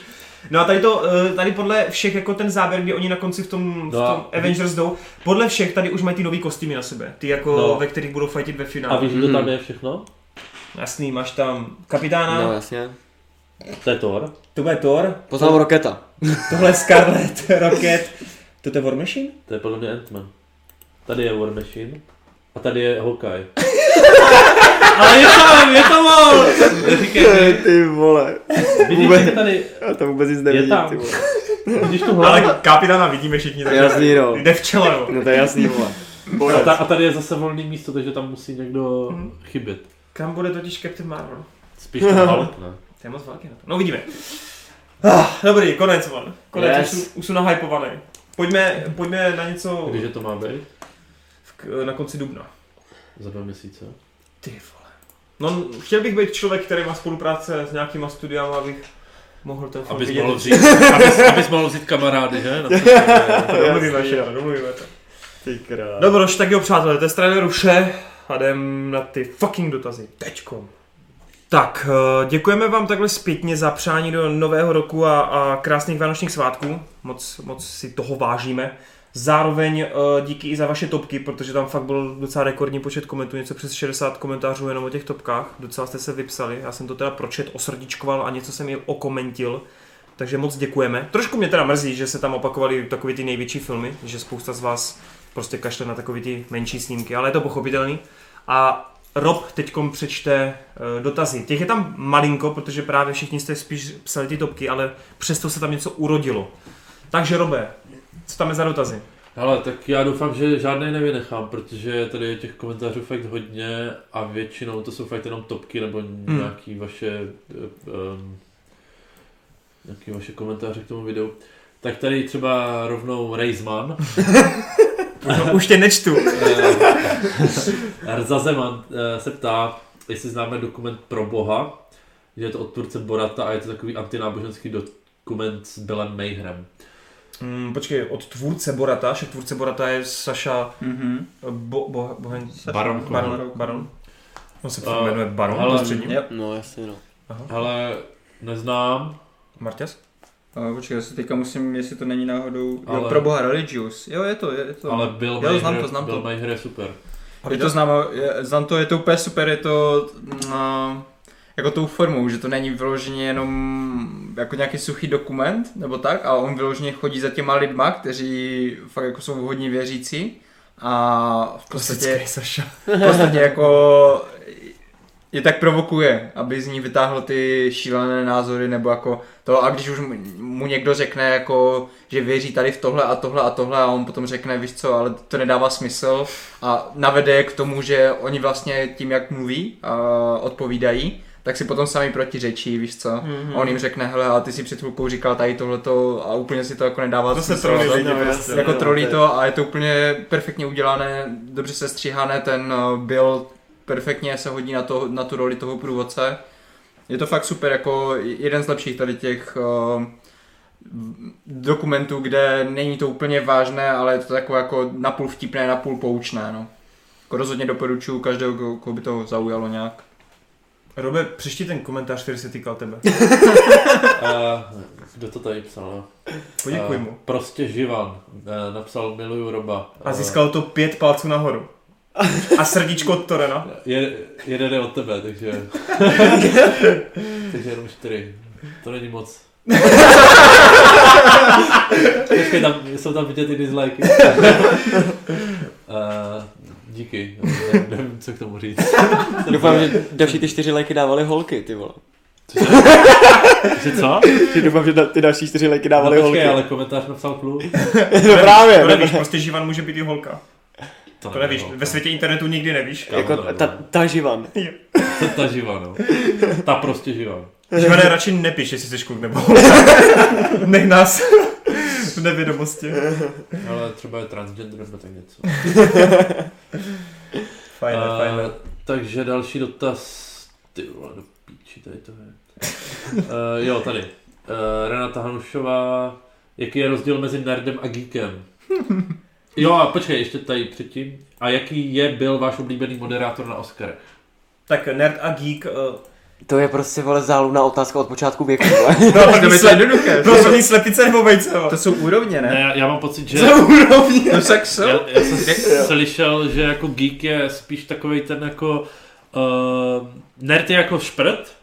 No a tady to, eh, tady podle všech, jako ten záběr, kdy oni na konci v tom, v No a- tom Avengers jdou, podle všech tady už mají ty nový kostýmy na sebe, ty jako, No. ve kterých budou fightit ve finále. A víš, kdo tam je všechno? Jasný, máš tam kapitána, No jasně. To je Thor. to bude Thor, Poznám Roketa. tohle je Scarlet, Rocket, to je War Machine? To je podle mě Ant-Man. Tady je War Machine. A tady je Hawkeye. Ale je tam, je tam on! Neříkej, mi. Ty vole, vidíš, jak tady, já tam vůbec nic je tam. Vidíš tu hlavu? Ale kapitána vidíme všichni, takže Jasný, no. jde v čele, jo. No to je jasný, vole. A, ta, a tady je zase volný místo, takže tam musí někdo Mhm. chybět. Kam bude totiž Captain Marvel? Spíš ten Hulk, ne? To je moc velký na to. No uvidíme. Ah, dobrý, konec, man. Konec, Yes. yes. už, jsou- už jsou nahypovaný. Pojďme, pojďme na něco Takže to má být? v, k- na konci dubna. Za dva měsíce. Ty vole. No, chtěl bych být člověk, který má spolupráce s nějakýma studiama, abych mohl ten film Abys vidět. mohl vzít, abys, abys mohl vzít kamarády, že? Na Domluvíme se, jo, domluvíme to. Dobro, už tak jo, přátelé, to je strana ruše a jdem na ty fucking dotazy. Tečkom. Tak, eh, děkujeme vám takhle zpětně za přání do nového roku a, a krásných vánočních svátků. Moc, moc si toho vážíme. Zároveň eh, díky i za vaše topky, protože tam fakt byl docela rekordní počet komentů, něco přes 60 komentářů jenom o těch topkách. Docela jste se vypsali, já jsem to teda pročet, osrdíčkoval a něco jsem je okomentil. Takže moc děkujeme. Trošku mě teda mrzí, že se tam opakovaly takové ty největší filmy, že spousta z vás prostě kašle na takové ty menší snímky, ale je to pochopitelný. A Rob teďkom přečte eh, dotazy. Těch je tam malinko, protože právě všichni jste spíš psali ty topky, ale přesto se tam něco urodilo. Takže Robe, co tam je za dotazy? Hele, tak já doufám, že žádný nevynechám, protože tady je těch komentářů fakt hodně a většinou to jsou fakt jenom topky nebo nějaký vaše um, nějaký vaše komentáře k tomu videu. Tak tady třeba rovnou Raisman. No, už tě nečtu. Eh, Rza Zeman eh, se ptá, jestli známe dokument pro Boha, že je to od Turce Borata a je to takový antináboženský dokument s Billem Mayhem. Mm, počkej, od tvůrce Borata, však tvůrce Borata je Saša eh, Mhm. bo, bo, Bohen... Baron Cohen. Baron, Baron. On se Eh, jmenuje Baron, ale- ale... střední. Jo. No jasně, no. Aha. Hele, neznám. Marťas? A počkej, já se teďka musím, jestli to není náhodou... Ale... Ale- Jo, pro boha, religious. Jo, je to, je to. Ale Bill Jo, znám Mayher- to, znám Bill to. Mayher je super. Je to známo, je, znám to, je to úplně super, je to no, jako tou formou, že to není vyloženě jenom jako nějaký suchý dokument nebo tak, ale on vyloženě chodí za těma lidma, kteří fakt jako jsou hodně věřící a v Prostě podstatě, Klasický Saša. v podstatě jako je tak provokuje, aby z ní vytáhl ty šílené názory nebo jako to a když už mu- mu někdo řekne jako, že věří tady v tohle a tohle a tohle a on potom řekne, víš co, ale to nedává smysl a navede je k tomu, že oni vlastně tím, jak mluví a odpovídají, tak si potom sami protiřečí, víš co. Mhm. Mm-hmm. On jim řekne, hele, a ty si před chvilkou říkal tady tohleto a úplně si to jako nedává To se smysl. trolí lidi No, prostě. jako no, trolí je- to a je to úplně perfektně udělané, dobře se stříhané, ten eh, byl perfektně se hodí na, to, na tu roli toho průvodce. Je to fakt super, jako jeden z lepších tady těch eh, dokumentů, kde není to úplně vážné, ale je to takové jako napůl vtipné, napůl poučné, no. Jako rozhodně doporučuji každého, koho- koho by to zaujalo nějak. Robe, přečti ten komentář, který se týkal tebe. A, kdo to tady psal? no? Poděkuji A, mu. Prostě Živan. A, napsal Miluju Roba. A získal to pět palců nahoru. A srdíčko od Torena. Je, jeden je od tebe, takže... takže jenom čtyři. To není moc. Počkej, tam, jsou tam vidět i dislikey. uh, díky, Ne- nevím, co k tomu říct. Doufám, že další ty čtyři lajky dávaly holky, ty vole. Že co? Že doufám, že da- ty další čtyři No, lajky dávaly holky. počkej, ale komentář napsal klub. no právě. To nevíš, prostě Živan může být i holka. To nevíš, no, ve světě internetu nikdy nevíš. Kámo, Jako to ta, nebylo. ta živan. Ta, ta živá, no. Ta prostě živá. Živane, radši nepiš, jestli jsi kluk nebo Nech nás v nevědomosti. Ale třeba je transgender nebo tak něco. Fajné, A, fajné. Takže další dotaz. Ty vole, do píči, tady to je. uh, jo, tady. Uh, Renata Hanušová. Jaký je rozdíl mezi nerdem a geekem? Jo, a počkej, ještě tady předtím. A jaký je byl váš oblíbený moderátor na Oscarech? Tak nerd a geek. eh, To je prostě vole záludná otázka od počátku věku. vole. No, To by to jednoduché. Pro první slepice nebo vejce? To jsou úrovně, Ne, ne? já, já mám pocit, že... To tak jsou. Já, já jsem slyšel, že jako geek je spíš takový ten jako uh, nerd je jako šprt,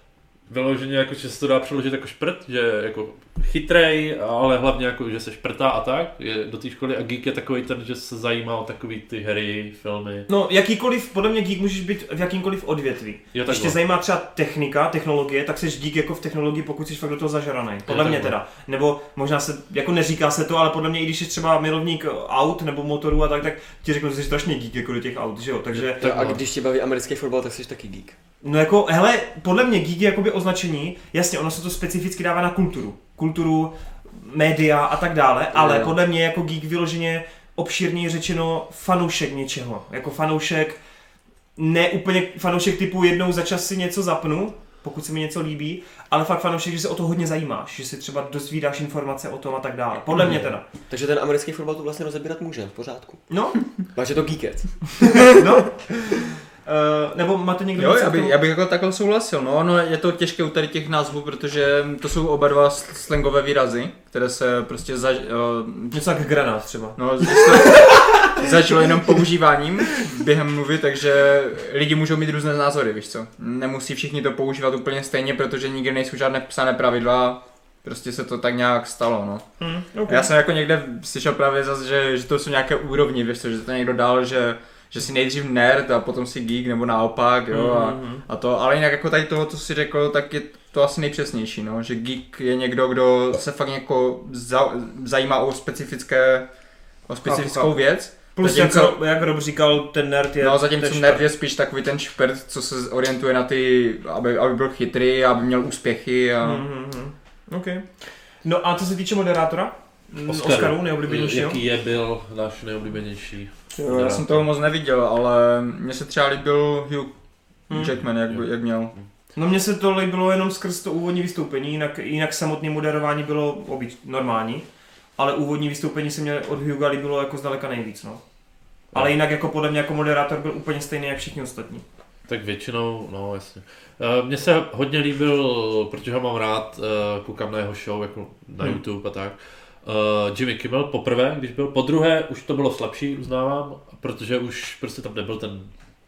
vyloženě jako, že se to dá přeložit jako šprt, že je jako chytrej, ale hlavně jako, že se šprtá a tak, je do té školy a geek je takový ten, že se zajímá o takový ty hry, filmy. No, jakýkoliv, podle mě geek můžeš být v jakýmkoliv odvětví. Jo, Když tě takhle. zajímá třeba technika, technologie, tak jsi geek jako v technologii, pokud jsi fakt do toho zažraný. Podle Jo, mě takhle. teda. Nebo možná se, jako neříká se to, ale podle mě, i když jsi třeba milovník eh, aut nebo motorů a tak, tak ti řeknu, že jsi strašně geek jako do těch aut, že jo? Takže, Tak, a no. když tě baví americký fotbal, tak jsi taky geek. no jako, hele, podle mě geek je jakoby označení, jasně, ono se to specificky dává na kulturu. Kulturu, média a tak dále, ale Jo. podle mě jako geek vyloženě obšírněji řečeno fanoušek něčeho. Jako fanoušek, ne úplně fanoušek typu jednou za čas si něco zapnu, pokud se mi něco líbí, ale fakt fanoušek, že se o to hodně zajímáš, že si třeba dozvídáš informace o tom a tak dále. Podle Mhm. mě teda. Takže ten americký fotbal to vlastně rozebírat může, v pořádku. No, Takže to geekec. no. Uh, nebo máte někdo Jo, něco já k bych, tomu? já bych jako takhle souhlasil, no, no je to těžké u tady těch názvů, protože to jsou oba dva sl- slangové výrazy, které se prostě za, eh, Něco jak granát třeba. No, zase začalo jenom používáním během mluvy, takže lidi můžou mít různé názory, víš co. Nemusí všichni to používat úplně stejně, protože nikdy nejsou žádné psané pravidla, prostě se to tak nějak stalo, no. Hmm, Já jsem jako někde slyšel právě zase, že, že to jsou nějaké úrovně, víš co, že to někdo dal, že že si nejdřív nerd a potom si geek nebo naopak, jo, a, Mhm. a to, ale jinak jako tady toho, co si řekl, tak je to asi nejpřesnější, no, že geek je někdo, kdo se fakt jako za, zajímá o specifické, o specifickou chápu. věc, Plus, jak, Zatímco- Rob- jak Rob říkal, ten nerd je... no zatímco ten nerd je spíš takový ten špert, co se orientuje na ty, aby, aby byl chytrý, aby měl úspěchy a... Mm-hmm. OK. No a co se týče moderátora? Mm, Oscaru. Oscaru nejoblíbenějšího? Jaký je byl náš nejoblíbenější? Jo, já jsem toho moc neviděl, ale mně se třeba líbil Hugh Hmm. Jackman, jak, jak měl. No mně se to líbilo jenom skrz to úvodní vystoupení, jinak, jinak samotné moderování bylo obyč, normální, ale úvodní vystoupení se mě od Huga líbilo jako zdaleka nejvíc, no. Ale jinak jako podle mě jako moderátor byl úplně stejný jak všichni ostatní. Tak většinou, no jasně. Eh, Mně se hodně líbil, protože ho mám rád, eh, koukám na jeho show, jako na Hmm. YouTube a tak. eh, Jimmy Kimmel poprvé, když byl, po druhé už to bylo slabší, uznávám, protože už prostě tam nebyl ten,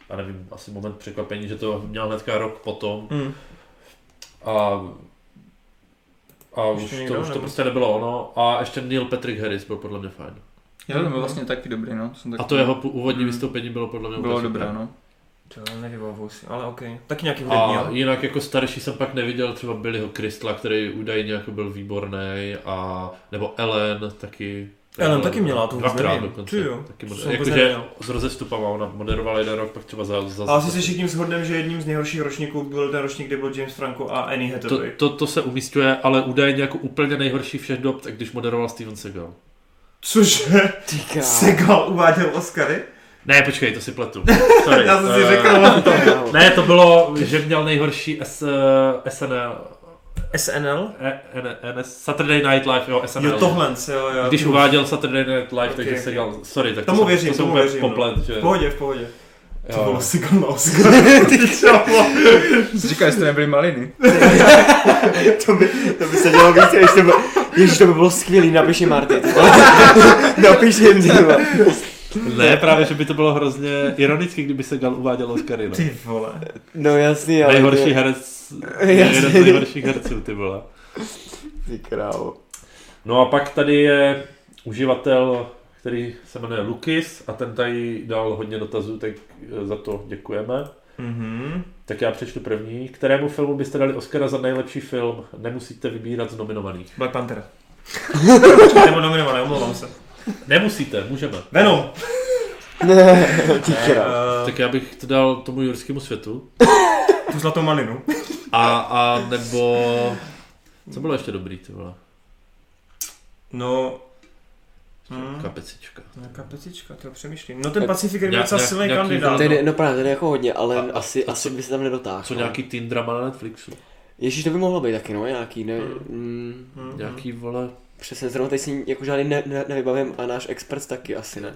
já nevím, asi moment překvapení, že to měl hnedka rok potom Mm. a a Ještě už, někdo, to, už to nebo? prostě nebylo ono. A ještě Neil Patrick Harris byl podle mě fajn. Jo, to byl vlastně taky dobrý, no. Jsem taky... A to jeho pů- úvodní Hmm. vystoupení bylo podle mě Bylo úplně dobré, super. no. To nevybavuji si, ale OK. Taky nějaký hudební, A jo? jinak jako starší jsem pak neviděl třeba Billyho Kristla, který údajně jako byl výborný, a nebo Ellen taky. Ellen taky měla, to vůbec Dvakrát nevím. dokonce. Ty jo, Taky to moder- jsem vůbec jakože nevěděl. s rozestupama, ona moderovala jeden rok, pak třeba za... za A asi se všichni shodneme, že jedním z nejhorších ročníků byl ten ročník, kde byl James Franco a Annie to, Hathaway. to, to, se umístuje, ale údajně jako úplně nejhorší všech dob, tak když moderoval Steven Seagal. Cože? Ty kámo. Segal uváděl Oscary? Ne, počkej, to si pletu. Sorry. Já jsem si Eh, řekl. no. Ne, to bylo, že měl nejhorší S, SNL, SNL? eh, N- NS, Saturday Night Live, jo, SNL. Jo, tohle, jo, jo. Když uváděl Saturday Night Live, Ok, takže se ok. dělal, sorry, tak Tomu to jsem- věřím, to jsem tomu úplně věřím, no. poplet, že... V pohodě, v pohodě. To bylo Sigon Oscar. Jsi říkal, jestli to nebyly maliny. to, by, to by se dělo víc, ještě by... Ježíš, to by bylo skvělý, napiš jim Marty. ty vole. napiš jim, ty vole. Ne, právě, že by to bylo hrozně ironicky, kdyby se Gal uváděl Oscary, no. Ty vole. No jasný, ale... Nejhorší herec, jeden z Jasně. nejhorších herců, ty vole. Ty krávo. No a pak tady je uživatel, který se jmenuje Lukis a ten tady dal hodně dotazů, tak eh, za to děkujeme. Mhm. Tak já přečtu první. Kterému filmu byste dali Oscara za nejlepší film? Nemusíte vybírat z nominovaných. Black Panther. Nebo nominovaný, omlouvám se. Nemusíte, můžeme. Venom. Ty krávo. Uh, Tak já bych to dal tomu jurskému světu. tu zlatou malinu. A, a nebo... Co bylo ještě dobrý, ty vole? No, Hmm. Hmm. Kapecička. nějaká pecička, to přemýšlím. No ten Tak Pacific Rim je nějak- docela nějak- silný nějaký kandidát. film. no. Tedy, no právě, tady jako hodně, ale A- a- asi, a asi co- by se tam nedotáhl. no. Co nějaký teen drama na Netflixu? Ježíš, to by mohlo být taky, no, nějaký, ne, mm, Mhm. Nějaký, vole... přesně, zrovna teď si jako žádný ne, ne, nevybavím a náš expert taky asi ne.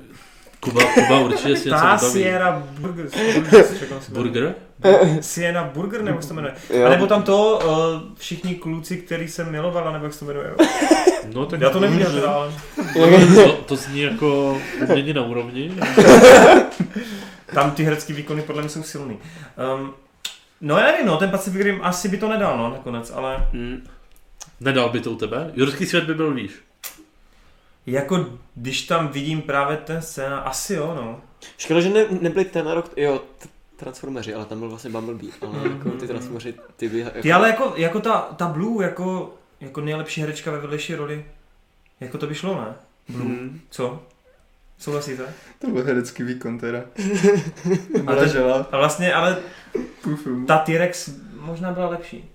Kuba, Kuba určitě si něco Ta vybaví. Sierra Burger. Burgers, čekám, jak se jmenuje. Burger? Sienna Burger, nebo jak se to jmenuje? Jo. A nebo tam to uh, všichni kluci, který jsem milovala, nebo jak se to jmenuje. jo? No tak Já to neviděl teda, ale... To, to zní jako umění na úrovni. Tam ty herecké výkony podle mě jsou silný. Um, no já nevím, no, ten Pacific Rim asi by to nedal, no, nakonec, ale Mm. Nedal by to u tebe? Jurský svět by byl výš. jako když tam vidím právě ten scéna, asi jo, no. Škoda, že ne, nebyli ten rok, jo, t- Transformeři, ale tam byl vlastně Bumblebee, ale jako ty Transformeři, ty by... Jako, Mhm. Ty ale jako, jako ta, ta Blue, jako, jako nejlepší herečka ve vedlejší roli, jako to by šlo, ne? Blue. Mm. Co? Souhlasíte? To byl herecký výkon teda. A, ten, Vyražela a vlastně, ale půl filmu. ta T-Rex možná byla lepší.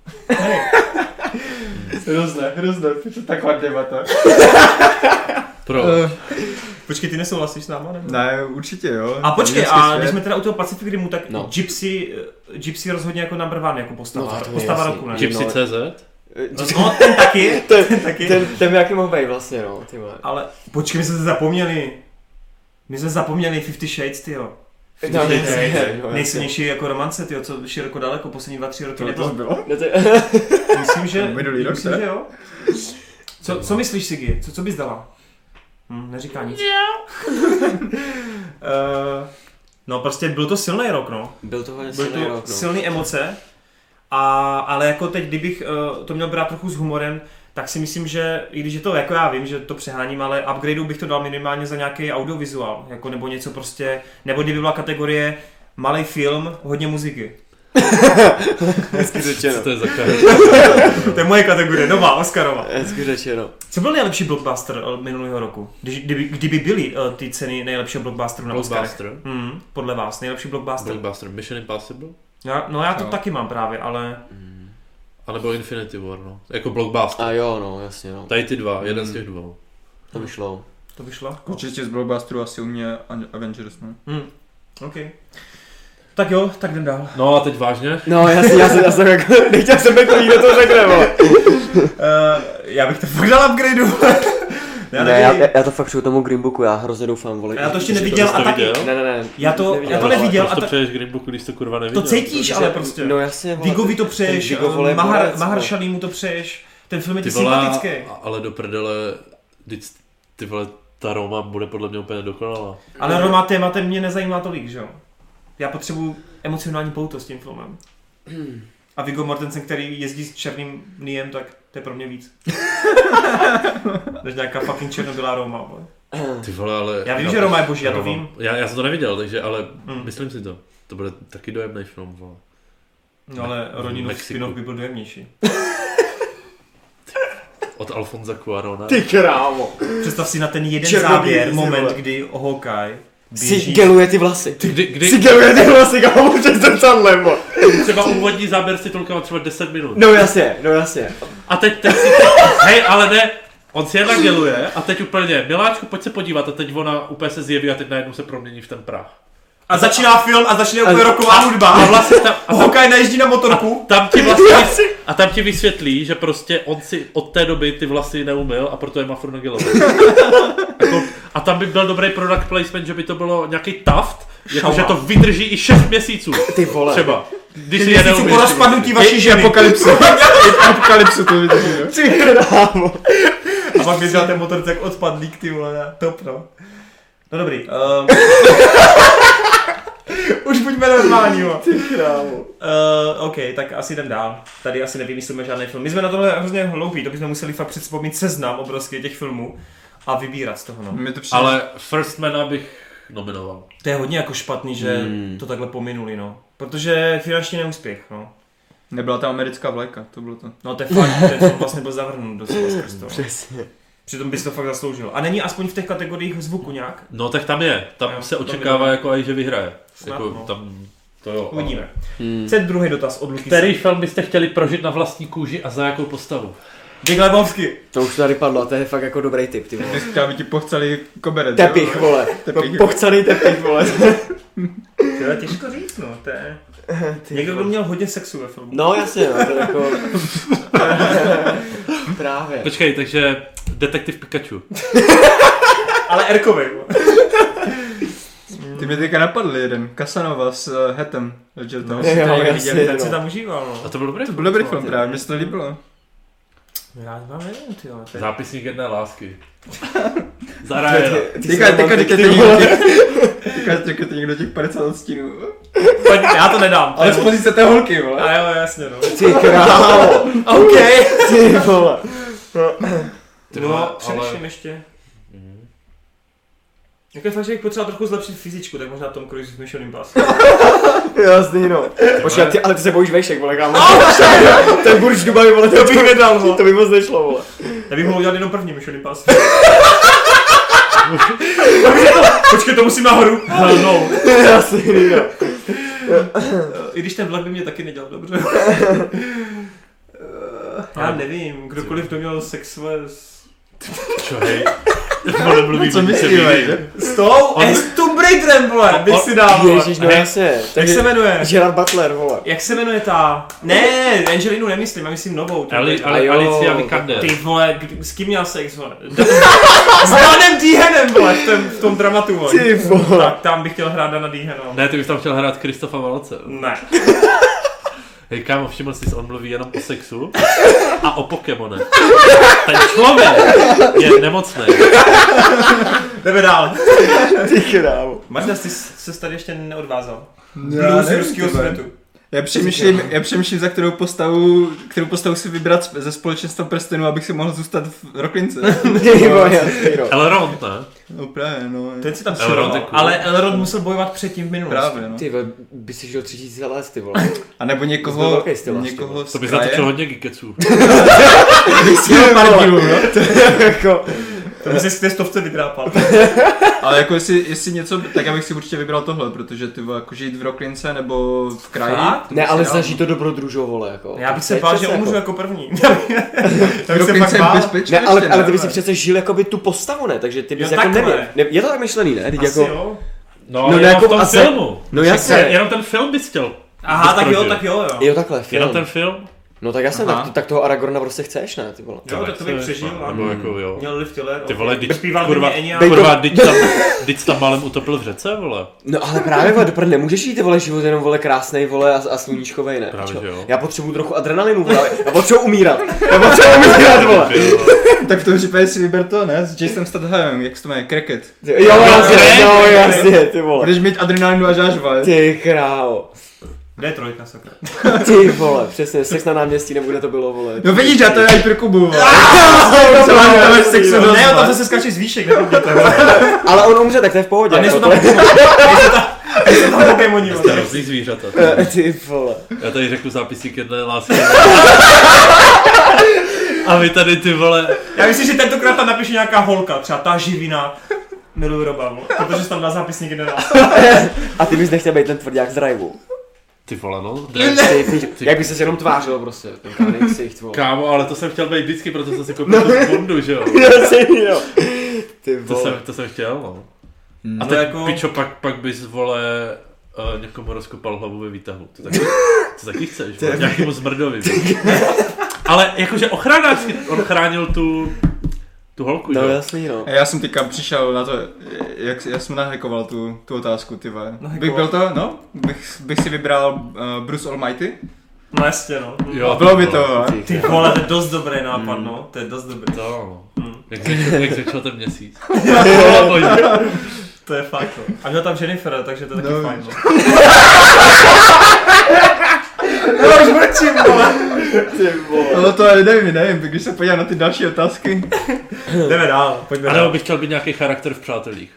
Hrozné, hrozné, to taková debata. Pro. Počkej, ty nesouhlasíš s náma, nebo? Ne, určitě jo. A počkej, Městský a svět. když jsme teda u toho Pacific Rimu, tak No. no. Gypsy, eh, Gypsy rozhodně jako number one, jako No, postava, a to no, je postava jasný. roku, ne? Gypsy. Gypsy CZ? jako- Eh, No, ten taky, ten taky. Ten, ten by jaký mohl být vlastně, no, ty vole. Ale počkej, my jsme se zapomněli. My jsme zapomněli Fifty Shades, tyjo. No, Shades, jasně, Shades. jo, Nejsilnější jako romance, tyjo, co široko daleko, poslední dva, tři roky To, nebylo. to bylo? No to, Myslím, že, Minulý rok, myslím, ne? že jo. Co, co myslíš, Sigi? Co, co bys dala? Hm, neříká nic. Eh, no prostě byl to silný rok, no. byl to hodně Byly silný to rok, no. silné emoce, a, ale jako teď, kdybych uh, to měl brát trochu s humorem, tak si myslím, že i když je to, jako já vím, že to přeháním, ale upgradeu bych to dal minimálně za nějaký audiovizuál, jako nebo něco prostě, nebo kdyby byla kategorie malý film, hodně muziky. Hezky řečeno. Co to je za kar? To je moje kategorie, nová, Oscarova. Hezky no. řečeno. Co byl nejlepší blockbuster eh, minulého roku? Když, kdyby, kdyby byly uh, ty ceny nejlepšího blockbusteru na Oscarech? Blockbuster? Hmm, podle vás, nejlepší blockbuster. Blockbuster. Mission Impossible? Já, no já to Jo. taky mám právě, ale... A nebo Infinity War, no. Jako Blockbuster. A jo, no, jasně, no. Tady ty dva, jeden z těch dvou. To by šlo. To vyšlo? Určitě z blockbusteru asi u mě An- Avengers, no. Hmm. OK. Tak jo, tak jdem dál. No a teď vážně? No, jasně, já jsem, já jsem jako, nechtěl jsem být první, kdo to řekne, vole. Uh, já bych to fakt dal upgradeu. já, Ne, já, nevím. já, to fakt šiju tomu Greenbooku, já hrozně doufám, vole. já to ještě že neviděl jsi to a taky. viděl? Ne, ne, ne. Já to- neviděl, já to ale- neviděl. Proč a to Prostě ta- přeješ Greenbooku, když to kurva neviděl? To cítíš, ale prostě. No jasně, vole. Digovi to přeješ, eh, Digo, vole, Mahar, borec, vole. Maharšalí mu to přeješ. Ten film je Ty ti vole, sympatický. a- ale do prdele, vždyť ty vole, ta Roma bude podle mě úplně dokonalá. Ale Roma tématem mě nezajímá tolik, že jo? Já potřebuju emocionální pouto s tím filmem. A Viggo Mortensen, který jezdí s černým niem, tak to je pro mě víc. Než nějaká fucking černobylá Roma, vole. Ty vole, ale... Já vím, že Roma je boží, já to Roma- vím. Já, já jsem to neviděl, takže, ale Mm. myslím si to. To bude taky dojemný film, vole. No ale v Roninův Mexiku. spin by byl dojemnější. Od Alfonza Cuarona. Ty krávo. Představ si na ten jeden Černobílý, záběr, ty moment, vole. kdy Hawkeye Si běží. geluje ty vlasy. Kdy, kdy Si geluje ty vlasy, kámo, přes zrcadlem, vole. třeba úvodní záběr si tolka třeba 10 minut. No jasně, no jasně. A teď, teď si hej, ale ne, on si je nageluje a teď úplně, miláčku, pojď se podívat a teď ona úplně se zjeví a teď najednou se promění v ten prach. A začíná film a začne úplně roková hudba. A vlastně tam, a tam, Hokaj najíždí na motorku. tam ti vlastně, a tam ti vysvětlí, že prostě on si od té doby ty vlasy neumyl a proto je má furt nagelovaný. jako, a tam by byl dobrý product placement, že by to bylo nějaký taft, jakože to vydrží i 6 měsíců. Ty vole. Třeba. Když si je Měsíců po neumyl. rozpadnutí vaší ženy. Apokalypsu. Apokalypsu to vydrží, jo. A pak vyzval ten motor tak odpadlík, ty vole, top no. No dobrý. Um... Už buďme normální, jo. Ty krávo. Uh, OK, tak asi jdem dál. Tady asi nevymyslíme žádný film. My jsme na tohle hrozně hloupí, to bychom museli fakt předspomínat seznam obrovský těch filmů a vybírat z toho, no. Mi to přijde. Ale... Ale First Mana bych nominoval. To je hodně jako špatný, že Hmm. to takhle pominuli, no. Protože finanční neúspěch, no. Nebyla tam americká vlajka, to bylo to. No to je fakt, ten film vlastně byl zavrhnut docela skrz toho. Přesně. Přitom bys to fakt zasloužil. A není aspoň v těch kategoriích zvuku nějak? No tak tam je, tam Jo, se to by očekává bylo. jako aj, že vyhraje. Snad, Jako no. tam, to jo. ale- Uvidíme. Hmm. Co je druhý dotaz od Luky? Který film byste chtěli prožit na vlastní kůži a za jakou postavu? Dick Lebowski. To už tady padlo a to je fakt jako dobrý tip, ty vole. Ty jsi chtěl, aby ti pochceli koberec, jo? Tepich, vole. Tepich. No, Pochcaný tepich, vole. To je těžko říct, no. To je... Ty Někdo, kdo vole. měl hodně sexu ve filmu. No jasně, no, to je jako... Právě. Počkej, takže Detektiv Pikachu. Ale Erkovej. no. Ty mi teďka napadli jeden, Casanova s uh, hetem. Takže to No, asi jo, tady jasně. viděli. Ten no. se tam užíval, no. A to bylo dobré? To byl dobrý film právě, mně se to líbilo. Já vám nevím, ty jo. To je... Zápisník jedné lásky. Zarájeno. Teďka, teďka říkajte někdo těch, teďka říkajte někdo těch 50 odstínů. Pojď, já to nedám. Ale z pozice té holky, vole. A jo, jasně, no. Ty krávo. OK. Ty vole. Ty vole, No, ale- přemýšlím ještě. Mhm. Jako je fakt, že bych potřeboval trochu zlepšit fyzičku, tak možná Tom Cruise v Mission Impossible. Jasný, no. Počkej, ty, ale ty se bojíš vejšek, vole, kámo. Ten burč Dubaj, vole, to bych nedal, vole. To by moc nešlo, vole. Já bych mohl udělat jenom první Mission Impossible. Počkej, to musím nahoru. Hell no. Jasný, no. I když ten vlak by mě taky nedělal dobře. Já nevím, kdokoliv to měl sex ve... s- Čo, hej? No, Vole, mluví Co více myslíme, lidí. že? S tou? On- Eh, S Tomb Raiderem, vole, bych On- si dal, vole. Ježíš, no Ne. jasně. Jak Takže se jmenuje? Gerard Butler, vole. Jak se jmenuje ta? Ne, Angelinu nemyslím, já myslím novou. tu. Ali, A ali, jo. Alicia Vikander. Ty vole, kdy- s kým měl sex, vole? S Danem Dehanem, vole, v tom, v tom dramatu, vole. Ty vole. Tak tam bych chtěl hrát Dana Dehana. Ne, ty bych tam chtěl hrát Kristofa Valce. Ne. Hej, kámo, všiml jsi, on mluví jenom o sexu a o Pokémonech. Ten člověk je nemocný. Jdeme dál. Ty krávo. Martina, ty jsi se tady ještě neodvázal. Já Blues z nevím, ruského ty vole. světu. Já přemýšlím, no. já přemýšlím, za kterou postavu, kterou postavu si vybrat sp- ze společenstva prstenů, abych si mohl zůstat v roklince. Ty vole, jasný, no. Elrond, ne? No právě, no. Ten si tam Elrond šel, je no. cool. ale Elrond musel bojovat předtím v minulosti. Právě, no. Ty vole, by si žil tři tisíce let, ty vole. A nebo To byl někoho, velký styl, vlastně. někoho z To bys kraje. natočil hodně gikeců. Bych si dal pár dílů, no. jako, To by si z té stovce vydrápal. Ale jako jestli, jestli něco, tak já bych si určitě vybral tohle, protože ty vole, jako žít v Roklince nebo v kraji. Fakt? to bych ne, si ale dal. zažij to dobrodružo, vole, jako. Já bych se To je bál, že přece umřu jako- jako první. Já bych se Roklince fakt je bál. bezpečné. Ne, ale, ještě, ale ty bys si přece žil jakoby tu postavu, ne? Takže ty bys Jo, jako takhle. neměl. Ne, je to tak myšlený, ne? Teď Asi jako, jo. No, No, no jenom jako v tom asi- filmu. no Ne, jasně. Jenom ten film bys chtěl. Aha, tak jo, prožil. tak jo, jo. Jo, takhle, Jenom film. ten film? No tak jasně, Aha. tak, tak toho Aragorna prostě chceš, ne? Ty vole. Jo, tak to bych nechceš, přežil, no, ano. Nebo jako jo. Měl lift těle. Ty vole, okay. když Zpíval kurva, kurva, mě Enya. kurva, když tam, když tam málem utopil v řece, vole. No ale právě, vole, dopr, nemůžeš jít, ty vole, život jenom, vole, krásnej, vole, a, a sluníčkovej, ne? Právě, Čo? že jo. Já potřebuju trochu adrenalinu, vole, já potřebuji umírat, já potřebuji umírat, vole. Tak v tom případě si vyber to, ne? S Jasonem Stathamem, jak se to jmenuje, Cricket. Ty- Jo, jasně, jo, jasně, ty vole. Budeš mít adrenalinu až až, vole. Ty krávo. Kde je trojka, sakra? Ty vole, přesně, sex na náměstí, nebo kde to bylo, vole. No vidíš, já to je i pro Kubu, vole. to Co bylo mám tam až jasný, sexu no. dost, Ne, on vole. tam zase skače z výšek, neprobíte. Ale on umře, tak to je v pohodě. A nejsou jako, tam to je- Jsou tam Pokémoni, To je vole. hrozný zvířata. Ty vole. Já tady řeknu zápisník jedné lásky. A vy tady ty vole, Já myslím, že tentokrát tam napíše nějaká holka, třeba ta živina. Miluju Roba, vole, protože jsem tam dá zápisník jeden raz. A ty bys nechtěl být ten tvrdák z driveu. ty vole no, Ty, ty, jak bys se jenom tvářil prostě, ten kamenný ksicht, vole. Kámo, ale to jsem chtěl být vždycky, proto jsem si koupil tu bundu, že jo? Jasně, jo. Ty To vole. jsem, to jsem chtěl, no. A No ten jako- jako... pičo, pak, pak bys, vole, uh, někomu rozkopal hlavu ve výtahu. To taky, to taky chceš, vole, nějakému zmrdovi. vole. Ale jakože ochranář, on chránil tu, tu holku, No že? jo? jasný, no. A Já jsem teďka přišel na to, jak, já jsem nahackoval tu, tu otázku, ty vole. No, Bych byl to, no, bych, bych si vybral uh, Bruce Almighty. No jasně, no. Jo, A bylo by ty to, vole. vole. Ty vole, to je dost dobrý nápad, no. To je dost dobrý. No. Mm. Jak, začal, jak začal ten měsíc. Vole, bože. To je fakt, no. A měl tam Jennifer, takže to je taky No. fajn, no. No to ale nevím, nevím, když se podívám na ty další otázky. Jdeme dál, pojďme A nebo dál. bych chtěl být nějaký charakter v přátelích.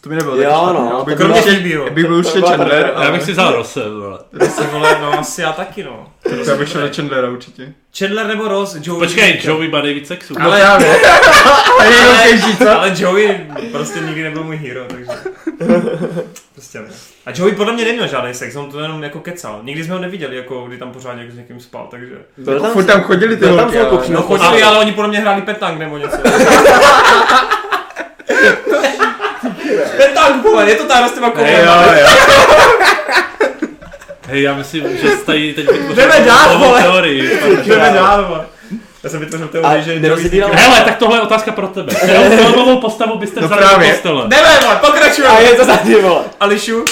To by nebylo Jo, špatné. no, Bych to byl Kromě byla- určitě- těch bíro. bych byl určitě byla Chandler, Já ale bych si vzal Rose, vole. Se vole, no asi já taky, no. já bych šel na Chandlera určitě. Chandler nebo Ross, Joey. Počkej, Joey má nejvíc sexu. Ale já vím. A je to těžší, co? Ale Joey prostě nikdy nebyl můj hero, takže... Prostě ne. A Joey podle mě neměl žádný sex, on to jenom jako kecal. Nikdy jsme ho neviděli, jako kdy tam pořádně jako s někým spal, takže... Byl tam, Furt tam chodili ty byl tam holky, chvilku ale... přímo. No chodili, ale oni podle mě hráli petang nebo něco. petang, vole, je to ta s těma Jo, kolem. jo. Hej, já myslím, že jsi tady teď vytvořil Jdeme dál, novou vole. teorii. Jdeme dál, vole. Já jsem vytvořil teorii, A že nerozebíral- Joey... Hele, tak tohle je otázka pro tebe. Kterou filmovou postavu byste No vzali do právě. postele? Jdeme, vole, A pokračujeme. je to tady, vole. Ališu.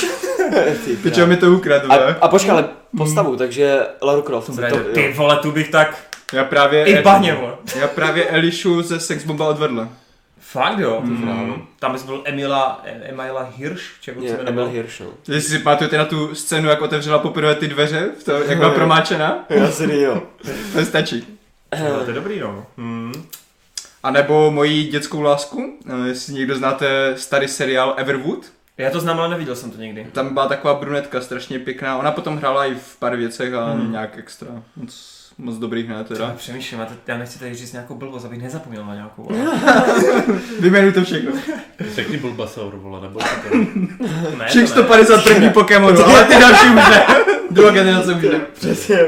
Ty Pičo mi to ukradl, A, vole. a počkej, ale postavu, takže Laru Croft. To jo. Ty vole, tu bych tak... Já právě... I v bahně, vole. Já právě Elišu ze Sexbomba odvedla. Fakt jo? Mm. Tam bys byl Emila, Emila Hirsch, či jak Je, se Emil jmenoval? Hirsch, no. Jestli si pamatujete na tu scénu, jak otevřela poprvé ty dveře, v to, jak byla promáčena, Jasný, jo. to stačí. Eh, Jo, to je dobrý, no. Mm. A nebo moji dětskou lásku, eh, jestli někdo znáte starý seriál Everwood, Já to znám, ale neviděl jsem to nikdy. tam byla taková brunetka strašně pěkná, ona potom hrála i v pár věcech a Mhm. nějak extra, moc, moc dobrých ne Já teda. přemýšlím, já, teď- já nechci tady říct nějakou blbost, abych nezapomněl na nějakou. Ale... Vyjmenuj to všechno. Řekni Bulbasaur, vole, nebo Ne, Všech to ne. 150 první Pokémonů, ale ty další už ne. Druhá generace už ne. Přesně,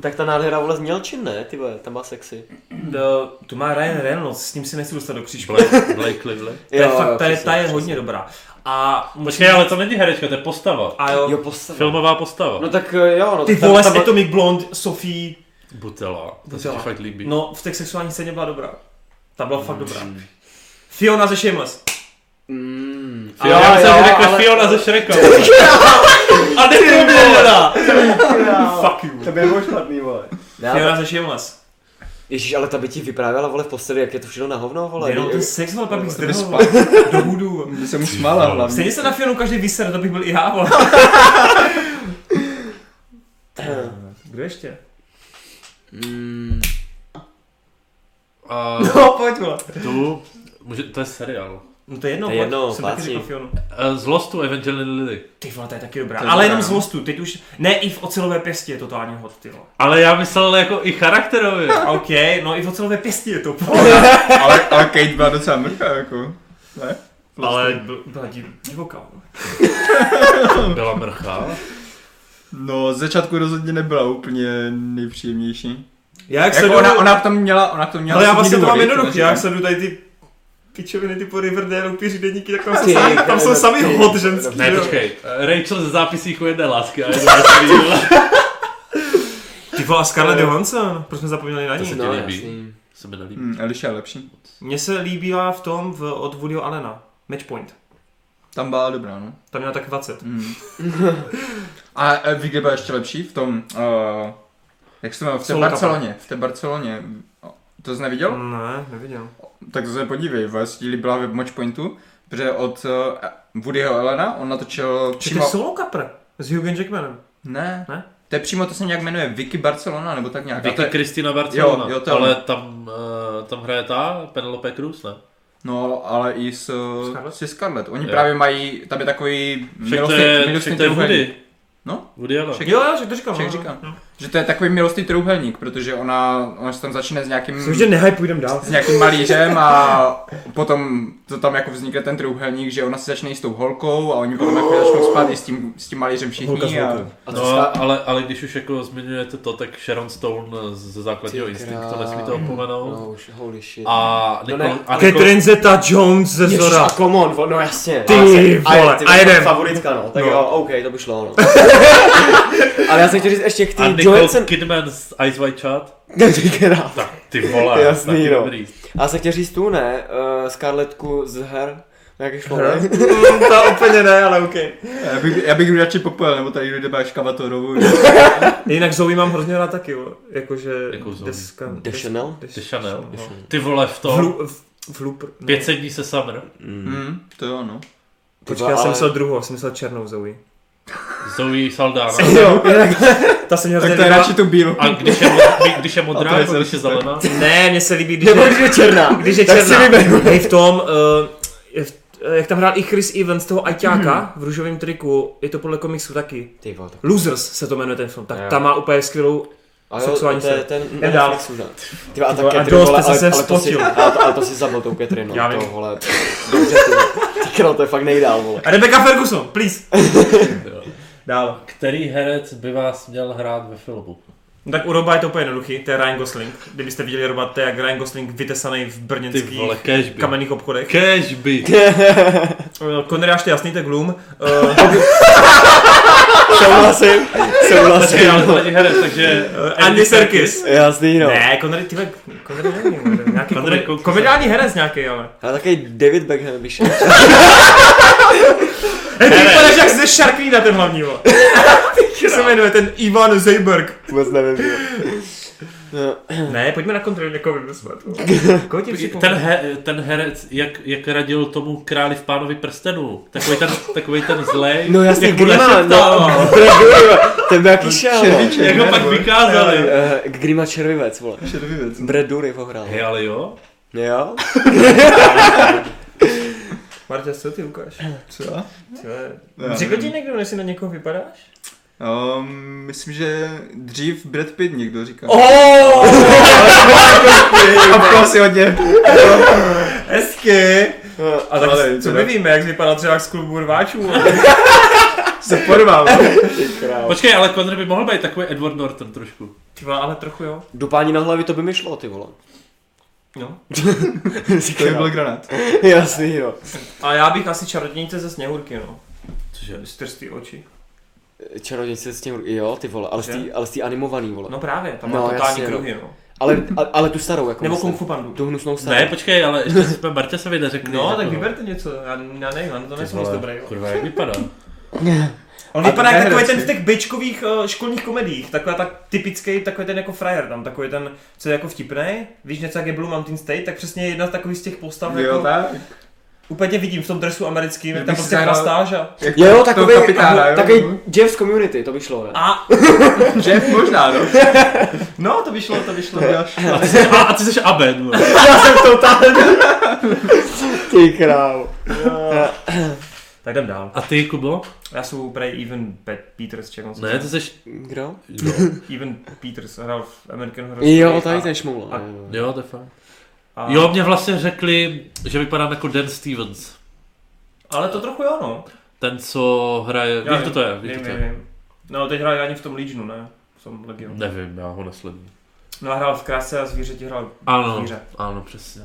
Tak ta nádhera vole z Mělčin, ne, ty vole, tam byla sexy. Do, tu má Ryan Reynolds, s ním si nechci dostat do křížku. Blake, Blake Lively. Ta je, Jo, fakt, jo, ta, je, přesně, ta je přesně. hodně dobrá. A Počkej, ale to není herečka, to je postava. A jo, Jo, postava. Filmová postava. No tak eh, jo, no. ty tam- vole, tam- Atomic Blonde, Sophie, Butela. To se ti Butela. fakt líbí. no v té sexuální scéně byla dobrá. Ta byla fakt dobrá. Hmm. Fiona ze Shameless. Mm, Fiona, já jsem řekl Fiona ze Shreka. vole. A ne ty vole. Fuck you. To by bylo špatný, vole. Fiona ze Shameless. Ježíš, ale ta by ti vyprávěla, vole, v posteli, jak je to všechno na hovno, vole. No, Jenom ten Je- sex, vole, pak bych Tedy strhnul, spal. vole, do hudu. By se mu smála hlavně. Stejně se na Fionu každý vysere, to bych byl i já, vole. Kdo ještě? Mm, A No, pojď, vole. tu, může, to je seriál. No to je jedno, To je vole, jedno, jsem taky plácni. řekl Fionu. Eh, Z Lostu Evangeline Lily. Ty vole, to je taky dobrá. To je Ale dobrá, jenom no. z Lostu, teď už, ne i v ocelové pěsti je totální hot, ty vole. Ale já myslel jako i charakterově. OK, no i v ocelové pěsti je to pohoda. Ale, ale Kate byla docela mrchá, jako. Ne? Ale byl- byla div- divoká, vole. Byla mrchá. No, z začátku rozhodně nebyla úplně nejpříjemnější. Já jak Jako sleduju- ona, ona tam měla, ona tam měla Ale já osobní vlastně to důvody, mám jednoduché, neříkám. já sleduju tady ty pičoviny typu Riverdale, upíři denníky, tak tam jsou Ty, sami- tam jsou ty, sami ty. hot ženský. Ne, jo. počkej. Eh, Rachel ze zápisníku jedné lásky a jedno lesbí. Ty vole, a Scarlett Johansson, proč jsme zapomněli na To ní? se ti no, líbí. jasný. Se mi nelíbí. Hmm, Alicia je lepší. Mně se líbila v tom v, od Woodyho Allena. Matchpoint. Tam byla dobrá, no. Tam měla tak 20. Hmm. A e, víš, kde byla ještě lepší? V tom, uh, jak se to jmenuje, v té Solo Cupu. Barceloně, v té Barceloně. To jsi neviděl? Ne, neviděl. tak Tak se podívej, vlastně líbila ve Matchpointu, protože od uh, Woodyho Elena, on natočil Či to je přímo... solo kapr s Hughem Jackmanem. Ne, Ne? to je přímo, to se nějak jmenuje Vicky Barcelona, nebo tak nějak. A to Vicky je... Kristina Barcelona, Jo, jo, to je ale ono. tam, eh, tam hraje ta Penelope Cruz, ne? No, ale i s, Scarlett? Scarlett? se Scarlett. Oni Jo. jo. právě mají, tam je takový Však to je, však to je trojuhelník. Woody. No. Woody Allen. Však- Jo, jo, že to říkám. Však no, no. říkám. Že to je takový milostný trouhelník, protože ona, ona se tam začne s nějakým... Myslím, že nehaj, půjdem dál. s nějakým malířem a potom to tam jako vznikne ten trouhelník, že ona se začne i s tou holkou a oni potom jako začnou spát i s tím, s tím malířem Holka s všichni. A... holkou. A co se No, ale, ale když už jako zmiňujete to, tak Sharon Stone ze základního Ty instinktu to krá- nesmíte Hmm. opomenout. No už, holy shit. A No Nicole, ne, a Nicole, Catherine Zeta Jones ze Ježiš, Zora. a come on, vo- no jasně. Ty Já jsem- a je- vole, ty a jedem. Favoritka, no. Tak No. jo, OK, to by šlo, no. Ale já jsem chtěl říct ještě k a té Nicole Johansson... Kidman z Eyes Wide Shut. Tenkrát. Tak ty vole, Jasný, taky no. dobrý. A já jsem chtěl říct tu, ne? Uh, Scarletku z her. Nějaký šlo, Her? ne? To Mm, úplně ne, ale OK. Já bych, já bych radši popojil, nebo tady jde až Kavatorovu. Jinak Zoe mám hrozně rád taky, jo. Jakože Jakou Jako Zoe? deska... Deschanel? des- Ty Chanel. no. Ty vole v V, tom. lu, v, v Looper. ne. 500 dní se Summer. Hmm, to jo, no. Počkej, já jsem myslel druhou, jsem myslel černou Zoe. Zoe Saldana. Jo, ta se mě hrozně Jako- Tak to je líbila. radši tu bílou. A když je, modrá, když je modrá, A to je nebo když je self-respect. zelená? Ne, mně se líbí, když Nebo je, když je černá. když je tak si černá. vyber. Hej, v tom, eh, v- eh, jak tam hrál i Chris Evans, toho ajťáka v růžovém triku, je to podle komiksu taky. Ty vole, tak... Losers se to jmenuje ten film, Jo. tak tam má úplně skvělou, A jo, Sexuální to je sen. ten... Jdem dál. Netflix už, ne? Ty vole, a vole, tak a Catherine, dost vole, jsi ale, se ale, to si, spotil. ale, to, ale to si zabil tou Catherine, Já no, vím. to, vole, dobře, ty, vole. ty král, to je fakt nejdál, vole. A Rebecca Ferguson, please. Dál. Který herec by vás měl hrát ve filmu? No tak u Roba je to úplně jednoduchý, to je Ryan Gosling. Kdybyste viděli Roba, to je jak Ryan Gosling vytesaný v Ty brněnských vole, cash by. kamenných obchodech. Cash by. Konry, až to je jasný, eh, to je Gloom. Souhlasím, Počkej, souhlasím. ale to není herec, takže... Eh, Andy Serkis. Jasný, no. Ne, Konry, ty vole, Konry nevím, nějaký Connery komi- Cox. komediální herec nějaký, ale. Ale taky David Beckham by šel. Ty vypadáš jak ze Sharknada ten hlavní, vole. Jak se jmenuje ten Ivan Zeiberg. Vůbec nevím. jo. No, Ne, pojďme na kontrolu někoho vymyslet. vole. Koho ti Ten, připomíná? he, ten herec, jak, jak radil tomu králi v pánovi prstenů. Takový ten, takový ten zlej. no jasný, Jako jak bude Grima, se no. ptal. Ten byl jaký šel, no. Jak ho pak vykázali. Eh, Grima Červivec, vole. Červivec. no. Brad Dury ho hrál. Hej, ale jo. Jo? Marta, co ty ukáš? Co? Ty vole, Já Řekl ti nevím. někdo, jestli na někoho vypadáš? Um, myslím, že dřív Brad Pitt někdo říkal. Oh! of course, hodně. Hezky! A tak Ale co teda- my víme, jak vypadá třeba z klubu rváčů? Se porval. Počkej, ale Connery by mohl být takový Edward Norton trošku. Ty vole, ale trochu jo. Dupání na hlavě to by mi šlo, ty vole. No. to by byl granát. Jasný, no. A já bych asi čarodějnice ze sněhurky, no. Cože? Strz ty oči. Čarodějnice s tím, jo, ty vole, ale s tý, ale s tý animovaný, vole. No právě, tam má No, totální jasně, no. kruhy, no. Ale, ale, ale tu starou, jako Nebo myslím. Kung Fu Pandu. Tu hnusnou starou. Ne, počkej, ale ještě jsme Martě se neřekli. No, Jako, tak vyberte něco, já, já nevím, na to Ty nejsem vole, moc dobrý. jo. Kurva, jak vypadá? On A vypadá to jako nehraješ, takový ten ne? v těch bičkových eh, školních komediích, takový tak typický, takový ten jako frajer tam, takový ten, co je jako vtipný. Víš něco, jak je Blue Mountain State, tak přesně jedna z takových z těch postav, Jo, jako, tak. úplně tě vidím v tom dresu americkým, jak tam Kdybych prostě si hrá zahrál- stáž a... Jak Jo, toho takový, kapitána, jo. takový Jeff z Community, to by šlo, ne? A, Jeff možná, no. no, to vyšlo, to vyšlo. A ty jsi, a, a ty jsi Aben. vole. Ty král. tak jdem dál. A ty, Kubo? Já jsem prej Even Pet Peters, či jak on se Ne, jmenuje. ty jsi... Kdo? Jo, Even Peters hrál v American Horror Jo, a- tady ten šmoula. a- jo. jo to je fakt. a- Jo, mě vlastně řekli, že vypadám jako Dan Stevens. Ale to trochu jo, no. Ten, co hraje... Já Víš, kdo to je? Víš, Vím, kdo to vím, je? vím. No, teď hrál ani v tom Legionu, ne? V tom Legionu. Nevím, já ho nesleduji. No a hrál v Kráse a zvířeti hrál Ano, Zvíře. ano, přesně.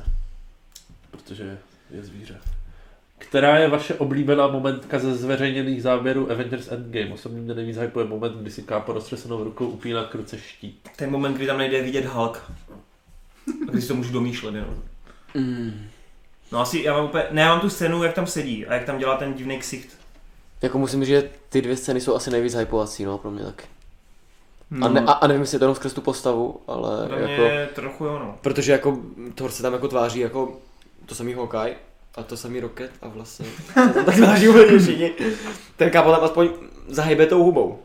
Protože je zvíře. Která je vaše oblíbená momentka ze zveřejněných záběrů Avengers Endgame? Osobně mě nejvíc hypuje moment, kdy si Kápa roztřesenou rukou upíná k ruce štít. ten moment, kdy tam nejde vidět Hulk. Když to můžu domýšlet, jenom. Mm. No asi, já mám úplně, ne, já mám tu scénu, jak tam sedí a jak tam dělá ten divný ksicht. Jako musím říct, že ty dvě scény jsou asi nejvíc hypovací, no, pro mě taky. A, No. ne, a, a nevím, jestli je to jenom skrz tu postavu, ale To jako... mě trochu jo, no. Protože jako Thor se tam jako tváří jako to samý Hawkeye a to samý Rocket a vlastně se tam tak tváří úplně všichni. Ten kápo tam aspoň zahejbe tou hubou.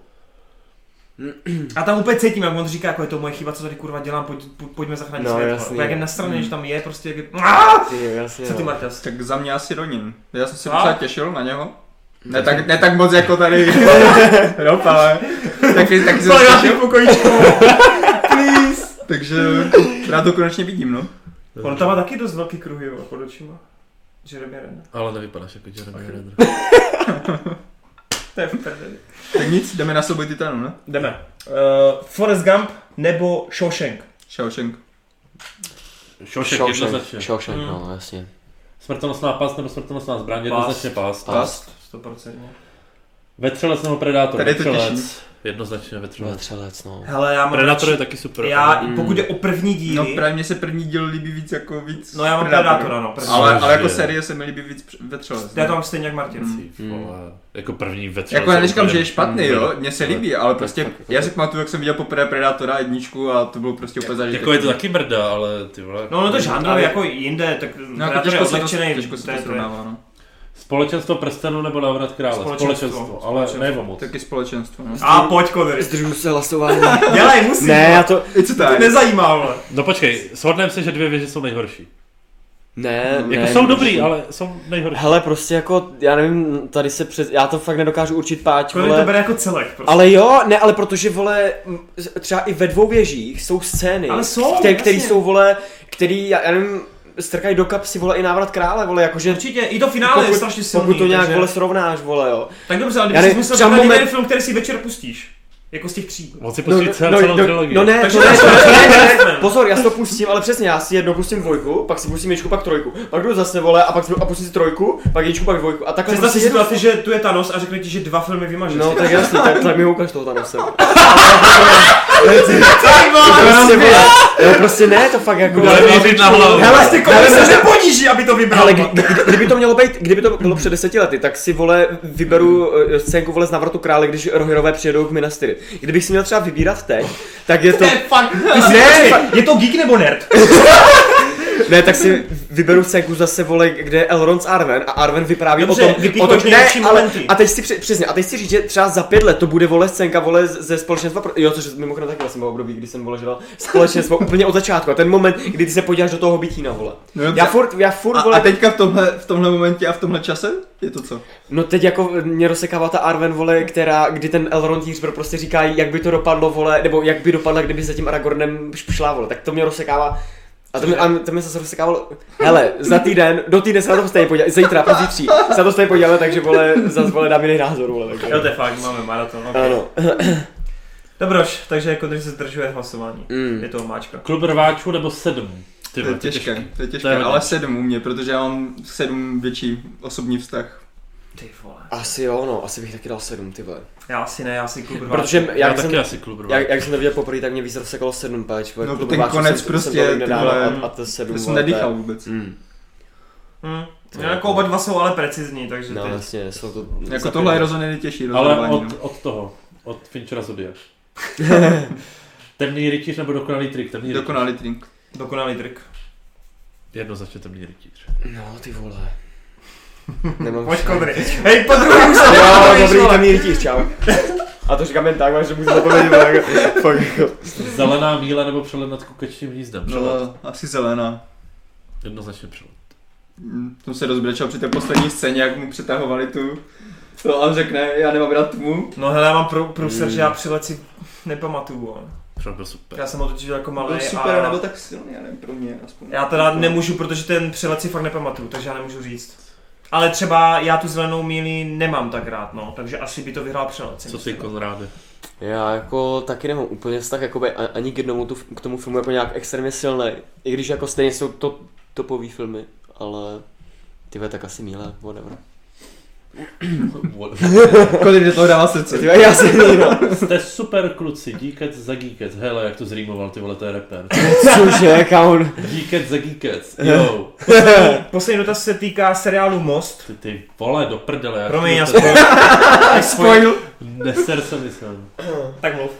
A tam úplně cítím, jak on říká, jako je to moje chyba, co tady kurva dělám, pojď, poj- pojďme zachránit No, svět. jasný. vole. Jako Jak je na straně, že tam je, prostě jak je... Aaaa! Ty, jo, jasně, Co ty, no. Martas? Tak za mě asi Ronin. Já jsem se A? docela těšil na něho. Ne tak, ne tak moc jako tady ropa, tak, taky jsem Kolega, ty slyšel. pokojíčku. Please. takže já to konečně vidím, no. On tam má taky dost velký kruhy jo, pod očima. Jeremy Renner. Ale nevypadáš jako Jeremy Renner. To je v prdeli. Tak nic, jdeme na souboj titanů, ne? Jdeme. Uh, Forrest Gump nebo Shawshank. Shawshank. Šošek jednoznačně. Shawshank, Hmm. no jasně. Smrtonosná past nebo smrtonosná zbraň, Past. jednoznačně past. Past. Past. 100%. Vetřelec nebo predátor, Tady je to vetřelec. Jednoznačně vetřelec. Vetřelec, no. Hele, já mám Predátor je taky super. Já, pokud je o první díly, No právě mně se první díl líbí víc jako víc No, já mám Predátora. Predátora, no, Predátora. Ale, ale jako Cože. série se mi líbí víc vetřelec. já to mám stejně jak Martin. Ty vole, Jako první vetřelec. Jako já neříkám, úplně- že je špatný, jo, mně se líbí, ale prostě tak, tak. já si pamatuju, jak jsem viděl poprvé Predátora jedničku a to bylo prostě úplně zážitek. Jako je to taky mrda, ale ty vole. No, no to žánrově Ale- jako jinde, tak No jako Predátor je těžko se to, odlehčenej, těžko se je- to srovnává, no. Společenstvo prstenů nebo návrat krále? Společenstvo. Společenstvo, ale Společenstvo. nebo moc. Taky společenstvo, no. A pojď, Koviry. Zdržu se hlasování. Dělej, musím. ne, já Ne, to... It's to time. nezajímá, vole. No počkej, shodneme se, že dvě věže jsou nejhorší. Ne, ne. Jako jsou dobrý, ale jsou nejhorší. Hele, prostě jako, já nevím, tady se přes... Já to fakt nedokážu určit páč, Koviry to vole. bere jako celek, prostě. Ale jo, ne, ale protože vole, m, třeba i ve dvou věžích jsou scény, Ale jsou, které, který jasně. jsou vole, který, já, já nevím, strkají do kapsy vole i návrat krále, vole, jakože Určitě, i to finále je strašně silný. pokud to nějak takže- vole srovnáš, vole, jo. Tak dobře, ale Já kdyby nevím, jsi musel třeba vybrat moment- jeden film, který si večer pustíš. Jako z těch tří. On si pustí cel- no, celou no, trilogii. no, ne, Takže to ne, já to ne, jsem- ne, já ne, jsem- ne, pozor, já si to pustím, ale přesně, já si jednou pustím dvojku, pak si pustím jedničku, pak trojku, pak jdu zase vole a pak si, a pustím si trojku, pak jedničku, pak dvojku a takhle prostě Představ si jedu. situaci, že tu je Thanos a řekne ti, že dva filmy vymažeš. No, tak jasně, tak, tak mi ho ukaž toho tam se. prostě, vole, jo, prostě ne, to fakt No, jako... Ale mířit na hlavu. Ale ty já Koviry nevím, se neponíží, aby to vybral. Ale kdy, kdy- kdyby to mělo být, kdyby to bylo před deseti lety, tak si vole vyberu eh, scénku vole z návratu krále, když Rohirové přijedou k Minas Tirith. Kdybych si měl třeba vybírat teď, tak je to... To je fakt, ty jsi- Ne. je to geek nebo nerd? Ne, tak si vyberu scénku zase vole, kde je Elrond s Arwen a Arwen vypráví Dobře, o tom, vypíchnout o tom nejlepší ale, momenty. a teď si při- přesně, a teď si říct, že třeba za pět let to bude vole scénka vole z- ze společenstva, pro, jo, což mimochodem taky vlastně bylo období, kdy jsem vole žil společenstvo úplně od začátku a ten moment, kdy ty se podíváš do toho bytí na vole. No jo, Já furt, já furt, a, vole, a teďka v tomhle, v tomhle momentě a v tomhle čase je to co? No teď jako mě rozsekává ta Arwen, vole, která, kdy ten Elrond jí prostě říká, jak by to dopadlo, vole, nebo jak by dopadla, kdyby se tím Aragornem š- šla, vole, tak to mě rozsekává. A to mě, a to mě se rozsekávalo, hele, za týden, do týdne se na to stejně podíváme, zítra, pozítří, se na to stejně podíváme, takže vole, zase vole dám jiný názor, vole, takže. Jo, to je fakt, máme maraton. ok. Ano. Dobroš, takže jako když se zdržuje hlasování. Mm. Je to máčka. Klub rváčů nebo sedm? Ty To je vole, těžké, to je těžké, To je hodně. ale sedm u mě, protože já mám sedm větší osobní vztah. Ty vole. Asi jo, no, asi bych taky dal sedm, ty vole. Já asi ne, já si klub Protože Já, jak taky jsem, asi klub rváčů. jak, jak jsem to viděl poprvé, tak mě víc rozsekalo sedm páč, vole, No, klub ten rváčů konec jsem- prostě, jsem tolik ty nedával vole, a, a to sedm, Já jsem vole, to je- nedýchal vůbec. Mm. Hm. To No, je jako jako- oba dva jsou ale precizní, takže No, ty... jasně, jsou to... Jako tohle je rozhodně nejtěžší Ale rozhodování. od, no. od toho, od Finchera Zodiac. temný rytíř nebo dokonalý trik? Temný rytíř. no. Dokonalý drink. Dokonalý trik. Jednoznačně temný rytíř. No, ty vole. Nemám Pojď kodry. Hej, po druhém už jsem Jo, to dobrý, ten mi rytíř, čau. A to říkám jen tak, máš, že můžu zapovědět, ale jako, fakt jako. Zelená míla nebo přelet nad kukačním hnízdem? Přelet. No, asi zelená. Jednoznačně přelet. Mm, To se rozbrečel při té poslední scéně, jak mu přetahovali tu. To a on řekne, já nemám rád tmu. No hele, já mám prů, průser, Mm. že já přilet si nepamatuju. vole. Přelet byl super. Já jsem ho totiž jako malý Byl No, super, a... nebo tak silný, já nevím, pro mě aspoň. Já teda nemůžu, protože ten přelet si fakt nepamatuju, takže já nemůžu říct. Ale třeba já tu zelenou míli nemám tak rád, no, takže asi by to vyhrál přelet. si Co ty myslím. Konráde? Já jako taky nemám úplně vztah jakoby a- ani k jednomu tu, k tomu filmu jako nějak extrémně silný. I když jako stejně jsou to topový filmy, ale ty vole, tak asi míle, whatever. Kolik do toho dává srdce. Ty vole, já si míle. Jste super kluci, díkec za díkec. Hele, jak to zrýmoval, ty vole, to je rapper. Cože, kaun. Díkec za díkec, jo. Poslední dotaz se týká seriálu Most. Ty, ty vole, do prdele. já Promiň, ti já to- Spoil. Neser se mi sem. Tak mluv.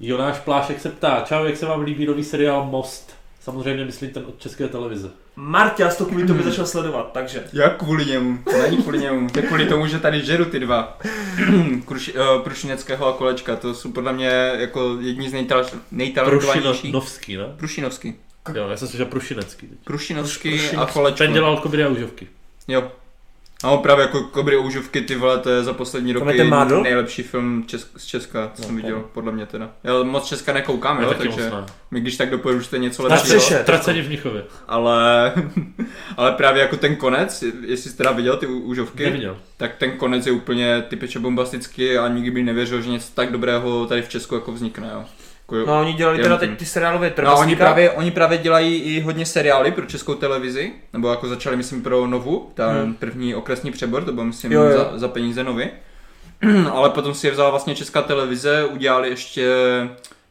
Jonáš Plášek se ptá, čau, jak se vám líbí nový seriál Most? Samozřejmě myslím ten od české televize. Marta, to kvůli tobě začal sledovat, takže. Já kvůli němu, to není kvůli němu, to je kvůli tomu, že tady žeru ty dva. Kruš, uh, Prušineckého a Kolečka, to jsou podle mě jako jedni z nejtal- nejtalentovanějších. Prušinovský, ne? Prušinovský. Jo, já jsem slyšel Prušinecký. Teď. Prušinovský a Prušinovský. Kolečko. Ten dělal koby a užovky. Jo. No právě jako Kobry oužovky, ty vole, to je za poslední Tam je roky ten Mádl? nejlepší film Česk- z Česka, co jsem viděl, podle mě teda. Já moc Česka nekoukám, jo, Já taky moc takže ne. my když tak doporučte něco Na lepšího. střeše. Traceni v Mnichově. Ale, ale právě jako ten konec, jestli jsi teda viděl ty u- úžovky, Neviděl. tak ten konec je úplně typiče bombastický a nikdy bych nevěřil, že něco tak dobrého tady v Česku jako vznikne, jo. Jako, No oni dělali Jen teda tím. teď ty seriálové No, trpasníka. oni právě, oni právě dělají i hodně seriály pro českou televizi, nebo jako začali, myslím, pro Novu, ten Hmm. hmm. první okresní přebor, to byl, myslím, Jo, jo, jo. jo. Za, za peníze Novy. Ale potom si je vzala vlastně česká televize, udělali ještě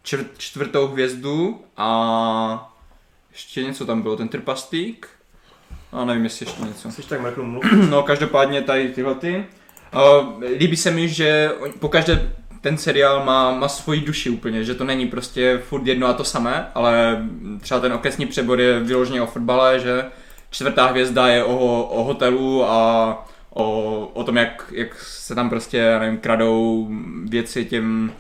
čr- čtvrtou hvězdu a ještě něco tam bylo, ten trpastýk. A nevím, jestli ještě něco. Jsi tak mrknu mluv. No, každopádně tady tyhle ty. Uh, líbí se mi, že on- pokaždé ten seriál má, má svoji duši úplně, že to není prostě furt jedno a to samé, ale třeba ten okresní přebor je vyloženě o fotbale, že čtvrtá hvězda je o, o hotelu a o, o tom, jak, jak se tam prostě, já nevím, kradou věci těm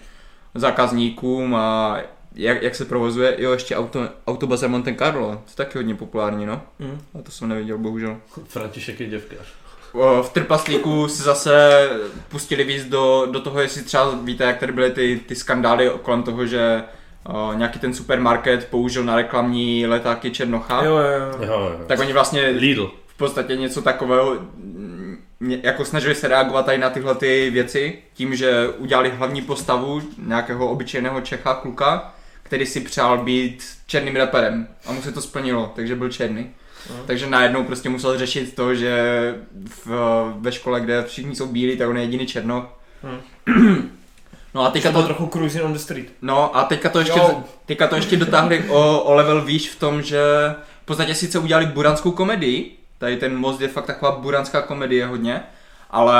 zákazníkům a jak, jak se provozuje, jo, ještě auto, autobazar Monte Carlo, to je taky hodně populární, no. Mm. A to jsem neviděl, bohužel. František je děvkař. O, Eh, v Trpaslíku se zase pustili víc do, do toho, jestli třeba víte, jak tady byly ty, ty skandály kolem toho, že o, nějaký ten supermarket použil na reklamní letáky Černocha. Jo, jo, jo. Jo, jo. Tak oni vlastně Lidl. v podstatě něco takového, mm, ně- jako snažili se reagovat tady na tyhle ty věci, tím, že udělali hlavní postavu nějakého obyčejného Čecha, kluka, který si přál být černým raperem. A mu se to splnilo, takže byl černý. Takže najednou prostě musel řešit to, že v, ve škole, kde všichni jsou bílí, tak on je jediný černo. No a teďka Teďka to to, trochu cruising on the street. no a teďka to ještě, Jo. teďka to ještě dotáhli o, o level výš v tom, že v podstatě sice udělali buranskou komedii, tady ten most je fakt taková buranská komedie hodně, ale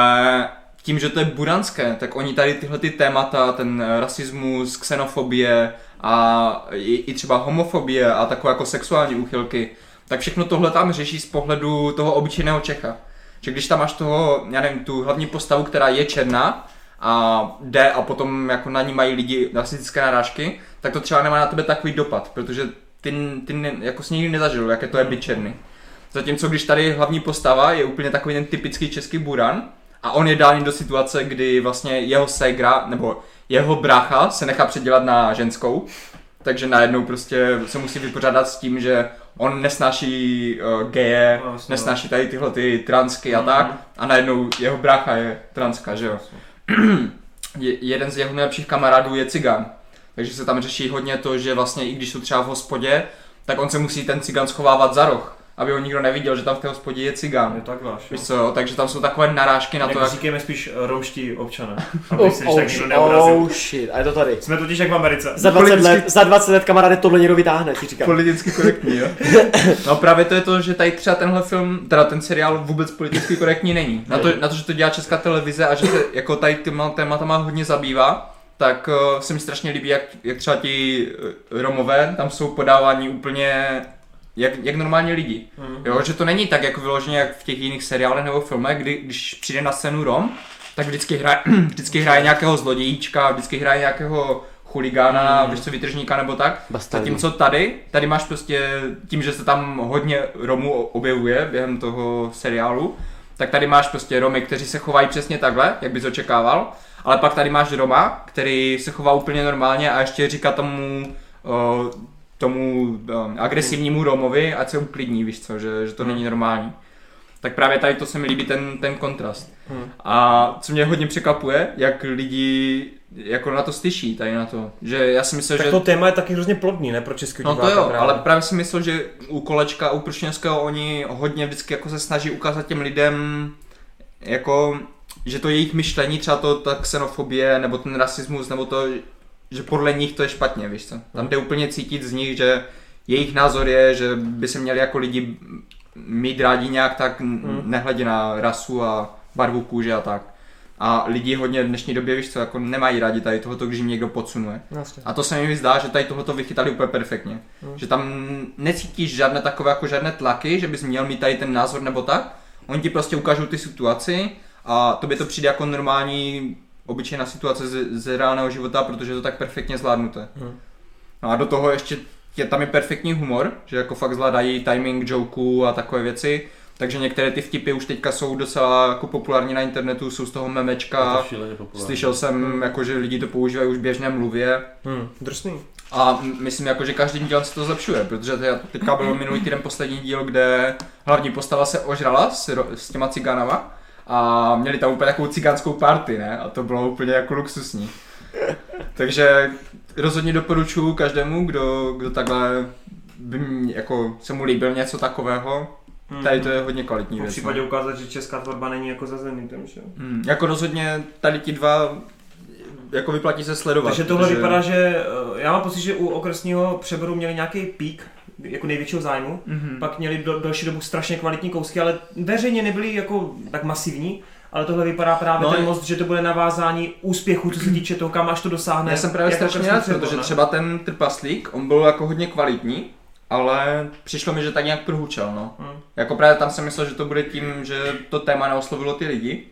tím, že to je buranské, tak oni tady tyhle ty témata, ten eh, rasismus, xenofobie a i, i třeba homofobie a takové jako sexuální úchylky, tak všechno tohle tam řeší z pohledu toho obyčejného Čecha. Že když tam máš toho, já nevím, tu hlavní postavu, která je černá a jde a potom jako na ní mají lidi rasistické narážky, tak to třeba nemá na tebe takový dopad, protože ty, ty ne, jako s nikdy nezažil, jaké to je být černý. Zatímco když tady hlavní postava je úplně takový ten typický český buran a on je dán do situace, kdy vlastně jeho ségra nebo jeho brácha se nechá předělat na ženskou, takže najednou prostě se musí vypořádat s tím, že on nesnáší uh, geje, No, Mhm. jasně, no. nesnáší tady tyhle ty transky a tak a najednou jeho brácha je transka, že jo. Je, jeden z jeho nejlepších kamarádů je cigán, takže se tam řeší hodně to, že vlastně i když jsou třeba v hospodě, tak on se musí ten cigán schovávat za roh, aby ho nikdo neviděl, že tam v té hospodě je Je cigán. tak váš. Víš co, jo? takže tam jsou takové narážky na to, jak... Říkejme spíš eh, romští občané, Oh, aby se když oh, tak nikdo shit, neobrazil. oh shit, a je to tady. Jsme totiž jak v Americe. Za 20 Politicky- let, za 20 let kamaráde tohle někdo vytáhne, ti říkám. Politicky korektní, jo? No právě to je to, že tady třeba tenhle film, teda ten seriál vůbec politicky korektní není. Na to, na to že to dělá česká televize a že se jako tady těma tématama hodně zabývá, tak uh, se mi strašně líbí, jak, jak třeba ti eh, Romové tam jsou podávání úplně jak, jak normální lidi. Mhm. Jo, že to není tak jako vyloženě jak v těch jiných seriálech nebo filmech, kdy když přijde na scénu Rom, tak vždycky hraje, vždycky hraje nějakého zlodějíčka, vždycky hraje nějakého chuligána, mm. víš co, vytržníka nebo tak. Bastardi. Zatímco tady, tady máš prostě tím, že se tam hodně Romů objevuje během toho seriálu, tak tady máš prostě Romy, kteří se chovají přesně takhle, jak bys očekával, ale pak tady máš Roma, který se chová úplně normálně a ještě říká tomu o, tomu um, agresivnímu Romovi, ať se uklidní, víš co, že, že Hmm. to není normální. Tak právě tady to se mi líbí ten, ten kontrast. Hmm. A co mě hodně překvapuje, jak lidi jako na to slyší, tady na to. Že já si myslel, Tak že... to téma je taky hrozně plodný, ne pro český No to diváka jo, právě. ale právě si myslel, že u Kolečka a u Pršněvského oni hodně vždycky jako se snaží ukázat těm lidem, jako, že to jejich myšlení, třeba to ta xenofobie, nebo ten rasismus, nebo to, že podle nich to je špatně, víš co. Tam jde úplně cítit z nich, že jejich názor je, že by se měli jako lidi mít rádi nějak tak, Hmm. mm. nehledě na rasu a barvu kůže a tak. A lidi hodně v dnešní době, víš co, jako nemají rádi tady tohoto, když jim někdo podsunuje. No, Jasně. A to se mi zdá, že tady tohoto vychytali úplně perfektně. Hmm. Že tam necítíš žádné takové jako žádné tlaky, že bys měl mít tady ten názor nebo tak. Oni ti prostě ukážou ty situaci a tobě to přijde jako normální obyčejná situace ze, ze reálného života, protože je to tak perfektně zvládnuté. Hmm. Hmm. No a do toho ještě je tam je perfektní humor, že jako fakt zvládají timing jokeů a takové věci. Takže některé ty vtipy už teďka jsou docela jako populární na internetu, jsou z toho memečka. to šíleně populární. Slyšel jsem, jako, že lidi to používají už v běžné mluvě. Hmm, drsný. A m- myslím, jako, že každým dílem se to zlepšuje, protože te- teďka byl minulý týden poslední díl, kde hlavní postava se ožrala s, ro- s těma ciganama a měli tam úplně takovou cigánskou party, ne? A to bylo úplně jako luxusní. Takže rozhodně doporučuji každému, kdo, kdo takhle by mě, jako, se mu líbil něco takového. Hmm. Tady to je hodně kvalitní v věc. no. případě ukázat, že česká tvorba není jako za zemí, tam, že? Hmm, jako rozhodně tady ti dva jako vyplatí se sledovat. Takže tohle protože- vypadá, že eh, já mám pocit, že u okresního přeboru měli nějaký pík, jako největšího zájmu, Mhm. Hmm. pak měli do, další dobu strašně kvalitní kousky, ale veřejně nebyly jako tak masivní, ale tohle vypadá právě No no, ten je- most, že to bude navázání úspěchu, co se týče toho, kam až to dosáhne. Já jsem právě jako strašně okresní rád, přebor, protože ne? třeba ten trpaslík, on byl jako hodně kvalitní, ale přišlo mi, že tak nějak prhučel, no. Hmm. Jako právě tam jsem myslel, že to bude tím, že to téma neoslovilo ty lidi.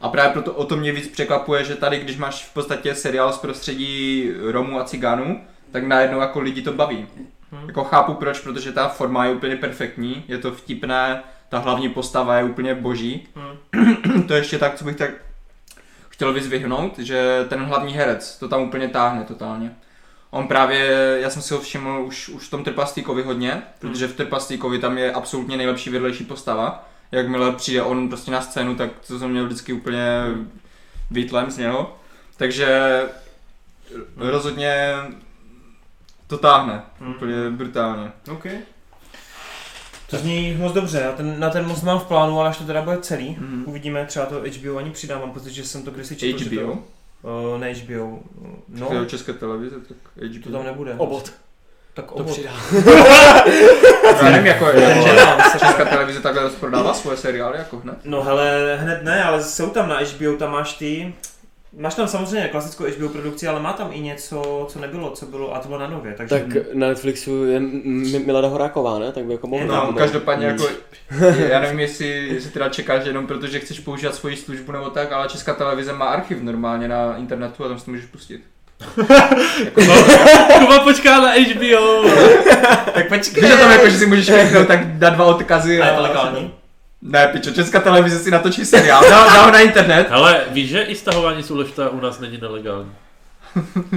A právě proto o to mě víc překvapuje, že tady, když máš v podstatě seriál z prostředí Romů a Cigánů, tak najednou jako lidi to baví. Hmm. Jako chápu proč, protože ta forma je úplně perfektní, je to vtipné, ta hlavní postava je úplně boží. to je ještě tak, co bych tak chtěl vyzvihnout, že ten hlavní herec to tam úplně táhne totálně. On právě, já jsem si ho všiml už, už v tom Trpaslíkovi hodně, protože v Trpaslíkovi tam je absolutně nejlepší vedlejší postava. Jakmile přijde on prostě na scénu, tak to jsem měl vždycky úplně výtlem z něho. Takže rozhodně to táhne, Hmm. úplně brutálně. Okay. To zní moc dobře, já ten, na ten most mám v plánu, ale až to teda bude celý, Mhm. uvidíme, třeba to HBO ani přidám, mám pocit, že jsem to kdysi četl, že HBO, to, uh, ne HBO, no, no. české televize, tak to tam HBO. nebude. Obot, tak to obod. přidá. Já nevím, jako Takže je, nám se- česká televize takhle rozprodává svoje seriály jako hned. No hele, hned ne, ale jsou tam na HBO, tam máš ty... Máš tam samozřejmě klasickou HBO produkci, ale má tam i něco, co nebylo, co bylo, a to bylo na nově, takže... Tak eh, na Netflixu je M- M- Milada Horáková, ne? Tak by jako mohla. No, být. každopádně jako, já nevím, jestli, jestli teda čekáš jenom proto, že chceš používat svoji službu nebo tak, ale Česká televize má archiv normálně na internetu a tam si to můžeš pustit. Kuba počká na HBO! tak počkej! Víš, že tam jako, že si můžeš kliknout, tak dá dva odkazy. A je to legální? Ne, pičo, Česká televize si natočí seriál, dá, dá ho na internet, Ale víš, že i stahování z ulevta u nás není nelegální.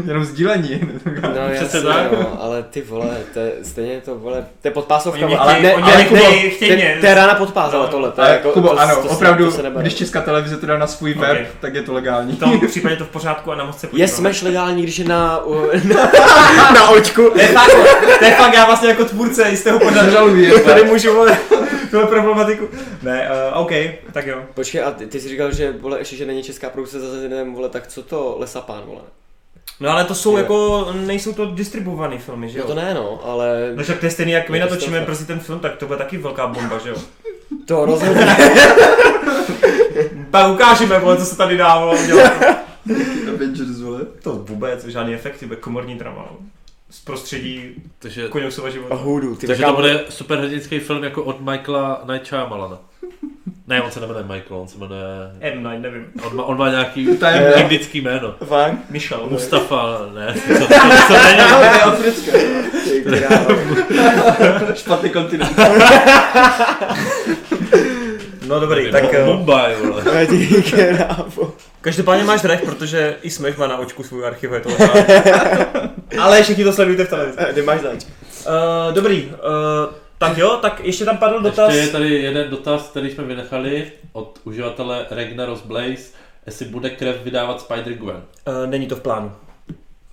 jenom sdílení. No, Přece jasně, tak. no, ale ty vole, to je, stejně to vole, to je podpásovka, Oni mě vole, ale chtějí- ne, oni ale mě Kubo, chtějí- chtějí mě. to je rána podpásala No. tohle, to je Ale jako, jako, Kubo, to, ano, to, se- opravdu, to se nebere. když Česká televize to dá na svůj web, Ok. tak je to legální. V tom případě to v pořádku a na moc se je podíváme. smash legální, když je na, u, na, na očku. To je fakt, to je fakt, já vlastně jako tvůrce jistého pořadu Zažaluji, tady můžu vole, tuhle problematiku. Ne, uh, OK, tak jo. Počkej, a ty, ty jsi říkal, že vole, ještě, že není česká produkce za zenem, vole, tak co to Lesapán, vole? No ale to jsou Jo. jako, nejsou to distribuované filmy, že No jo? to ne, no, ale No však to je stejný, jak my Je to natočíme stofa. prostě ten film, tak to bude taky velká bomba, že jo? to rozhodně. Tak ukážeme, vole, co se tady dávalo udělat. Avengers, vole. To vůbec, žádný efekty, bude komorní drama. no. Z prostředí Takže, Koňousova života. A hůdu, ty takže taká- to bude superhrdinský film jako od Michaela Night Malana. Ne, on se nemenuje Michael, on se jmenuje... M9, nevím. On má, on má nějaký To je- indický jméno. Fakt? Michal. Mustafa, ne, to, to, to není. To je africké. Ty krávo. Špatný kontinent. No dobrý, Nevím, tak... Mu- eh, Mumbai, vole. Ty krávo. Každopádně máš dreh, protože i Smash má na očku svůj archiv, je to legální. Ale všichni to sledujte v televizi. Ty Eh, máš zač. Uh, dobrý, uh, tak jo, tak ještě tam padl dotaz. Ještě je tady jeden dotaz, který jsme vynechali od uživatele Regnaros Blaze, jestli bude krev vydávat Spider-Gwen. Eh, není to v plánu.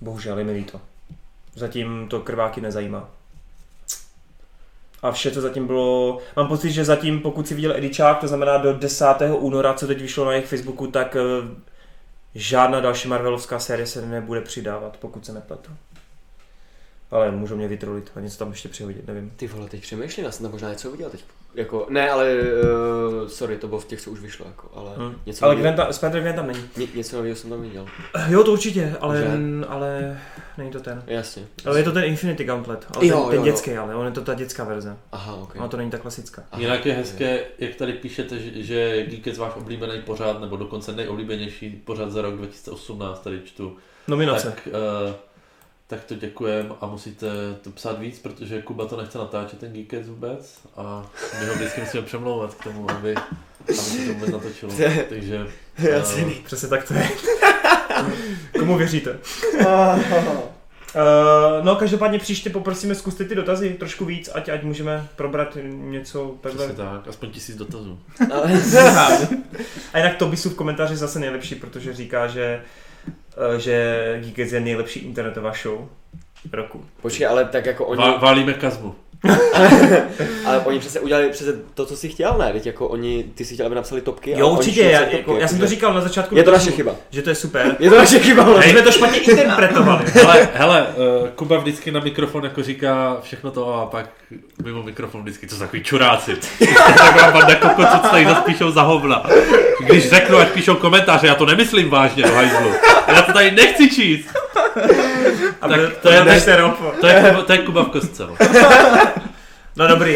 Bohužel, je mi líto. Zatím to krváky nezajímá. A vše, co zatím bylo... Mám pocit, že zatím, pokud si viděl Edičák, to znamená do 10. února, co teď vyšlo na jejich Facebooku, tak eh, žádná další Marvelovská série se nebude přidávat, pokud se nepletu. Ale můžou mě vytrolit a něco tam ještě přihodit, nevím. Ty vole, teď přemýšlím, já jsem tam možná něco viděl teď. Jako, ne, ale, uh, sorry, to bylo v těch, co už vyšlo, jako, ale Hm. něco Ale novýho- Gwen tam, Spider Gwen tam není. ně, něco nového jsem tam viděl. Eh, Jo, to určitě, ale, Že? ale není to ten. Jasně. Ale je to ten Infinity Gauntlet, ale Jo, ten, ten jo, jo. dětský, ale on je to ta dětská verze. Aha, ok. Ona No to není ta klasická. Aha, Jinak je hezké, jak tady píšete, že- že Geek je váš oblíbený pořád, nebo dokonce nejoblíbenější pořád za rok 2018, tady čtu. Nominace. Tak, uh, Tak to děkujem a musíte to psát víc, protože Kuba to nechce natáčet ten Geekec vůbec a my ho vždycky musíme přemlouvat k tomu, aby, aby se to vůbec natočilo. Takže Jasný. eh, Přesně tak to je. Komu věříte? Eh, no, každopádně příště poprosíme, zkuste ty dotazy trošku víc, ať, ať můžeme probrat něco přesně takhle. tak, aspoň tisíc dotazů. A jinak Tobisu v komentáři zase nejlepší, protože říká, že, eh, že Geekets je nejlepší internetová show roku. Počkej, ale tak jako oni, Vá, válíme kazmu. ale oni přece udělali přece to, co jsi chtěl, ne? Teď jako oni, ty si chtěl, aby napsali topky. a Jo, oni určitě, šli já, napsat jako, topky, já jsem to jakože. říkal na začátku, Je to dotazu, naše chyba. že to je super. Je to naše chyba, ale My jsme to špatně interpretovali. Hele, hele eh, Kuba vždycky na mikrofon jako říká všechno to a pak mimo mikrofon vždycky to jsou takový čuráci. Taková banda kokoců, co tady zase píšou za hovna. Když řeknu, ať píšou komentáře, já to nemyslím vážně do hajzlu. Já to tady nechci číst. A Tak byl- to je byl naš- ten Rolfo. To je, Kuba- to je Kuba v kostce. No. No dobrý.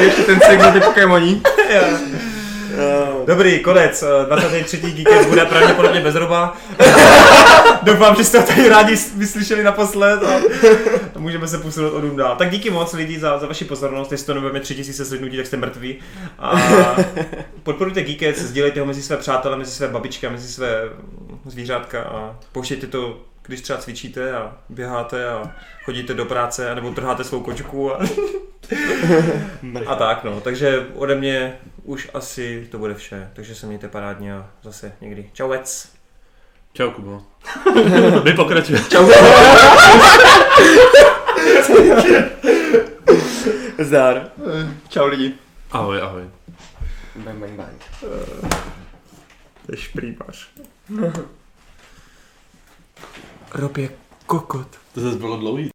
Ještě ten segment je Pokémoní. Dobrý, konec. Eh, 23. Geekets bude pravděpodobně bez roba. Doufám, že jste ho tady rádi s- vyslyšeli naposled a můžeme se posunout o dům dál. Tak díky moc lidi za, za vaši pozornost, jestli to nebudeme 3000 slednutí, tak jste mrtví. A podporujte Geekets, sdílejte ho mezi své přátele, mezi své babičky, a mezi své zvířátka a pouštějte to když třeba cvičíte a běháte a chodíte do práce, nebo trháte svou kočku a, a tak no. Takže ode mě už asi to bude vše, takže se mějte parádně a zase někdy. Čauec! Čau Kubo. My pokračujeme. Zdar. Eh, Čau lidi. Ahoj, ahoj. Bang, bang, bang. To je šprýmař. Rob je kokot. To zase bylo dlouhý.